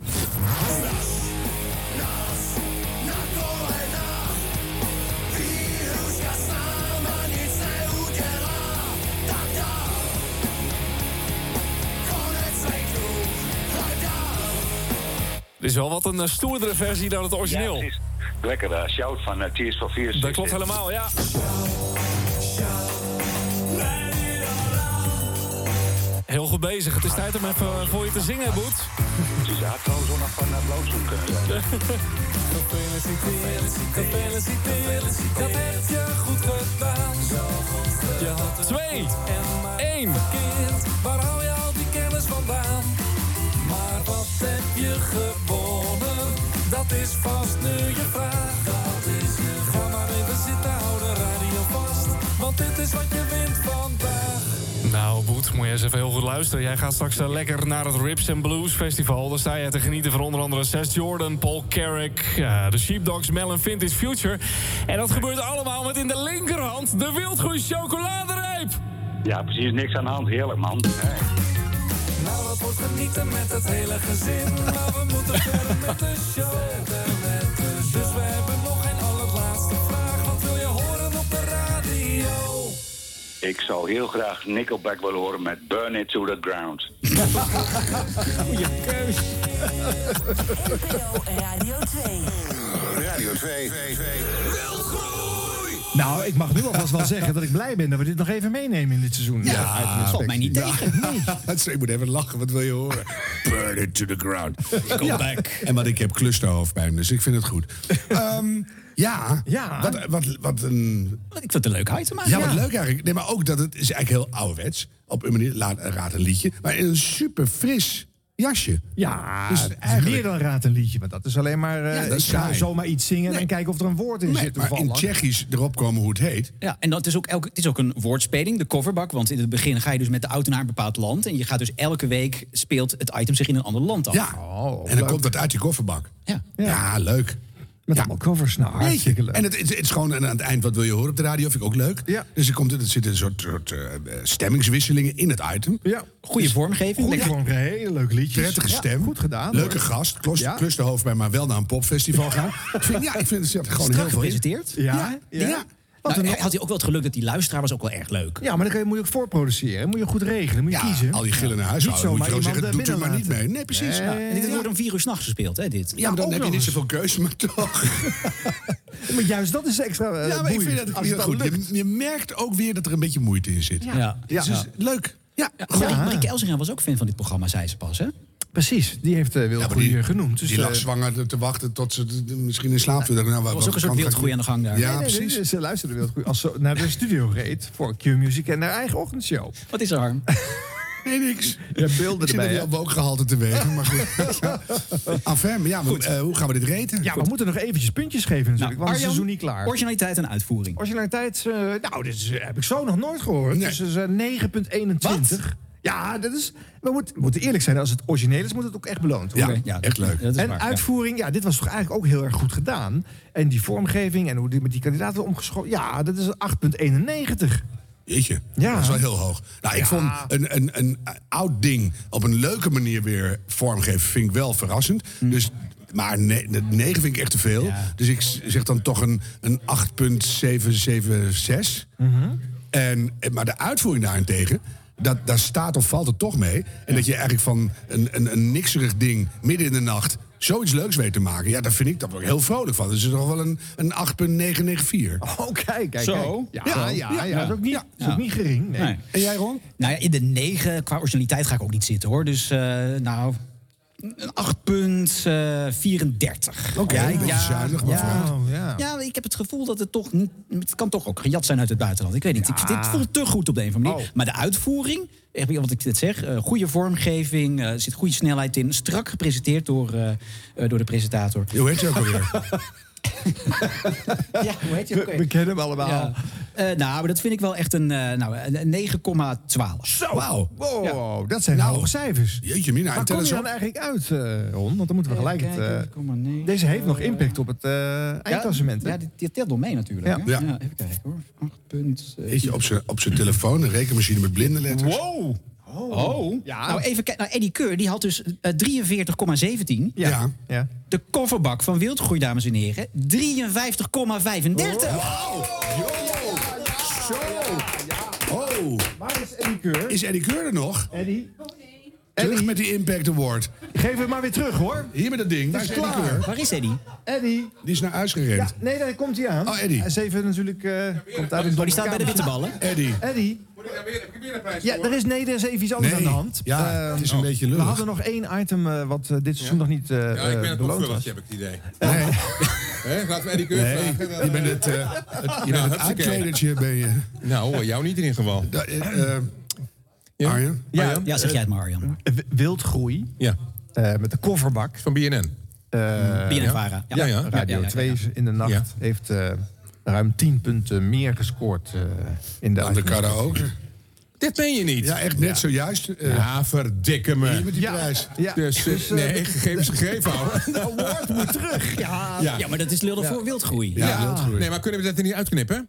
Speaker 32: Dit is wel wat een eh, stoerdere versie dan het origineel.
Speaker 33: Ja, precies. Lekker, eh, shout van eh, Tears for Fears.
Speaker 32: dat klopt helemaal, ja. Heel goed bezig. Het is tijd om even eh, voor je te zingen, Boet.
Speaker 33: Dus ja, het zou zo nog van eh, Blauwzoen kunnen zijn.
Speaker 32: Dat heb je goed gedaan. Je had twee, één. Waar hou je al die kennis vandaan? Maar wat heb je gewonnen? Dat is vast nu je vraag. Dat is je Ga maar even zitten, hou de radio vast. Want dit is wat je wint vandaag. Nou, Boet, moet je eens even heel goed luisteren. Jij gaat straks eh, lekker naar het Rips and Blues Festival. Daar sta je te genieten van onder andere Seth Jordan, Paul Carrick... eh, de Sheepdogs, Melon Vintage Future. En dat gebeurt allemaal met in de linkerhand de wildgroei chocoladereep.
Speaker 33: Ja, precies. Niks aan de hand. Heerlijk, man. Hey.
Speaker 32: Nou, genieten met het hele gezin. Maar we moeten verder met de show. Dus we hebben nog een allerlaatste vraag. Wat wil je horen op de radio?
Speaker 33: Ik zou heel graag Nickelback willen horen met Burn It To The Ground.
Speaker 32: Goeie keus.
Speaker 13: Radio 2.
Speaker 33: Radio 2.
Speaker 1: Nou, ik mag nu alvast wel zeggen dat ik blij ben dat we dit nog even meenemen in dit seizoen.
Speaker 2: het
Speaker 1: valt mij niet tegen.
Speaker 2: je moet even lachen, wat wil je horen? Burn it to the ground.
Speaker 1: Come Ja. back.
Speaker 2: En wat ik heb clusterhoofdpijn, dus ik vind het goed. Ehm, ja, Wat, wat, wat een... Ik
Speaker 3: vind het een leuk item
Speaker 2: Ja,
Speaker 3: eigenlijk.
Speaker 2: wat
Speaker 3: Ja.
Speaker 2: leuk eigenlijk. Nee, maar ook dat het is eigenlijk heel ouderwets. Op een manier, laat, raad een liedje. Maar in een super fris jasje.
Speaker 1: Ja,
Speaker 2: Dus
Speaker 1: het is
Speaker 2: eigenlijk-
Speaker 1: meer dan raad een liedje, want dat is alleen maar... eh,
Speaker 2: Ja, dat is
Speaker 1: ik ga
Speaker 2: saai.
Speaker 1: zomaar iets zingen en kijken of er een woord in
Speaker 2: Nee,
Speaker 1: zit.
Speaker 2: maar in
Speaker 1: toevallig.
Speaker 2: Tsjechisch erop komen hoe het heet.
Speaker 3: Ja, en dat is ook elke, het is ook een woordspeling, de coverbak. Want in het begin ga je dus met de auto naar een bepaald land. En je gaat dus elke week speelt het item zich in een ander land af.
Speaker 2: Ja, en dan komt dat uit je kofferbak.
Speaker 3: Ja,
Speaker 2: leuk.
Speaker 1: Met allemaal covers, nou
Speaker 2: hartstikke leuk. En het, het, het is gewoon en aan het eind wat wil je horen op de radio, vind ik ook leuk. Dus er, komt, er zitten een soort, soort eh, stemmingswisselingen in het item.
Speaker 1: Ja.
Speaker 3: Goede vormgeving.
Speaker 2: Goede
Speaker 1: vormgeving, hele leuke liedjes.
Speaker 2: Prettige
Speaker 1: Ja,
Speaker 2: stem.
Speaker 1: goed gedaan,
Speaker 2: Leuke
Speaker 1: hoor.
Speaker 2: gast, klus,
Speaker 1: Ja.
Speaker 2: clusterhoofd bij, maar wel naar een popfestival gaan. Ik vind, ja, ik vind het zit er gewoon
Speaker 3: Strak
Speaker 2: heel veel in.
Speaker 3: gepresenteerd.
Speaker 2: Ja, ja.
Speaker 3: Nou, hij- had hij ook wel het geluk dat die luisteraar was ook wel erg leuk.
Speaker 1: Ja, maar dan kan je- moet je ook voorproduceren. Moet je goed regelen, moet je kiezen.
Speaker 2: al die gillen naar huis
Speaker 1: Niet
Speaker 2: houden, moet je
Speaker 1: zomaar
Speaker 2: gewoon
Speaker 1: iemand,
Speaker 2: zeggen,
Speaker 1: eh,
Speaker 2: doet er maar niet
Speaker 1: binnenlaten.
Speaker 2: mee. Nee, precies.
Speaker 1: Nee.
Speaker 2: Ja.
Speaker 3: En dit wordt om vier uur s'nachts gespeeld, hè, dit?
Speaker 2: Ja, maar dan heb je niet zoveel keuze, maar toch.
Speaker 1: Maar juist dat is extra eh,
Speaker 2: ja, maar ik vind
Speaker 1: boeiend,
Speaker 2: dat ik
Speaker 1: als
Speaker 2: vind
Speaker 1: het
Speaker 2: dat
Speaker 1: dan
Speaker 2: goed. Je, je merkt ook weer dat er een beetje moeite in zit.
Speaker 3: Ja. Ja.
Speaker 2: Dus
Speaker 3: Ja.
Speaker 2: is leuk. Ja,
Speaker 3: Ja, Marie- Marieke Elsinga was ook fan van dit programma, zei ze pas, hè?
Speaker 1: Precies, die heeft uh,
Speaker 2: die-
Speaker 1: genoemd. Dus,
Speaker 2: die lag
Speaker 1: eh,
Speaker 2: zwanger te- te wachten tot ze de- de- misschien in slaap viel. Nou, wat-
Speaker 1: was
Speaker 2: wat
Speaker 1: ook een soort
Speaker 2: kan-
Speaker 1: wildgroei aan de gang
Speaker 2: Ja,
Speaker 1: daar. Nee, nee, nee,
Speaker 2: precies.
Speaker 1: Ze luisterde wildgroei als ze naar de studio reed voor Q-Music en haar eigen ochtendshow.
Speaker 3: Wat is er, Harm?
Speaker 2: Nee, niks.
Speaker 1: Ja, beelden
Speaker 2: Ik zit
Speaker 1: erbij.
Speaker 2: er
Speaker 1: hè?
Speaker 2: niet op wookgehalte te weten, maar goed. Enfin, maar ja, maar, eh, hoe gaan we dit reten?
Speaker 1: Ja, we moeten nog eventjes puntjes geven natuurlijk, want het
Speaker 2: Arjan,
Speaker 1: seizoen niet klaar.
Speaker 3: Originaliteit en uitvoering.
Speaker 1: Originaliteit, eh, nou, dit is, eh, heb ik zo nog nooit gehoord. Dus dat is eh, 9,21. Ja, dat is, we moet- we moeten eerlijk zijn, als het origineel is, moet het ook echt beloond
Speaker 2: Ja,
Speaker 1: worden.
Speaker 2: ja, echt leuk.
Speaker 1: en uitvoering, ja. dit was toch eigenlijk ook heel erg goed gedaan. En die vormgeving en hoe die met die kandidaten omgeschoten. Ja, dat is een 8,91.
Speaker 2: Jeetje,
Speaker 1: Ja.
Speaker 2: dat is wel heel hoog. Nou, ik
Speaker 1: Ja.
Speaker 2: vond een, een, een oud ding op een leuke manier weer vormgeven... vind ik wel verrassend.
Speaker 1: Mm.
Speaker 2: Dus, maar ne- de 9 vind ik echt te veel. Dus ik s- zeg dan toch een, een 8,776. En, en- maar de uitvoering daarentegen, dat, daar staat of valt het toch mee. En dat je eigenlijk van een, een, een nikserig ding midden in de nacht zoiets leuks weet te maken. Ja, daar vind ik dat wel heel vrolijk van. Dus het is toch wel een, een 8,994.
Speaker 1: Oh, kijk, kijk.
Speaker 3: Zo?
Speaker 1: kijk. Ja, ja, ja, Dat is ook niet, dat is ook niet gering. Nee.
Speaker 2: En jij, Ron?
Speaker 3: Nou ja, in de 9, qua originaliteit ga ik ook niet zitten, hoor. Dus, eh, nou... een eh, 8,34.
Speaker 2: Oké, een beetje zuinig, maar vooruit.
Speaker 3: Oh, ja. ja, ik heb het gevoel dat het toch niet... Het kan toch ook gejat zijn uit het buitenland. Ik weet niet, ik, dit voelt te goed op de een of andere manier. Maar de uitvoering, echt wat ik dit zeg... eh, goede vormgeving, eh, er zit goede snelheid in... strak gepresenteerd door, eh, eh, door de presentator.
Speaker 2: Hoe heet je ook alweer?
Speaker 3: ja, hoe heet je ook
Speaker 1: We-
Speaker 3: alweer?
Speaker 1: we kennen hem allemaal.
Speaker 3: Ja. Eh, nou, maar dat vind ik wel echt een, eh, nou, een 9,12.
Speaker 1: Zo! Wow, dat zijn
Speaker 3: Nou.
Speaker 1: hoge cijfers.
Speaker 2: Nou, Jeetje mina,
Speaker 1: Waar
Speaker 2: en tel
Speaker 1: kom je
Speaker 2: eens
Speaker 1: dan
Speaker 2: op.
Speaker 1: eigenlijk uit, eh, Ron? Want dan moeten we gelijk het... eh,
Speaker 3: Even kijken, 9,9.
Speaker 1: deze heeft nog impact op het eh, eindklassement. hè?
Speaker 3: Ja, die, die telt nog mee natuurlijk.
Speaker 2: Ja.
Speaker 3: hè?
Speaker 2: Ja.
Speaker 3: even kijken hoor. 8 punt. eh,
Speaker 2: Weet je, op zijn op zijn telefoon, een rekenmachine met blinde letters.
Speaker 3: Wow!
Speaker 2: Oh.
Speaker 3: Ja. Nou, even kijken. Nou, Eddie Keur die had dus eh, 43,17.
Speaker 2: Ja. Ja.
Speaker 3: De kofferbak van Wildgroei, dames en heren. 53,35.
Speaker 2: Zo! Oh!
Speaker 1: Waar is Eddie Keur?
Speaker 2: Is Eddie Keur er nog?
Speaker 1: Eddie?
Speaker 2: Terug met die Impact Award.
Speaker 1: Geef hem maar weer terug, hoor.
Speaker 2: Hier met dat ding. Waar
Speaker 1: Het
Speaker 2: is
Speaker 1: is
Speaker 2: Eddie
Speaker 1: klaar.
Speaker 2: Keur?
Speaker 3: Waar is Eddie?
Speaker 1: Eddie?
Speaker 2: Die is naar huis gerend.
Speaker 1: Ja, nee, daar komt hij aan.
Speaker 2: Oh, Eddie.
Speaker 1: Hij is even natuurlijk... eh, komt uit een
Speaker 3: Maar die staat bij de witte ballen.
Speaker 2: Eddie.
Speaker 1: Eddie? Ja, er is, nee, er is even iets anders
Speaker 2: Nee.
Speaker 1: aan de hand.
Speaker 2: Ja,
Speaker 1: Eh,
Speaker 2: het is een beetje lullig.
Speaker 1: We hadden nog één item eh, wat eh, dit seizoen nog niet eh
Speaker 31: Ja, ik ben
Speaker 1: eh,
Speaker 31: het
Speaker 1: beloond was.
Speaker 31: opvullertje, heb ik het idee. Hè, Laten we Eddie Keur
Speaker 2: Nee,
Speaker 31: vragen. dan,
Speaker 2: je bent
Speaker 31: eh,
Speaker 2: het, eh, het- je bent
Speaker 31: nou,
Speaker 2: het
Speaker 31: hupsakee.
Speaker 2: uitkledertje, ben je.
Speaker 31: Nou, eh, jou niet in ieder geval.
Speaker 2: Da- eh, eh, Arjen? Eh,
Speaker 3: Ja, ja, zeg jij het maar, Arjan.
Speaker 1: W- Wildgroei.
Speaker 31: Ja.
Speaker 1: Eh, met de kofferbak.
Speaker 31: Van BNN.
Speaker 1: Eh
Speaker 3: BNN Vara, ja. Ja, ja. Ja, ja,
Speaker 1: Radio
Speaker 3: ja, ja.
Speaker 1: 2 is in de nacht heeft eh, ruim 10 punten meer gescoord eh, in de Dan
Speaker 2: de karaoke.
Speaker 31: Dit meen je niet.
Speaker 2: Ja, echt net zojuist. eh,
Speaker 31: ja, verdikke me.
Speaker 2: Hier met die prijs.
Speaker 1: Ja.
Speaker 31: Dus, eh,
Speaker 1: Dus, eh,
Speaker 31: nee, gegevens gegeven houden.
Speaker 1: De award moet terug. Ja.
Speaker 31: Ja.
Speaker 3: Ja, maar dat is lullig
Speaker 31: Ja.
Speaker 3: voor Wildgroei.
Speaker 31: Ja. Nee, maar kunnen we dat er niet uitknippen?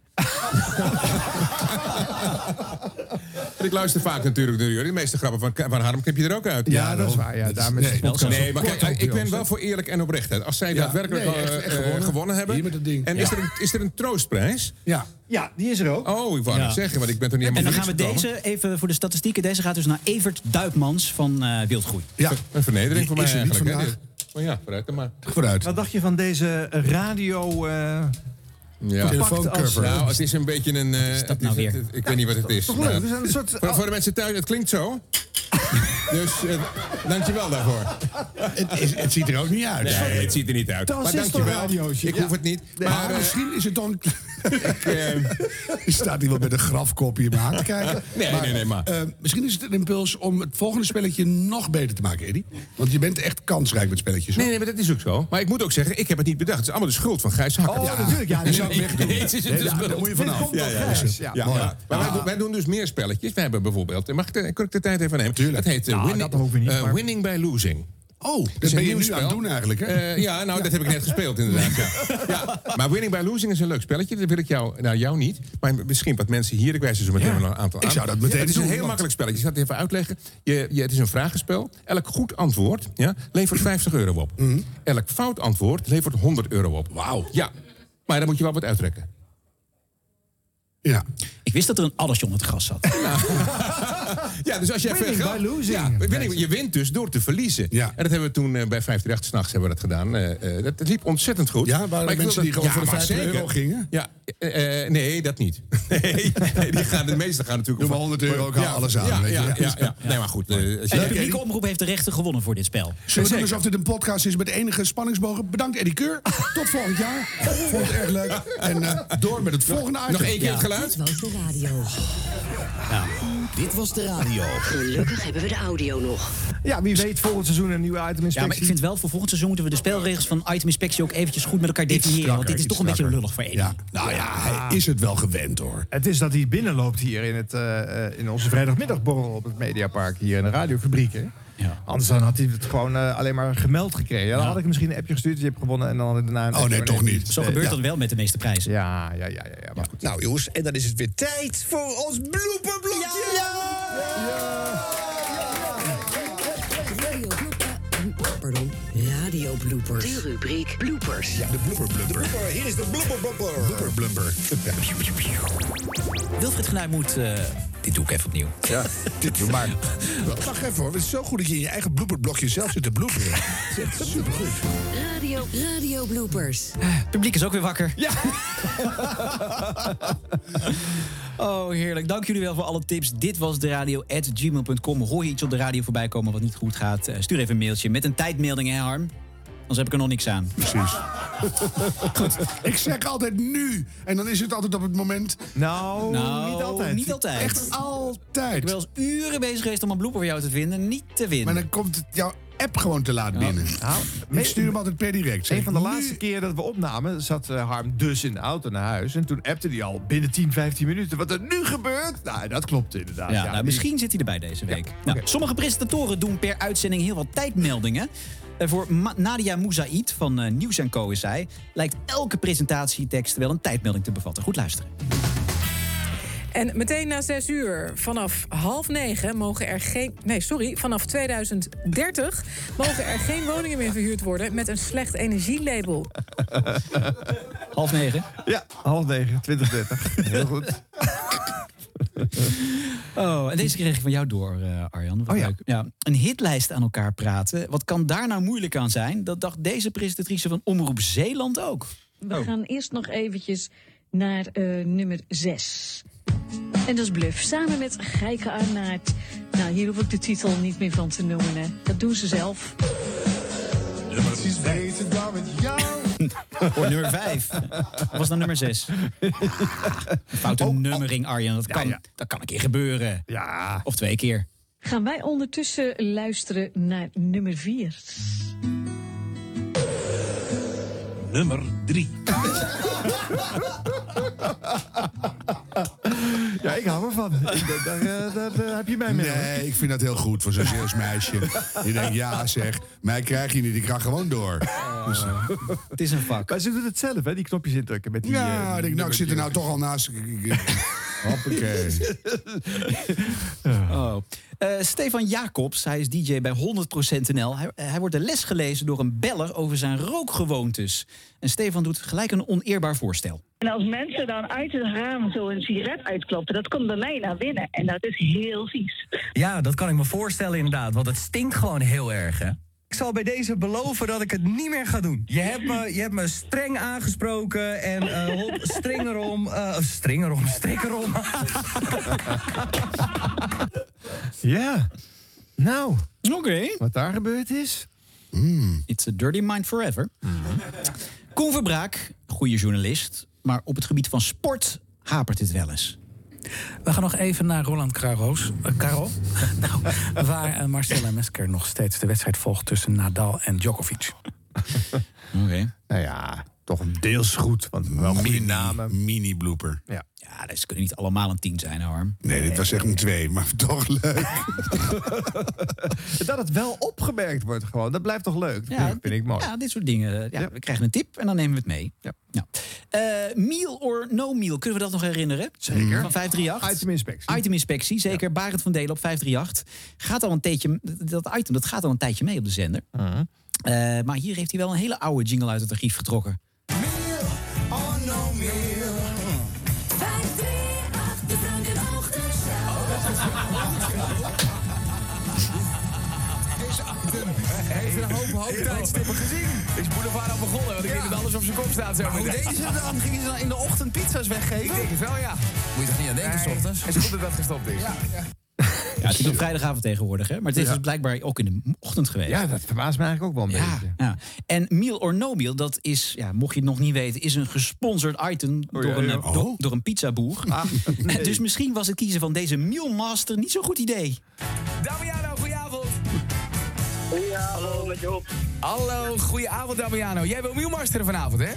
Speaker 31: En ik luister vaak natuurlijk naar jullie. De meeste grappen van, van Harm knip je er ook uit.
Speaker 1: Ja, Ja, dat daarom. is waar, ja. Daarom is
Speaker 31: nee,
Speaker 1: het wel zo.
Speaker 31: nee, maar
Speaker 1: Kort
Speaker 31: kijk, ik- ik ben
Speaker 1: opgelost,
Speaker 31: wel
Speaker 1: hè?
Speaker 31: voor eerlijk en oprechtheid. Als zij
Speaker 1: Ja.
Speaker 31: daadwerkelijk
Speaker 1: Nee,
Speaker 31: eh,
Speaker 1: echt- echt
Speaker 31: eh,
Speaker 1: gewonnen.
Speaker 31: gewonnen. hebben.
Speaker 1: Hier met dat ding.
Speaker 31: En is,
Speaker 1: Ja.
Speaker 31: er een, is er een troostprijs?
Speaker 1: Ja. ja, die is er ook.
Speaker 31: Oh, ik wou net zeggen, want ik ben er niet
Speaker 3: En
Speaker 31: helemaal
Speaker 3: dan gaan we
Speaker 31: voor niks
Speaker 3: deze, even voor de statistieken, deze gaat dus naar Evert Duikmans van eh, Wildgroei.
Speaker 31: Ja, een vernedering voor mij
Speaker 3: Die is er niet
Speaker 31: eigenlijk. hè.
Speaker 3: vandaag.
Speaker 31: Dit- Maar oh ja, vooruit dan maar.
Speaker 1: Wat dacht je van deze radio... eh
Speaker 31: Ja.
Speaker 1: verpakt als- eh,
Speaker 31: Nou, het is een beetje een... eh, het
Speaker 1: nou
Speaker 31: is- het- het- ik weet niet wat het is.
Speaker 1: toch leuk?
Speaker 31: maar-
Speaker 1: We zijn een soort-
Speaker 2: oh.
Speaker 31: voor, voor de mensen thuis, het klinkt zo. dus eh, dankjewel daarvoor.
Speaker 2: Het, is- het ziet er ook niet uit.
Speaker 31: Nee, het ziet er niet uit.
Speaker 2: Dat
Speaker 31: maar
Speaker 2: is toch een
Speaker 31: dankjewel.
Speaker 2: radiootje?
Speaker 31: Ik
Speaker 2: Ja.
Speaker 31: hoef het niet.
Speaker 2: Nee,
Speaker 31: maar
Speaker 2: maar
Speaker 31: eh,
Speaker 2: misschien is het dan...
Speaker 31: ik, eh,
Speaker 2: Er staat iemand met een grafkop hier me aan te kijken.
Speaker 31: Nee, nee, nee, maar-
Speaker 2: eh, misschien is het een impuls om het volgende spelletje nog beter te maken, Eddie. Want je bent echt kansrijk met spelletjes.
Speaker 31: Nee, nee, maar dat is ook zo. Maar ik moet ook zeggen, ik heb het niet bedacht. Het is allemaal de schuld van Gijs Hakker.
Speaker 2: Oh, natuurlijk, ja,
Speaker 31: Die
Speaker 2: nee,
Speaker 31: zou ik
Speaker 2: nee,
Speaker 31: wegdoen.
Speaker 2: nee,
Speaker 31: Dit is
Speaker 2: nee, daar-
Speaker 31: het dus
Speaker 2: daar
Speaker 31: wel-
Speaker 2: moet je vanaf.
Speaker 31: Dit komt
Speaker 2: Ja,
Speaker 31: door
Speaker 2: ja,
Speaker 31: Gijs.
Speaker 2: ja.
Speaker 31: Ja,
Speaker 2: Mooi.
Speaker 31: ja. Maar wij doen- wij doen dus meer spelletjes. We hebben bijvoorbeeld... Mag ik de, kan ik de tijd even nemen? Tuurlijk. Dat heet eh,
Speaker 2: Nou,
Speaker 31: winning,
Speaker 2: dat hoeven we niet,
Speaker 31: eh,
Speaker 2: maar-
Speaker 31: winning by Losing.
Speaker 2: Oh,
Speaker 31: is
Speaker 2: dat ben
Speaker 31: een
Speaker 2: je
Speaker 31: nieuw
Speaker 2: nu
Speaker 31: spel.
Speaker 2: aan het doen eigenlijk, hè?
Speaker 31: Eh, ja, nou, dat heb ik net gespeeld inderdaad. Ja. Ja. Maar Winning by Losing is een leuk spelletje. Dat wil ik jou, nou jou niet, maar misschien wat mensen hier. Ik wijs er zo meteen
Speaker 2: Ja.
Speaker 31: wel een aantal
Speaker 2: Ik
Speaker 31: aan.
Speaker 2: zou dat meteen
Speaker 31: Het is een
Speaker 2: doen,
Speaker 31: heel
Speaker 2: want-
Speaker 31: makkelijk spelletje. Ik zal het even uitleggen. Je, je, het is een vragenspel. Elk goed antwoord ja, levert 50 euro op.
Speaker 2: Mhm.
Speaker 31: Elk fout antwoord levert 100 euro op. Wauw. Ja, maar dan moet je wel wat uittrekken.
Speaker 2: Ja.
Speaker 3: Ik wist dat er een addersje onder het gras zat.
Speaker 31: Ja, dus als jij
Speaker 3: Winning
Speaker 31: veel geld-
Speaker 3: by losing.
Speaker 31: Ja, winning- je wint dus door te verliezen. En dat hebben we toen eh, bij 538 s'nachts hebben we dat gedaan. Eh, eh, dat, het liep ontzettend goed.
Speaker 2: Ja, waren
Speaker 31: Maar
Speaker 2: er
Speaker 31: ik wil
Speaker 2: mensen
Speaker 31: dat-
Speaker 2: die gewoon voor de
Speaker 31: maar
Speaker 2: 50 euro gingen?
Speaker 31: Ja, eh, eh, nee, dat niet. Nee, nee, die gaan, de meesten gaan natuurlijk...
Speaker 2: Doe maar 100 euro, ik haal alles aan,
Speaker 31: Ja,
Speaker 2: weet je.
Speaker 31: ja, ja,
Speaker 2: Ja.
Speaker 31: ja. Nee, maar goed. eh, als
Speaker 3: En
Speaker 31: je-
Speaker 3: de publieke omroep heeft de rechten gewonnen voor dit spel.
Speaker 2: Zullen we doen alsof dit een podcast is met enige spanningsbogen? Bedankt, Eddie Keur. Tot volgend jaar. Vond het erg leuk. En eh, door met het Oh. volgende item.
Speaker 4: Dit was de radio.
Speaker 1: Dit was de radio.
Speaker 4: Gelukkig hebben we de audio nog.
Speaker 1: Ja, wie weet volgend seizoen een nieuwe item
Speaker 3: Ja, maar ik vind wel, voor volgend seizoen moeten we de spelregels van item inspectie ook eventjes goed met elkaar definiëren. want dit is toch een beetje lullig voor Eddie.
Speaker 2: Ja. Nou ja, hij is het wel gewend hoor.
Speaker 1: Het is dat hij binnenloopt hier in, het, eh, eh, in onze vrijdagmiddagborrel op het Mediapark. Hier in de radiofabriek. Hè? Anders dan had hij het gewoon eh, alleen maar gemeld gekregen. Ja, dan had ik hem misschien een appje gestuurd. dus Je hebt gewonnen en dan had ik daarna... een
Speaker 2: Oh, nee,
Speaker 1: appje,
Speaker 2: toch niet.
Speaker 3: Zo
Speaker 1: Eh,
Speaker 3: gebeurt
Speaker 1: ja.
Speaker 3: dat wel met de meeste prijzen.
Speaker 1: Ja, ja, ja. ja, ja, maar goed.
Speaker 10: Nou jongens, en dan is het weer tijd voor ons blooperblokje.
Speaker 4: Radio blooper- Pardon, radio bloopers. De rubriek bloopers.
Speaker 10: De blooper blubber. Hier is de blooper blubber. Blooper blubber.
Speaker 3: Wilfried Genuij moet... eh, dit doe ik even opnieuw.
Speaker 10: Ja, dit doe maar.
Speaker 2: Wacht even hoor. Het is zo goed dat je in je eigen blooperblokje zelf zit te bloeperen. Dat is echt supergoed.
Speaker 4: Radio, radio bloopers.
Speaker 26: Eh,
Speaker 3: Het publiek is ook weer wakker. Ja. oh, heerlijk. Dank jullie wel voor alle tips. Dit was de radio at gmail.com. Hoor je iets op de radio voorbij komen wat niet goed gaat? eh, Stuur even een mailtje met een tijdmelding, hè Harm? Anders heb ik er nog niks aan.
Speaker 2: Precies. Goed. Ik zeg altijd nu. En dan is het altijd op het moment.
Speaker 1: Nou,
Speaker 3: Nou, niet altijd. niet altijd.
Speaker 2: Echt altijd.
Speaker 3: Ik ben wel eens uren bezig geweest om een blooper voor jou te vinden. Niet te winnen.
Speaker 2: Maar dan komt het jouw app gewoon te laat binnen.
Speaker 1: Nou,
Speaker 2: Ik stuur hem altijd per direct. Zeg
Speaker 1: Een van de
Speaker 2: nu-
Speaker 1: laatste keren dat we opnamen, zat eh, Harm dus in de auto naar huis. En toen appte hij al binnen 10, 15 minuten. Wat er nu gebeurt? Nou, dat klopt inderdaad.
Speaker 3: Ja, nou,
Speaker 1: die-
Speaker 3: misschien zit hij erbij deze week. Nou, Sommige presentatoren doen per uitzending heel wat tijdmeldingen. Eh, voor Ma- Nadia Mouzaïd van eh, Nieuws Co. is zij... lijkt elke presentatietekst wel een tijdmelding te bevatten. Goed luisteren.
Speaker 5: En meteen na zes uur, vanaf half negen, mogen er geen. Nee, sorry, vanaf 2030 mogen er geen woningen meer verhuurd worden met een slecht energielabel.
Speaker 3: Half negen?
Speaker 1: Ja, half negen, 2030. Heel goed.
Speaker 3: Oh, en deze kreeg ik van jou door, eh, Arjan. Wat leuk. Ja, een hitlijst aan elkaar praten. Wat kan daar nou moeilijk aan zijn? Dat dacht deze presentatrice van Omroep Zeeland ook.
Speaker 34: We
Speaker 3: Oh.
Speaker 34: gaan eerst nog eventjes naar eh, nummer 6. En dat is Bluff, samen met Gijke Arnaert. Nou, hier hoef ik de titel niet meer van te noemen. hè. Dat doen ze zelf.
Speaker 2: Precies beter dan met jou.
Speaker 3: Voor Oh, nummer vijf. Of was dan nummer zes? Een Foute nummering, Arjan. Dat kan, dat kan een keer gebeuren.
Speaker 1: Ja.
Speaker 3: Of twee keer.
Speaker 34: Gaan wij ondertussen luisteren naar nummer 4.
Speaker 16: Nummer 3.
Speaker 1: Ja, ik hou ervan. Daar, daar, daar, daar eh, heb je mij mee. hoor.
Speaker 2: Nee, ik vind dat heel goed voor zo'n Zeeuws meisje. Die denkt, ja zeg, mij krijg je niet, ik ga gewoon door. Dus-
Speaker 3: Het is een vak.
Speaker 1: Maar ze doet het zelf, hè, die knopjes indrukken met die...
Speaker 2: ja,
Speaker 1: eh,
Speaker 2: ik
Speaker 1: die
Speaker 2: denk, nou, ik zit er nou
Speaker 1: nummertjes.
Speaker 2: toch al naast. Ik- ik- ik- Hoppakee.
Speaker 3: Oh. Eh, Stefan Jacobs, hij is DJ bij 100% NL. Hij, eh, hij wordt de les gelezen door een beller over zijn rookgewoontes. En Stefan doet gelijk een oneerbaar voorstel.
Speaker 12: En als mensen dan uit het raam zo een sigaret uitkloppen, dat komt bij mij naar binnen. En dat is heel vies.
Speaker 26: Ja, dat kan ik me voorstellen inderdaad, want het stinkt gewoon heel erg, hè? Ik zal bij deze beloven dat ik het niet meer ga doen. Je hebt me, je hebt me streng aangesproken en eh hop, string erom. eh, string erom, strik erom.
Speaker 1: Ja. Nou.
Speaker 3: Oké.
Speaker 1: Wat daar gebeurd is. Hmm.
Speaker 3: It's a dirty mind forever. Koen Verbraak, goede journalist. Maar op het gebied van sport hapert dit wel eens.
Speaker 23: We gaan nog even naar Roland Garros, eh, Karel. nou, waar eh, Marcella Mesker nog steeds de wedstrijd volgt tussen Nadal en Djokovic.
Speaker 3: Oké.
Speaker 1: Nou ja, toch deels goed. Want wel goede namen.
Speaker 2: Mini blooper.
Speaker 1: Ja.
Speaker 3: Ja, dat kunnen niet allemaal een tien zijn, Harm.
Speaker 2: Nee, dit was echt een twee, maar toch leuk.
Speaker 1: Dat het wel opgemerkt wordt gewoon. Dat blijft toch leuk? Dat vind, ik, vind ik mooi.
Speaker 3: Ja, dit soort dingen. Ja, We krijgen een tip en dan nemen we het mee. Ja. Eh, meal or no meal, kunnen we dat nog herinneren?
Speaker 1: Zeker.
Speaker 3: Van 538.
Speaker 1: Item inspectie.
Speaker 3: Item inspectie, zeker. Barend van Delen op 538. Gaat al een tijdje, dat item dat gaat al een tijdje mee op de zender.
Speaker 1: Uh-huh.
Speaker 3: Eh, maar hier heeft hij wel een hele oude jingle uit het archief getrokken.
Speaker 13: Oh, no meer. Vijf, drie, acht, de Frank en Ochtendshow. Oh, dat is
Speaker 32: Heeft een hoop, hoop tijdstippen gezien. Is Boulevard al begonnen, want ik Nou, denk dat alles op zijn kop staat. Zo
Speaker 26: Maar hoe deden ze dat dan? Gingen ze dan in de ochtend pizza's weggeven?
Speaker 32: Ik denk het wel, ja.
Speaker 26: Moet je toch niet aan denken, s ochtends?
Speaker 32: Het is goed dat dat gestopt is.
Speaker 3: Ja, het is op vrijdagavond tegenwoordig, hè? maar het is
Speaker 32: Ja.
Speaker 3: dus blijkbaar ook in de ochtend geweest.
Speaker 1: Ja, dat verbaast me eigenlijk ook wel een
Speaker 3: Ja,
Speaker 1: beetje.
Speaker 3: ja. En Meal or No Meal, dat is, ja, mocht je het nog niet weten, is een gesponsord item door,
Speaker 1: Oh, ja,
Speaker 3: een,
Speaker 1: ja. Ah,
Speaker 3: eh, do- door een pizzaboer. Dus misschien was het kiezen van deze Mealmaster niet zo'n goed idee.
Speaker 32: Damiano, goedenavond. Ja, hallo, met Job. Hallo, goedenavond Damiano. Jij wil Mielmasteren vanavond, hè?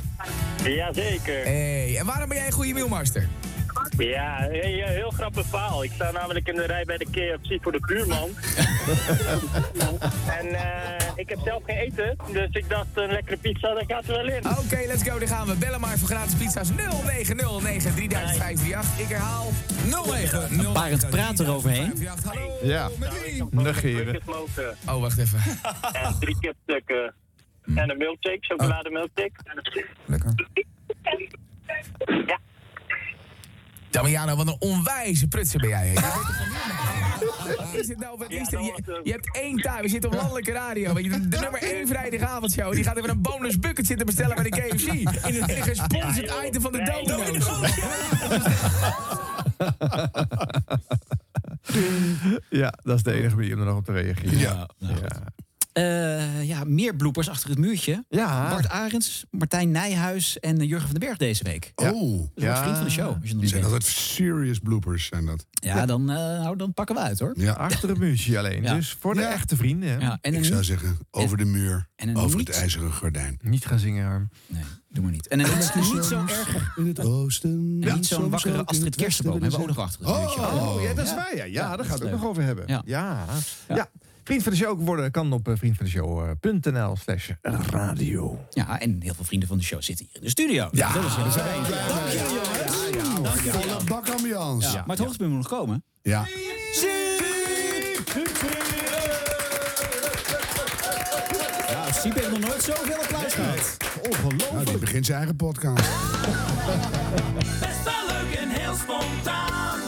Speaker 25: Jazeker.
Speaker 32: Hey, en waarom ben jij een goede Mielmaster?
Speaker 25: Ja, hey, eh, heel grappig verhaal. Ik sta namelijk in de rij bij de KFC voor de buurman. en eh, ik heb zelf geen eten, dus ik dacht een lekkere pizza, daar gaat er wel in.
Speaker 32: Oké, let's go, daar gaan we. Bellen maar voor gratis pizza's 0909-3538. Ik herhaal 0909
Speaker 3: Barend praat eroverheen.
Speaker 1: Ja, negeren.
Speaker 32: Oh, wacht even. Hm.
Speaker 25: en drie kipstukken. En een milkshake,
Speaker 32: Oh.
Speaker 25: chocolade milkshake.
Speaker 32: Damiano, wat een onwijze prutser ben jij. hè. Is het nou, wat is er? je, je hebt één taai, we zitten op landelijke radio. Weet je, de, de nummer één vrijdagavondshow. Die gaat even een bonus bucket zitten bestellen bij de KFC. In een gesponsord item van de Domino's.
Speaker 1: Ja, dat is de enige manier om er nog op te reageren.
Speaker 2: Ja.
Speaker 3: Eh, ja, meer bloepers achter het muurtje.
Speaker 1: Ja.
Speaker 3: Bart Arends, Martijn Nijhuis en eh, Jurgen van den Berg deze week.
Speaker 2: Oh.
Speaker 3: Dus wordt vriend van de show. Als je
Speaker 2: Die
Speaker 3: dat
Speaker 2: zijn
Speaker 3: weet.
Speaker 2: altijd serious bloopers, zijn dat.
Speaker 3: Ja, dan, eh, nou, dan pakken we uit hoor.
Speaker 2: Ja.
Speaker 1: Achter een muurtje alleen.
Speaker 3: Ja.
Speaker 1: Dus voor de
Speaker 3: Ja.
Speaker 1: echte vrienden. hè.
Speaker 3: Ja, en
Speaker 2: ik
Speaker 3: een
Speaker 2: zou
Speaker 3: niet-
Speaker 2: zeggen, over de muur,
Speaker 3: en een
Speaker 2: over
Speaker 3: niet-
Speaker 2: het ijzeren gordijn.
Speaker 1: Niet gaan zingen, Harm.
Speaker 3: Nee, doe maar niet. En het is niet zo erg.
Speaker 2: In het oosten.
Speaker 3: En niet zo'n wakkere Astrid Kersenboom hebben we ook nog achter het muurtje.
Speaker 1: Oh, ja, dat is waar. Ja, ja, daar gaan we het ook nog over hebben. Ja. Ja. Vriend van de show worden kan op eh, vriendvandeshow.nl slash radio.
Speaker 3: Ja, en heel veel vrienden van de show zitten hier in de studio.
Speaker 1: Ja.
Speaker 3: dat is heel fijn.
Speaker 2: Dank jullie, jongens.
Speaker 3: Dank jullie.
Speaker 2: Volle bak ambiance.
Speaker 3: Ja, maar het hoogtepunt moet nog komen.
Speaker 2: Ja.
Speaker 3: Ja, Siep heeft nog nooit zoveel applaus gehad.
Speaker 2: Ongelooflijk. Nou, die begint zijn eigen podcast.
Speaker 13: Best wel leuk en heel spontaan.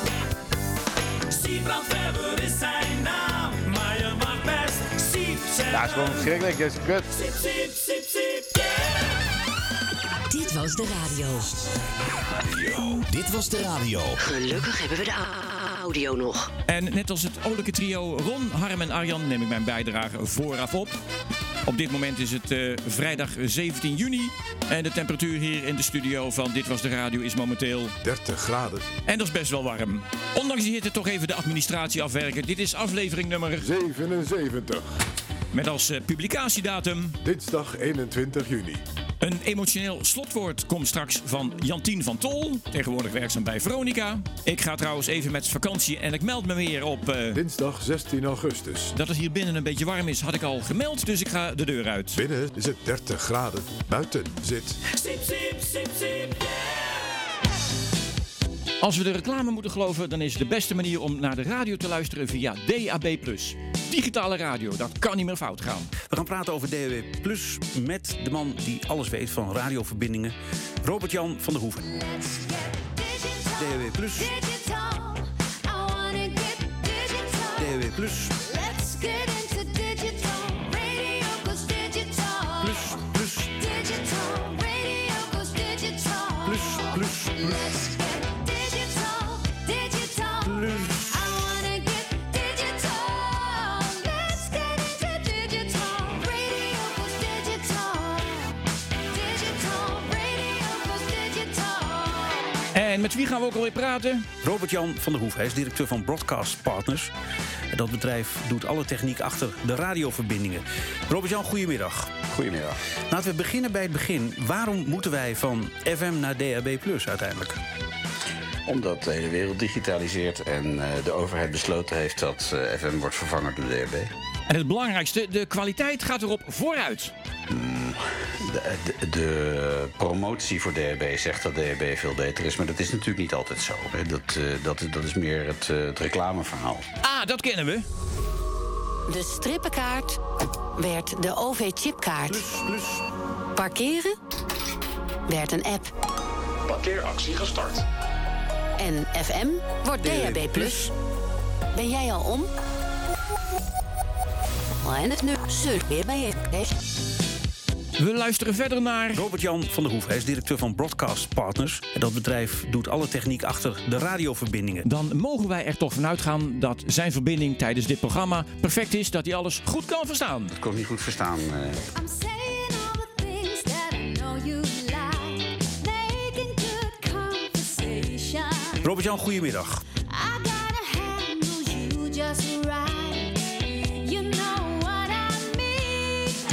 Speaker 13: Siebrand Weber is zijn naam. Maar je mag best Siep zeggen.
Speaker 35: Ja, het is gewoon verschrikkelijk. Dat is kut.
Speaker 13: Siep, Siep, Siep, Siep, yeah.
Speaker 4: Dit was de radio.
Speaker 36: Dit was de radio.
Speaker 4: Gelukkig hebben we de au- audio nog.
Speaker 36: En net als het olijke trio Ron, Harm en Arjan neem ik mijn bijdrage vooraf op. Op dit moment is het eh, vrijdag 17 juni. En de temperatuur hier in de studio van Dit Was De Radio is momenteel... 30 graden. En dat is best wel warm. Ondanks die hitte toch even de administratie afwerken. Dit is aflevering nummer... 77. Met als eh, publicatiedatum... Dinsdag 21 juni. Een emotioneel slotwoord komt straks van Jantien van Tol, tegenwoordig werkzaam bij Veronica. Ik ga trouwens even met vakantie en ik meld me weer op... Dinsdag 16 augustus. Dat het hier binnen een beetje warm is, had ik al gemeld, dus ik ga de deur uit. Binnen is het 30 graden, buiten zit...
Speaker 13: Siep, Siep, Siep, Siep, yeah.
Speaker 36: Als we de reclame moeten geloven, dan is de beste manier om naar de radio te luisteren via DAB+. Digitale radio, dat kan niet meer fout gaan.
Speaker 9: We gaan praten over DW Plus met de man die alles weet van radioverbindingen, Robert-Jan van der Hoeven. DW Plus. DW Plus. Plus, plus. Plus, plus, plus.
Speaker 36: En met wie gaan we ook alweer praten?
Speaker 9: Robert-Jan van der Hoef, hij is directeur van Broadcast Partners. En Dat bedrijf doet alle techniek achter de radioverbindingen. Robert-Jan, goedemiddag. Goedemiddag. Laten we beginnen bij het begin. Waarom moeten wij van FM naar DAB Plus uiteindelijk?
Speaker 7: Omdat de hele wereld digitaliseert en eh, de overheid besloten heeft dat eh, FM wordt vervangen door DAB.
Speaker 36: En het belangrijkste, de kwaliteit gaat erop vooruit.
Speaker 7: Mm. De, eh, de- de promotie voor DAB zegt dat DAB veel beter is, maar dat is natuurlijk niet altijd zo. hè. Dat, eh, dat, dat is meer het, eh, het reclameverhaal.
Speaker 36: Ah, dat kennen we.
Speaker 18: De strippenkaart werd de OV-chipkaart. Parkeren werd een app.
Speaker 12: Parkeeractie gestart.
Speaker 18: En FM wordt DHB+. Ben jij al om? Oh, En het nu zul weer bij je.
Speaker 36: We luisteren verder naar...
Speaker 9: Robert-Jan van der Hoef, hij is directeur van Broadcast Partners. En Dat bedrijf doet alle techniek achter de radioverbindingen.
Speaker 36: Dan mogen wij er toch vanuit gaan dat zijn verbinding tijdens dit programma perfect is, dat hij alles goed kan verstaan.
Speaker 7: Ik kon het niet goed verstaan. eh.
Speaker 9: Robert-Jan, goedemiddag.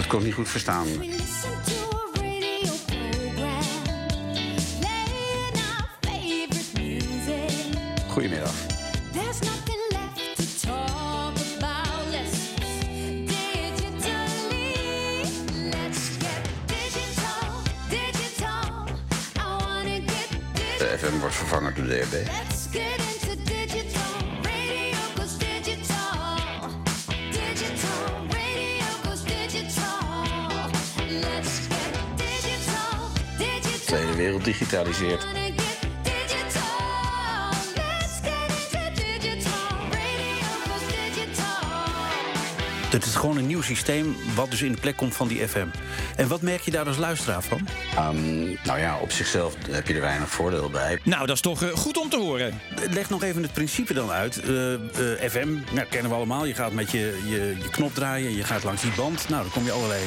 Speaker 7: Ik kon het niet goed verstaan. Goedemiddag. De FM wordt vervangen door DAB. De hele wereld digitaliseert.
Speaker 9: Dit is gewoon een nieuw systeem wat dus in de plek komt van die FM. En wat merk je daar als luisteraar van?
Speaker 7: Ehm, nou ja, op zichzelf heb je er weinig voordeel bij.
Speaker 36: Nou, dat is toch goed om te horen.
Speaker 9: Leg nog even het principe dan uit. Eh, eh, FM, nou, kennen we allemaal. Je gaat met je, je, je knop draaien, je gaat langs die band. Nou, dan kom je allerlei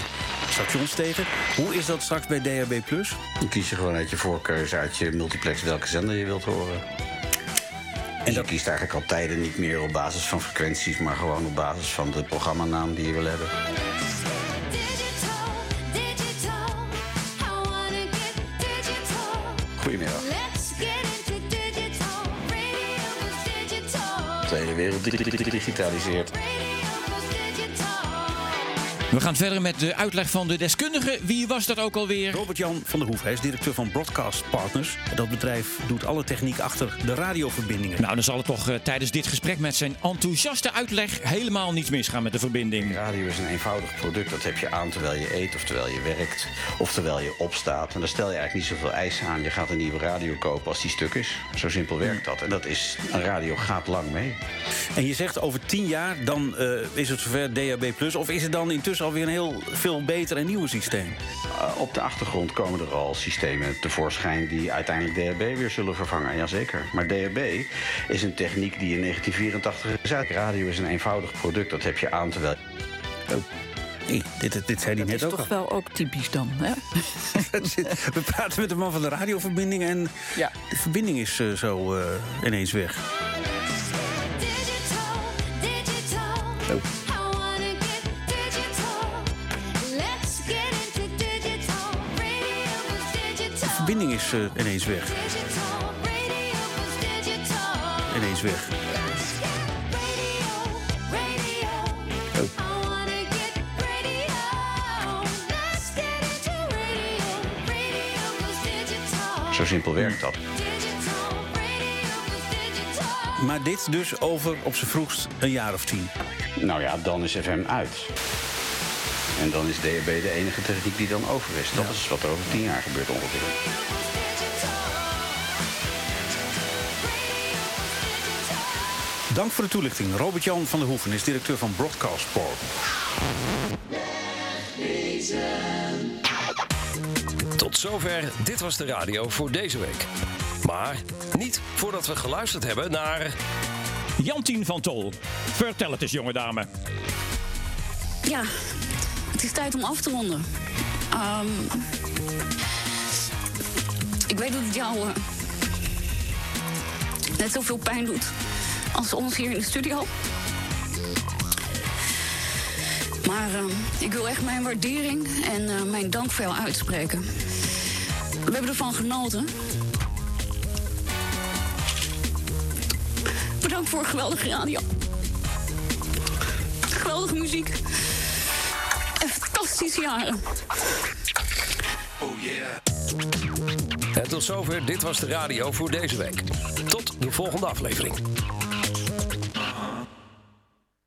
Speaker 9: stations tegen. Hoe is dat straks bij DHB Plus?
Speaker 7: Dan kies je gewoon uit je voorkeuze, uit je multiplex welke zender je wilt horen. En je kiest eigenlijk al tijden niet meer op basis van frequenties, maar gewoon op basis van de programmanaam die je wil hebben. Goedemiddag. De hele wereld dig- dig- dig- digitaliseert.
Speaker 36: We gaan verder met de uitleg van de deskundige. Wie was dat ook alweer?
Speaker 9: Robert-Jan van der Hoef, hij is directeur van Broadcast Partners. En Dat bedrijf doet alle techniek achter de radioverbindingen.
Speaker 36: Nou, dan zal het toch eh, tijdens dit gesprek met zijn enthousiaste uitleg helemaal niets misgaan met de verbinding.
Speaker 7: Radio is een eenvoudig product. Dat heb je aan terwijl je eet, of terwijl je werkt, of terwijl je opstaat. En daar stel je eigenlijk niet zoveel eisen aan. Je gaat een nieuwe radio kopen als die stuk is. Zo simpel werkt dat. En dat is, een radio gaat lang mee.
Speaker 9: En je zegt over tien jaar, dan eh, is het zover DHB Plus. Of is het dan intussen alweer een heel veel beter en nieuw systeem?
Speaker 7: Eh, op de achtergrond komen er al systemen tevoorschijn die uiteindelijk DHB weer zullen vervangen. Jazeker. Maar DHB is een techniek die in 1984 is uit. Radio is een eenvoudig product. Dat heb je aan terwijl. Oh,
Speaker 9: dit, dit zei hij net
Speaker 34: is toch wel ook typisch dan, hè?
Speaker 9: We praten met een man van de radioverbinding en de verbinding is eh, zo eh, ineens weg. De verbinding is eh, ineens weg. Ineens weg.
Speaker 34: Hmm,
Speaker 7: Zo simpel werkt dat.
Speaker 9: Maar dit dus over op zijn vroegst een jaar of tien.
Speaker 7: Nou ja, dan is FM uit. En dan is DHB de enige techniek die dan over is. Dat is wat er over tien jaar gebeurt ongeveer.
Speaker 9: Dank voor de toelichting. Robert-Jan van der Hoeven is directeur van Broadcast Corp.
Speaker 6: Tot zover, dit was de radio voor deze week. Maar niet voordat we geluisterd hebben naar...
Speaker 36: Jantien van Tol, vertel het eens, jonge dame.
Speaker 19: Ja, het is tijd om af te ronden. Ehm, ik weet dat het jou eh, net zoveel pijn doet als ons hier in de studio. Maar ehm, ik wil echt mijn waardering en eh, mijn dank voor jou uitspreken. We hebben ervan genoten. Bedankt voor geweldige radio. Geweldige muziek. En fantastische jaren.
Speaker 6: Oh yeah. En tot zover, dit was de radio voor deze week. Tot de volgende aflevering.